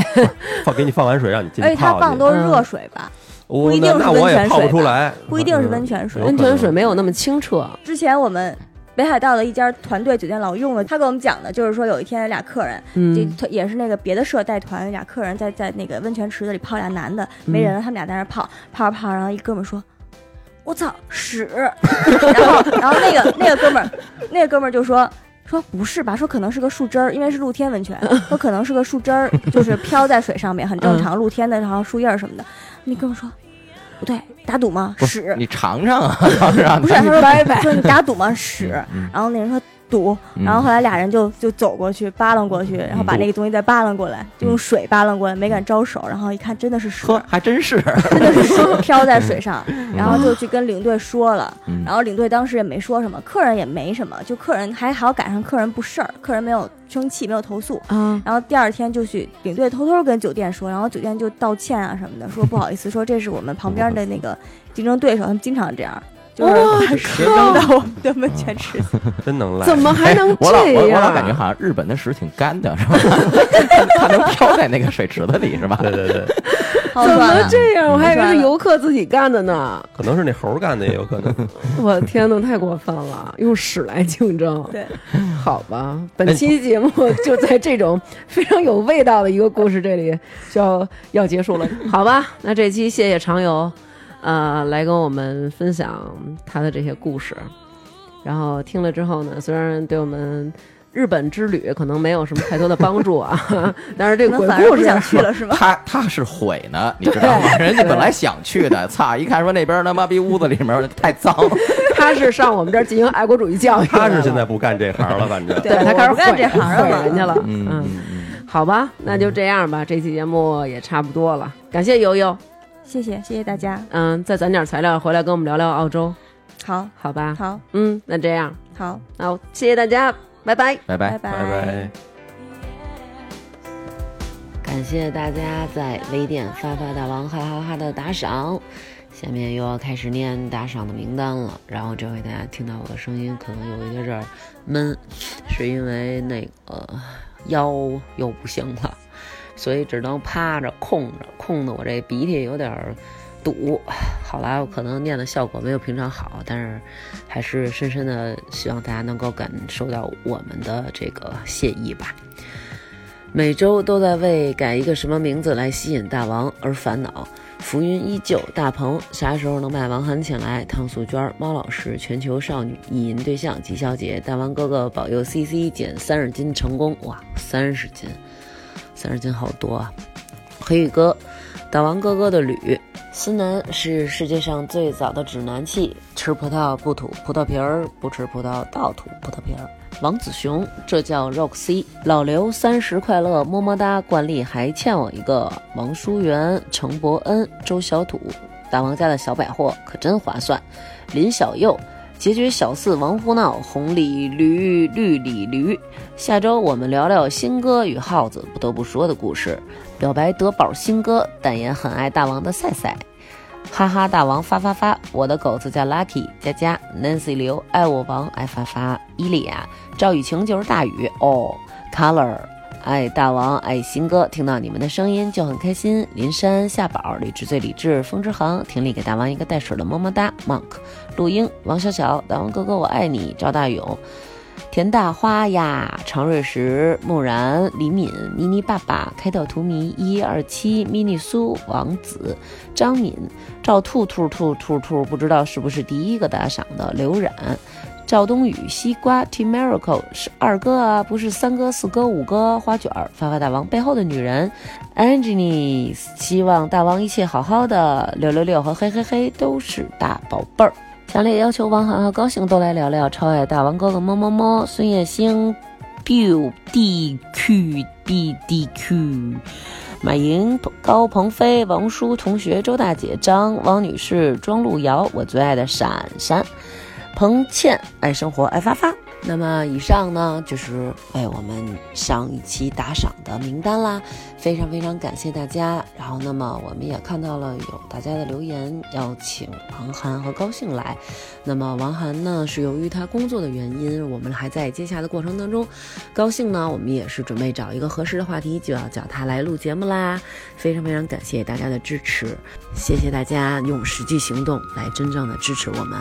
[SPEAKER 4] 放给你放完水让你进
[SPEAKER 3] 而
[SPEAKER 4] 去
[SPEAKER 3] 且它
[SPEAKER 4] 泡
[SPEAKER 3] 放
[SPEAKER 4] 去。
[SPEAKER 3] 都是
[SPEAKER 1] 嗯
[SPEAKER 3] 热水吧，
[SPEAKER 4] 我
[SPEAKER 3] 不一定
[SPEAKER 4] 那
[SPEAKER 3] 是
[SPEAKER 4] 那
[SPEAKER 3] 温
[SPEAKER 4] 我也
[SPEAKER 3] 泉
[SPEAKER 4] 泡不
[SPEAKER 3] 水
[SPEAKER 4] 出
[SPEAKER 3] 吧
[SPEAKER 4] 来，
[SPEAKER 3] 不一定是温
[SPEAKER 4] 嗯
[SPEAKER 3] 泉水
[SPEAKER 4] 有。
[SPEAKER 1] 温
[SPEAKER 4] 可能
[SPEAKER 1] 泉水没有那么清澈。
[SPEAKER 3] 之前我们北海道的一家团队酒店老用了，他给我们讲的就是说有一天俩客人，这
[SPEAKER 1] 嗯
[SPEAKER 3] 团也是那个别的社带团，俩客人在嗯在那个温泉池子里泡俩男的，没人了，他们俩在那儿泡泡着泡着，然后一哥们儿说。我操屎， 然后然后那个那个哥们儿，那个哥们儿就说。说不是吧？说可能是个树枝儿，因为是露天温 泉，说可能是个树枝儿，就是飘在水上面，很正常，露天的，然后树叶儿什么的。那哥们儿说，不对，打赌吗？
[SPEAKER 2] 不
[SPEAKER 3] 屎，
[SPEAKER 2] 你尝尝 啊，当然
[SPEAKER 3] 不是，他说拜拜，说你打赌吗？屎。
[SPEAKER 2] 嗯
[SPEAKER 3] 然后那人说赌，
[SPEAKER 2] 嗯
[SPEAKER 3] 然后后来俩人就就走过去，扒拉过去，然后把
[SPEAKER 2] 嗯
[SPEAKER 3] 那个东西再扒拉过来，就
[SPEAKER 2] 嗯
[SPEAKER 3] 用水扒拉过来，没敢招手，然后一看真的是屎，
[SPEAKER 2] 呵，还真是，
[SPEAKER 3] 真的是屎飘在水上，然后就去跟领队说了，
[SPEAKER 2] 嗯
[SPEAKER 3] 然后领队当时也没说什么，客人也没什么，就客人还好赶上客人不事儿，客人没有生气，没有投诉。
[SPEAKER 1] 啊，
[SPEAKER 3] 然后第二天就去领队偷偷跟酒店说，然后酒店就道歉啊什么的，说不好意思，说这是我们旁边的那
[SPEAKER 2] 嗯
[SPEAKER 3] 个竞争对手，他们经常这样，就是
[SPEAKER 2] 哦
[SPEAKER 3] 把屎扔到我们的温泉池子
[SPEAKER 4] 真能来。
[SPEAKER 1] 怎么还能
[SPEAKER 2] 我老
[SPEAKER 1] 这
[SPEAKER 2] 我我
[SPEAKER 3] 啊
[SPEAKER 1] 样？啊
[SPEAKER 2] 老感觉好像日本的屎挺干的， 是吧？它能飘在那个水池子里，是吧？
[SPEAKER 4] 对对对，
[SPEAKER 3] 好
[SPEAKER 1] 怎
[SPEAKER 3] 算
[SPEAKER 1] 么
[SPEAKER 3] 了。
[SPEAKER 1] 这样？我还以为
[SPEAKER 3] 算
[SPEAKER 1] 是
[SPEAKER 3] 了
[SPEAKER 1] 游客自己干的呢。
[SPEAKER 4] 可能是那猴儿干的也有可 能。
[SPEAKER 1] 我的天呐，太过分了，用屎来竞争。
[SPEAKER 3] 对，
[SPEAKER 1] 好吧，
[SPEAKER 4] 哎
[SPEAKER 1] 本期节目就在这种非常有味道的一个故事这里就要要结束了，好吧？那这期谢谢常游，呃，来跟我们分享他的这些故事。然后听了之后呢，虽然对我们日本之旅可能没有什么太多的帮助啊， 但是这
[SPEAKER 3] 可
[SPEAKER 1] 个鬼
[SPEAKER 3] 能反而
[SPEAKER 1] 故
[SPEAKER 3] 不
[SPEAKER 1] 事 啊
[SPEAKER 3] 想 去了是吧？
[SPEAKER 2] 他他是毁 呢，你知道吗？ 人家本来想去的，操！一看说那边他妈逼屋子里面太脏，
[SPEAKER 1] 他是上我们这儿进行爱国主义教育来了，
[SPEAKER 4] 他是现在不干这行了，反正
[SPEAKER 1] 对他开始
[SPEAKER 3] 我不干
[SPEAKER 1] 毁
[SPEAKER 3] 这行了
[SPEAKER 1] 毁
[SPEAKER 3] 嘛
[SPEAKER 1] 人家了，
[SPEAKER 2] 嗯
[SPEAKER 1] 嗯
[SPEAKER 2] 嗯嗯，
[SPEAKER 1] 好吧，那就这样吧，这期节目也差不多了，感谢悠悠，
[SPEAKER 3] 谢谢谢谢大家，
[SPEAKER 1] 嗯，再攒点材料回来跟我们聊聊澳洲，
[SPEAKER 3] 好
[SPEAKER 1] 好吧？
[SPEAKER 3] 好
[SPEAKER 1] 嗯，那这样，
[SPEAKER 3] 好，
[SPEAKER 1] 好，谢谢大家，拜拜。
[SPEAKER 2] 拜拜
[SPEAKER 3] 拜。
[SPEAKER 4] 拜拜。
[SPEAKER 6] 感谢大家在雷电发发大王哈哈哈的打赏，下面又要开始念打赏的名单了。然后这回大家听到我的声音可能有一个这儿闷，是因为那个呃腰又不行了，所以只能趴着空着，空的我这鼻涕有点儿堵。好啦，我可能念的效果没有平常好，但是还是深深的希望大家能够感受到我们的这个谢意吧。每周都在为改一个什么名字来吸引大王而烦恼。浮云依旧，大鹏啥时候能把王涵请来？汤素娟、猫老师、全球少女意淫对象吉小姐，大王哥哥保佑 CC 减三十斤成功！哇，三十斤，三十斤好多啊！黑羽哥，大王哥哥的吕，思南是世界上最早的指南器，吃葡萄不吐葡萄皮儿，不吃葡萄倒吐葡萄皮儿。王子雄，这叫 Roxy。老刘三十快乐，么么哒！惯例还欠我一个。王淑媛、程伯恩、周小土，大王家的小百货可真划算。林小佑，结局小四王胡闹，红鲤驴绿鲤驴。下周我们聊聊新歌与耗子不得不说的故事，表白德宝新歌，但也很爱大王的赛赛。哈哈，大王发发发！我的狗子叫 Lucky，佳佳，Nancy 刘，爱我王，爱发发，伊利亚，赵雨晴就是大雨哦，Color，爱大王，爱新哥，听到你们的声音就很开心。林珊、夏宝、理智最理智，风之航，婷里给大王一个带水的么么哒，Monk，陆英，王小小，大王哥哥我爱你，赵大勇。田大花呀，常瑞石、木然、李敏、妮妮爸爸、开到荼蘼、一二七、mini 苏、王子、张敏、赵兔兔兔兔兔，不知道是不是第一个打赏的刘冉、赵冬雨、西瓜、T Miracle 是二哥啊，不是三哥、四哥、五哥、花卷儿、发发大王背后的女人 Angeline，希望大王一切好好的。六六六和嘿嘿嘿都是大宝贝儿。强烈要求王涵和高兴都来聊聊超爱大王哥哥么么么，孙叶星，biu d q b d q。马莹、高鹏飞、王叔同学、周大姐、张王女士、庄路遥，我最爱的闪闪、彭倩，爱生活，爱发发。那么以上呢，就是为我们上一期打赏的名单啦，非常非常感谢大家。然后，那么我们也看到了有大家的留言，要请王涵和高兴来。那么王涵呢，是由于他工作的原因，我们还在接洽的过程当中，高兴呢，我们也是准备找一个合适的话题，就要叫他来录节目啦。非常非常感谢大家的支持，谢谢大家用实际行动来真正的支持我们。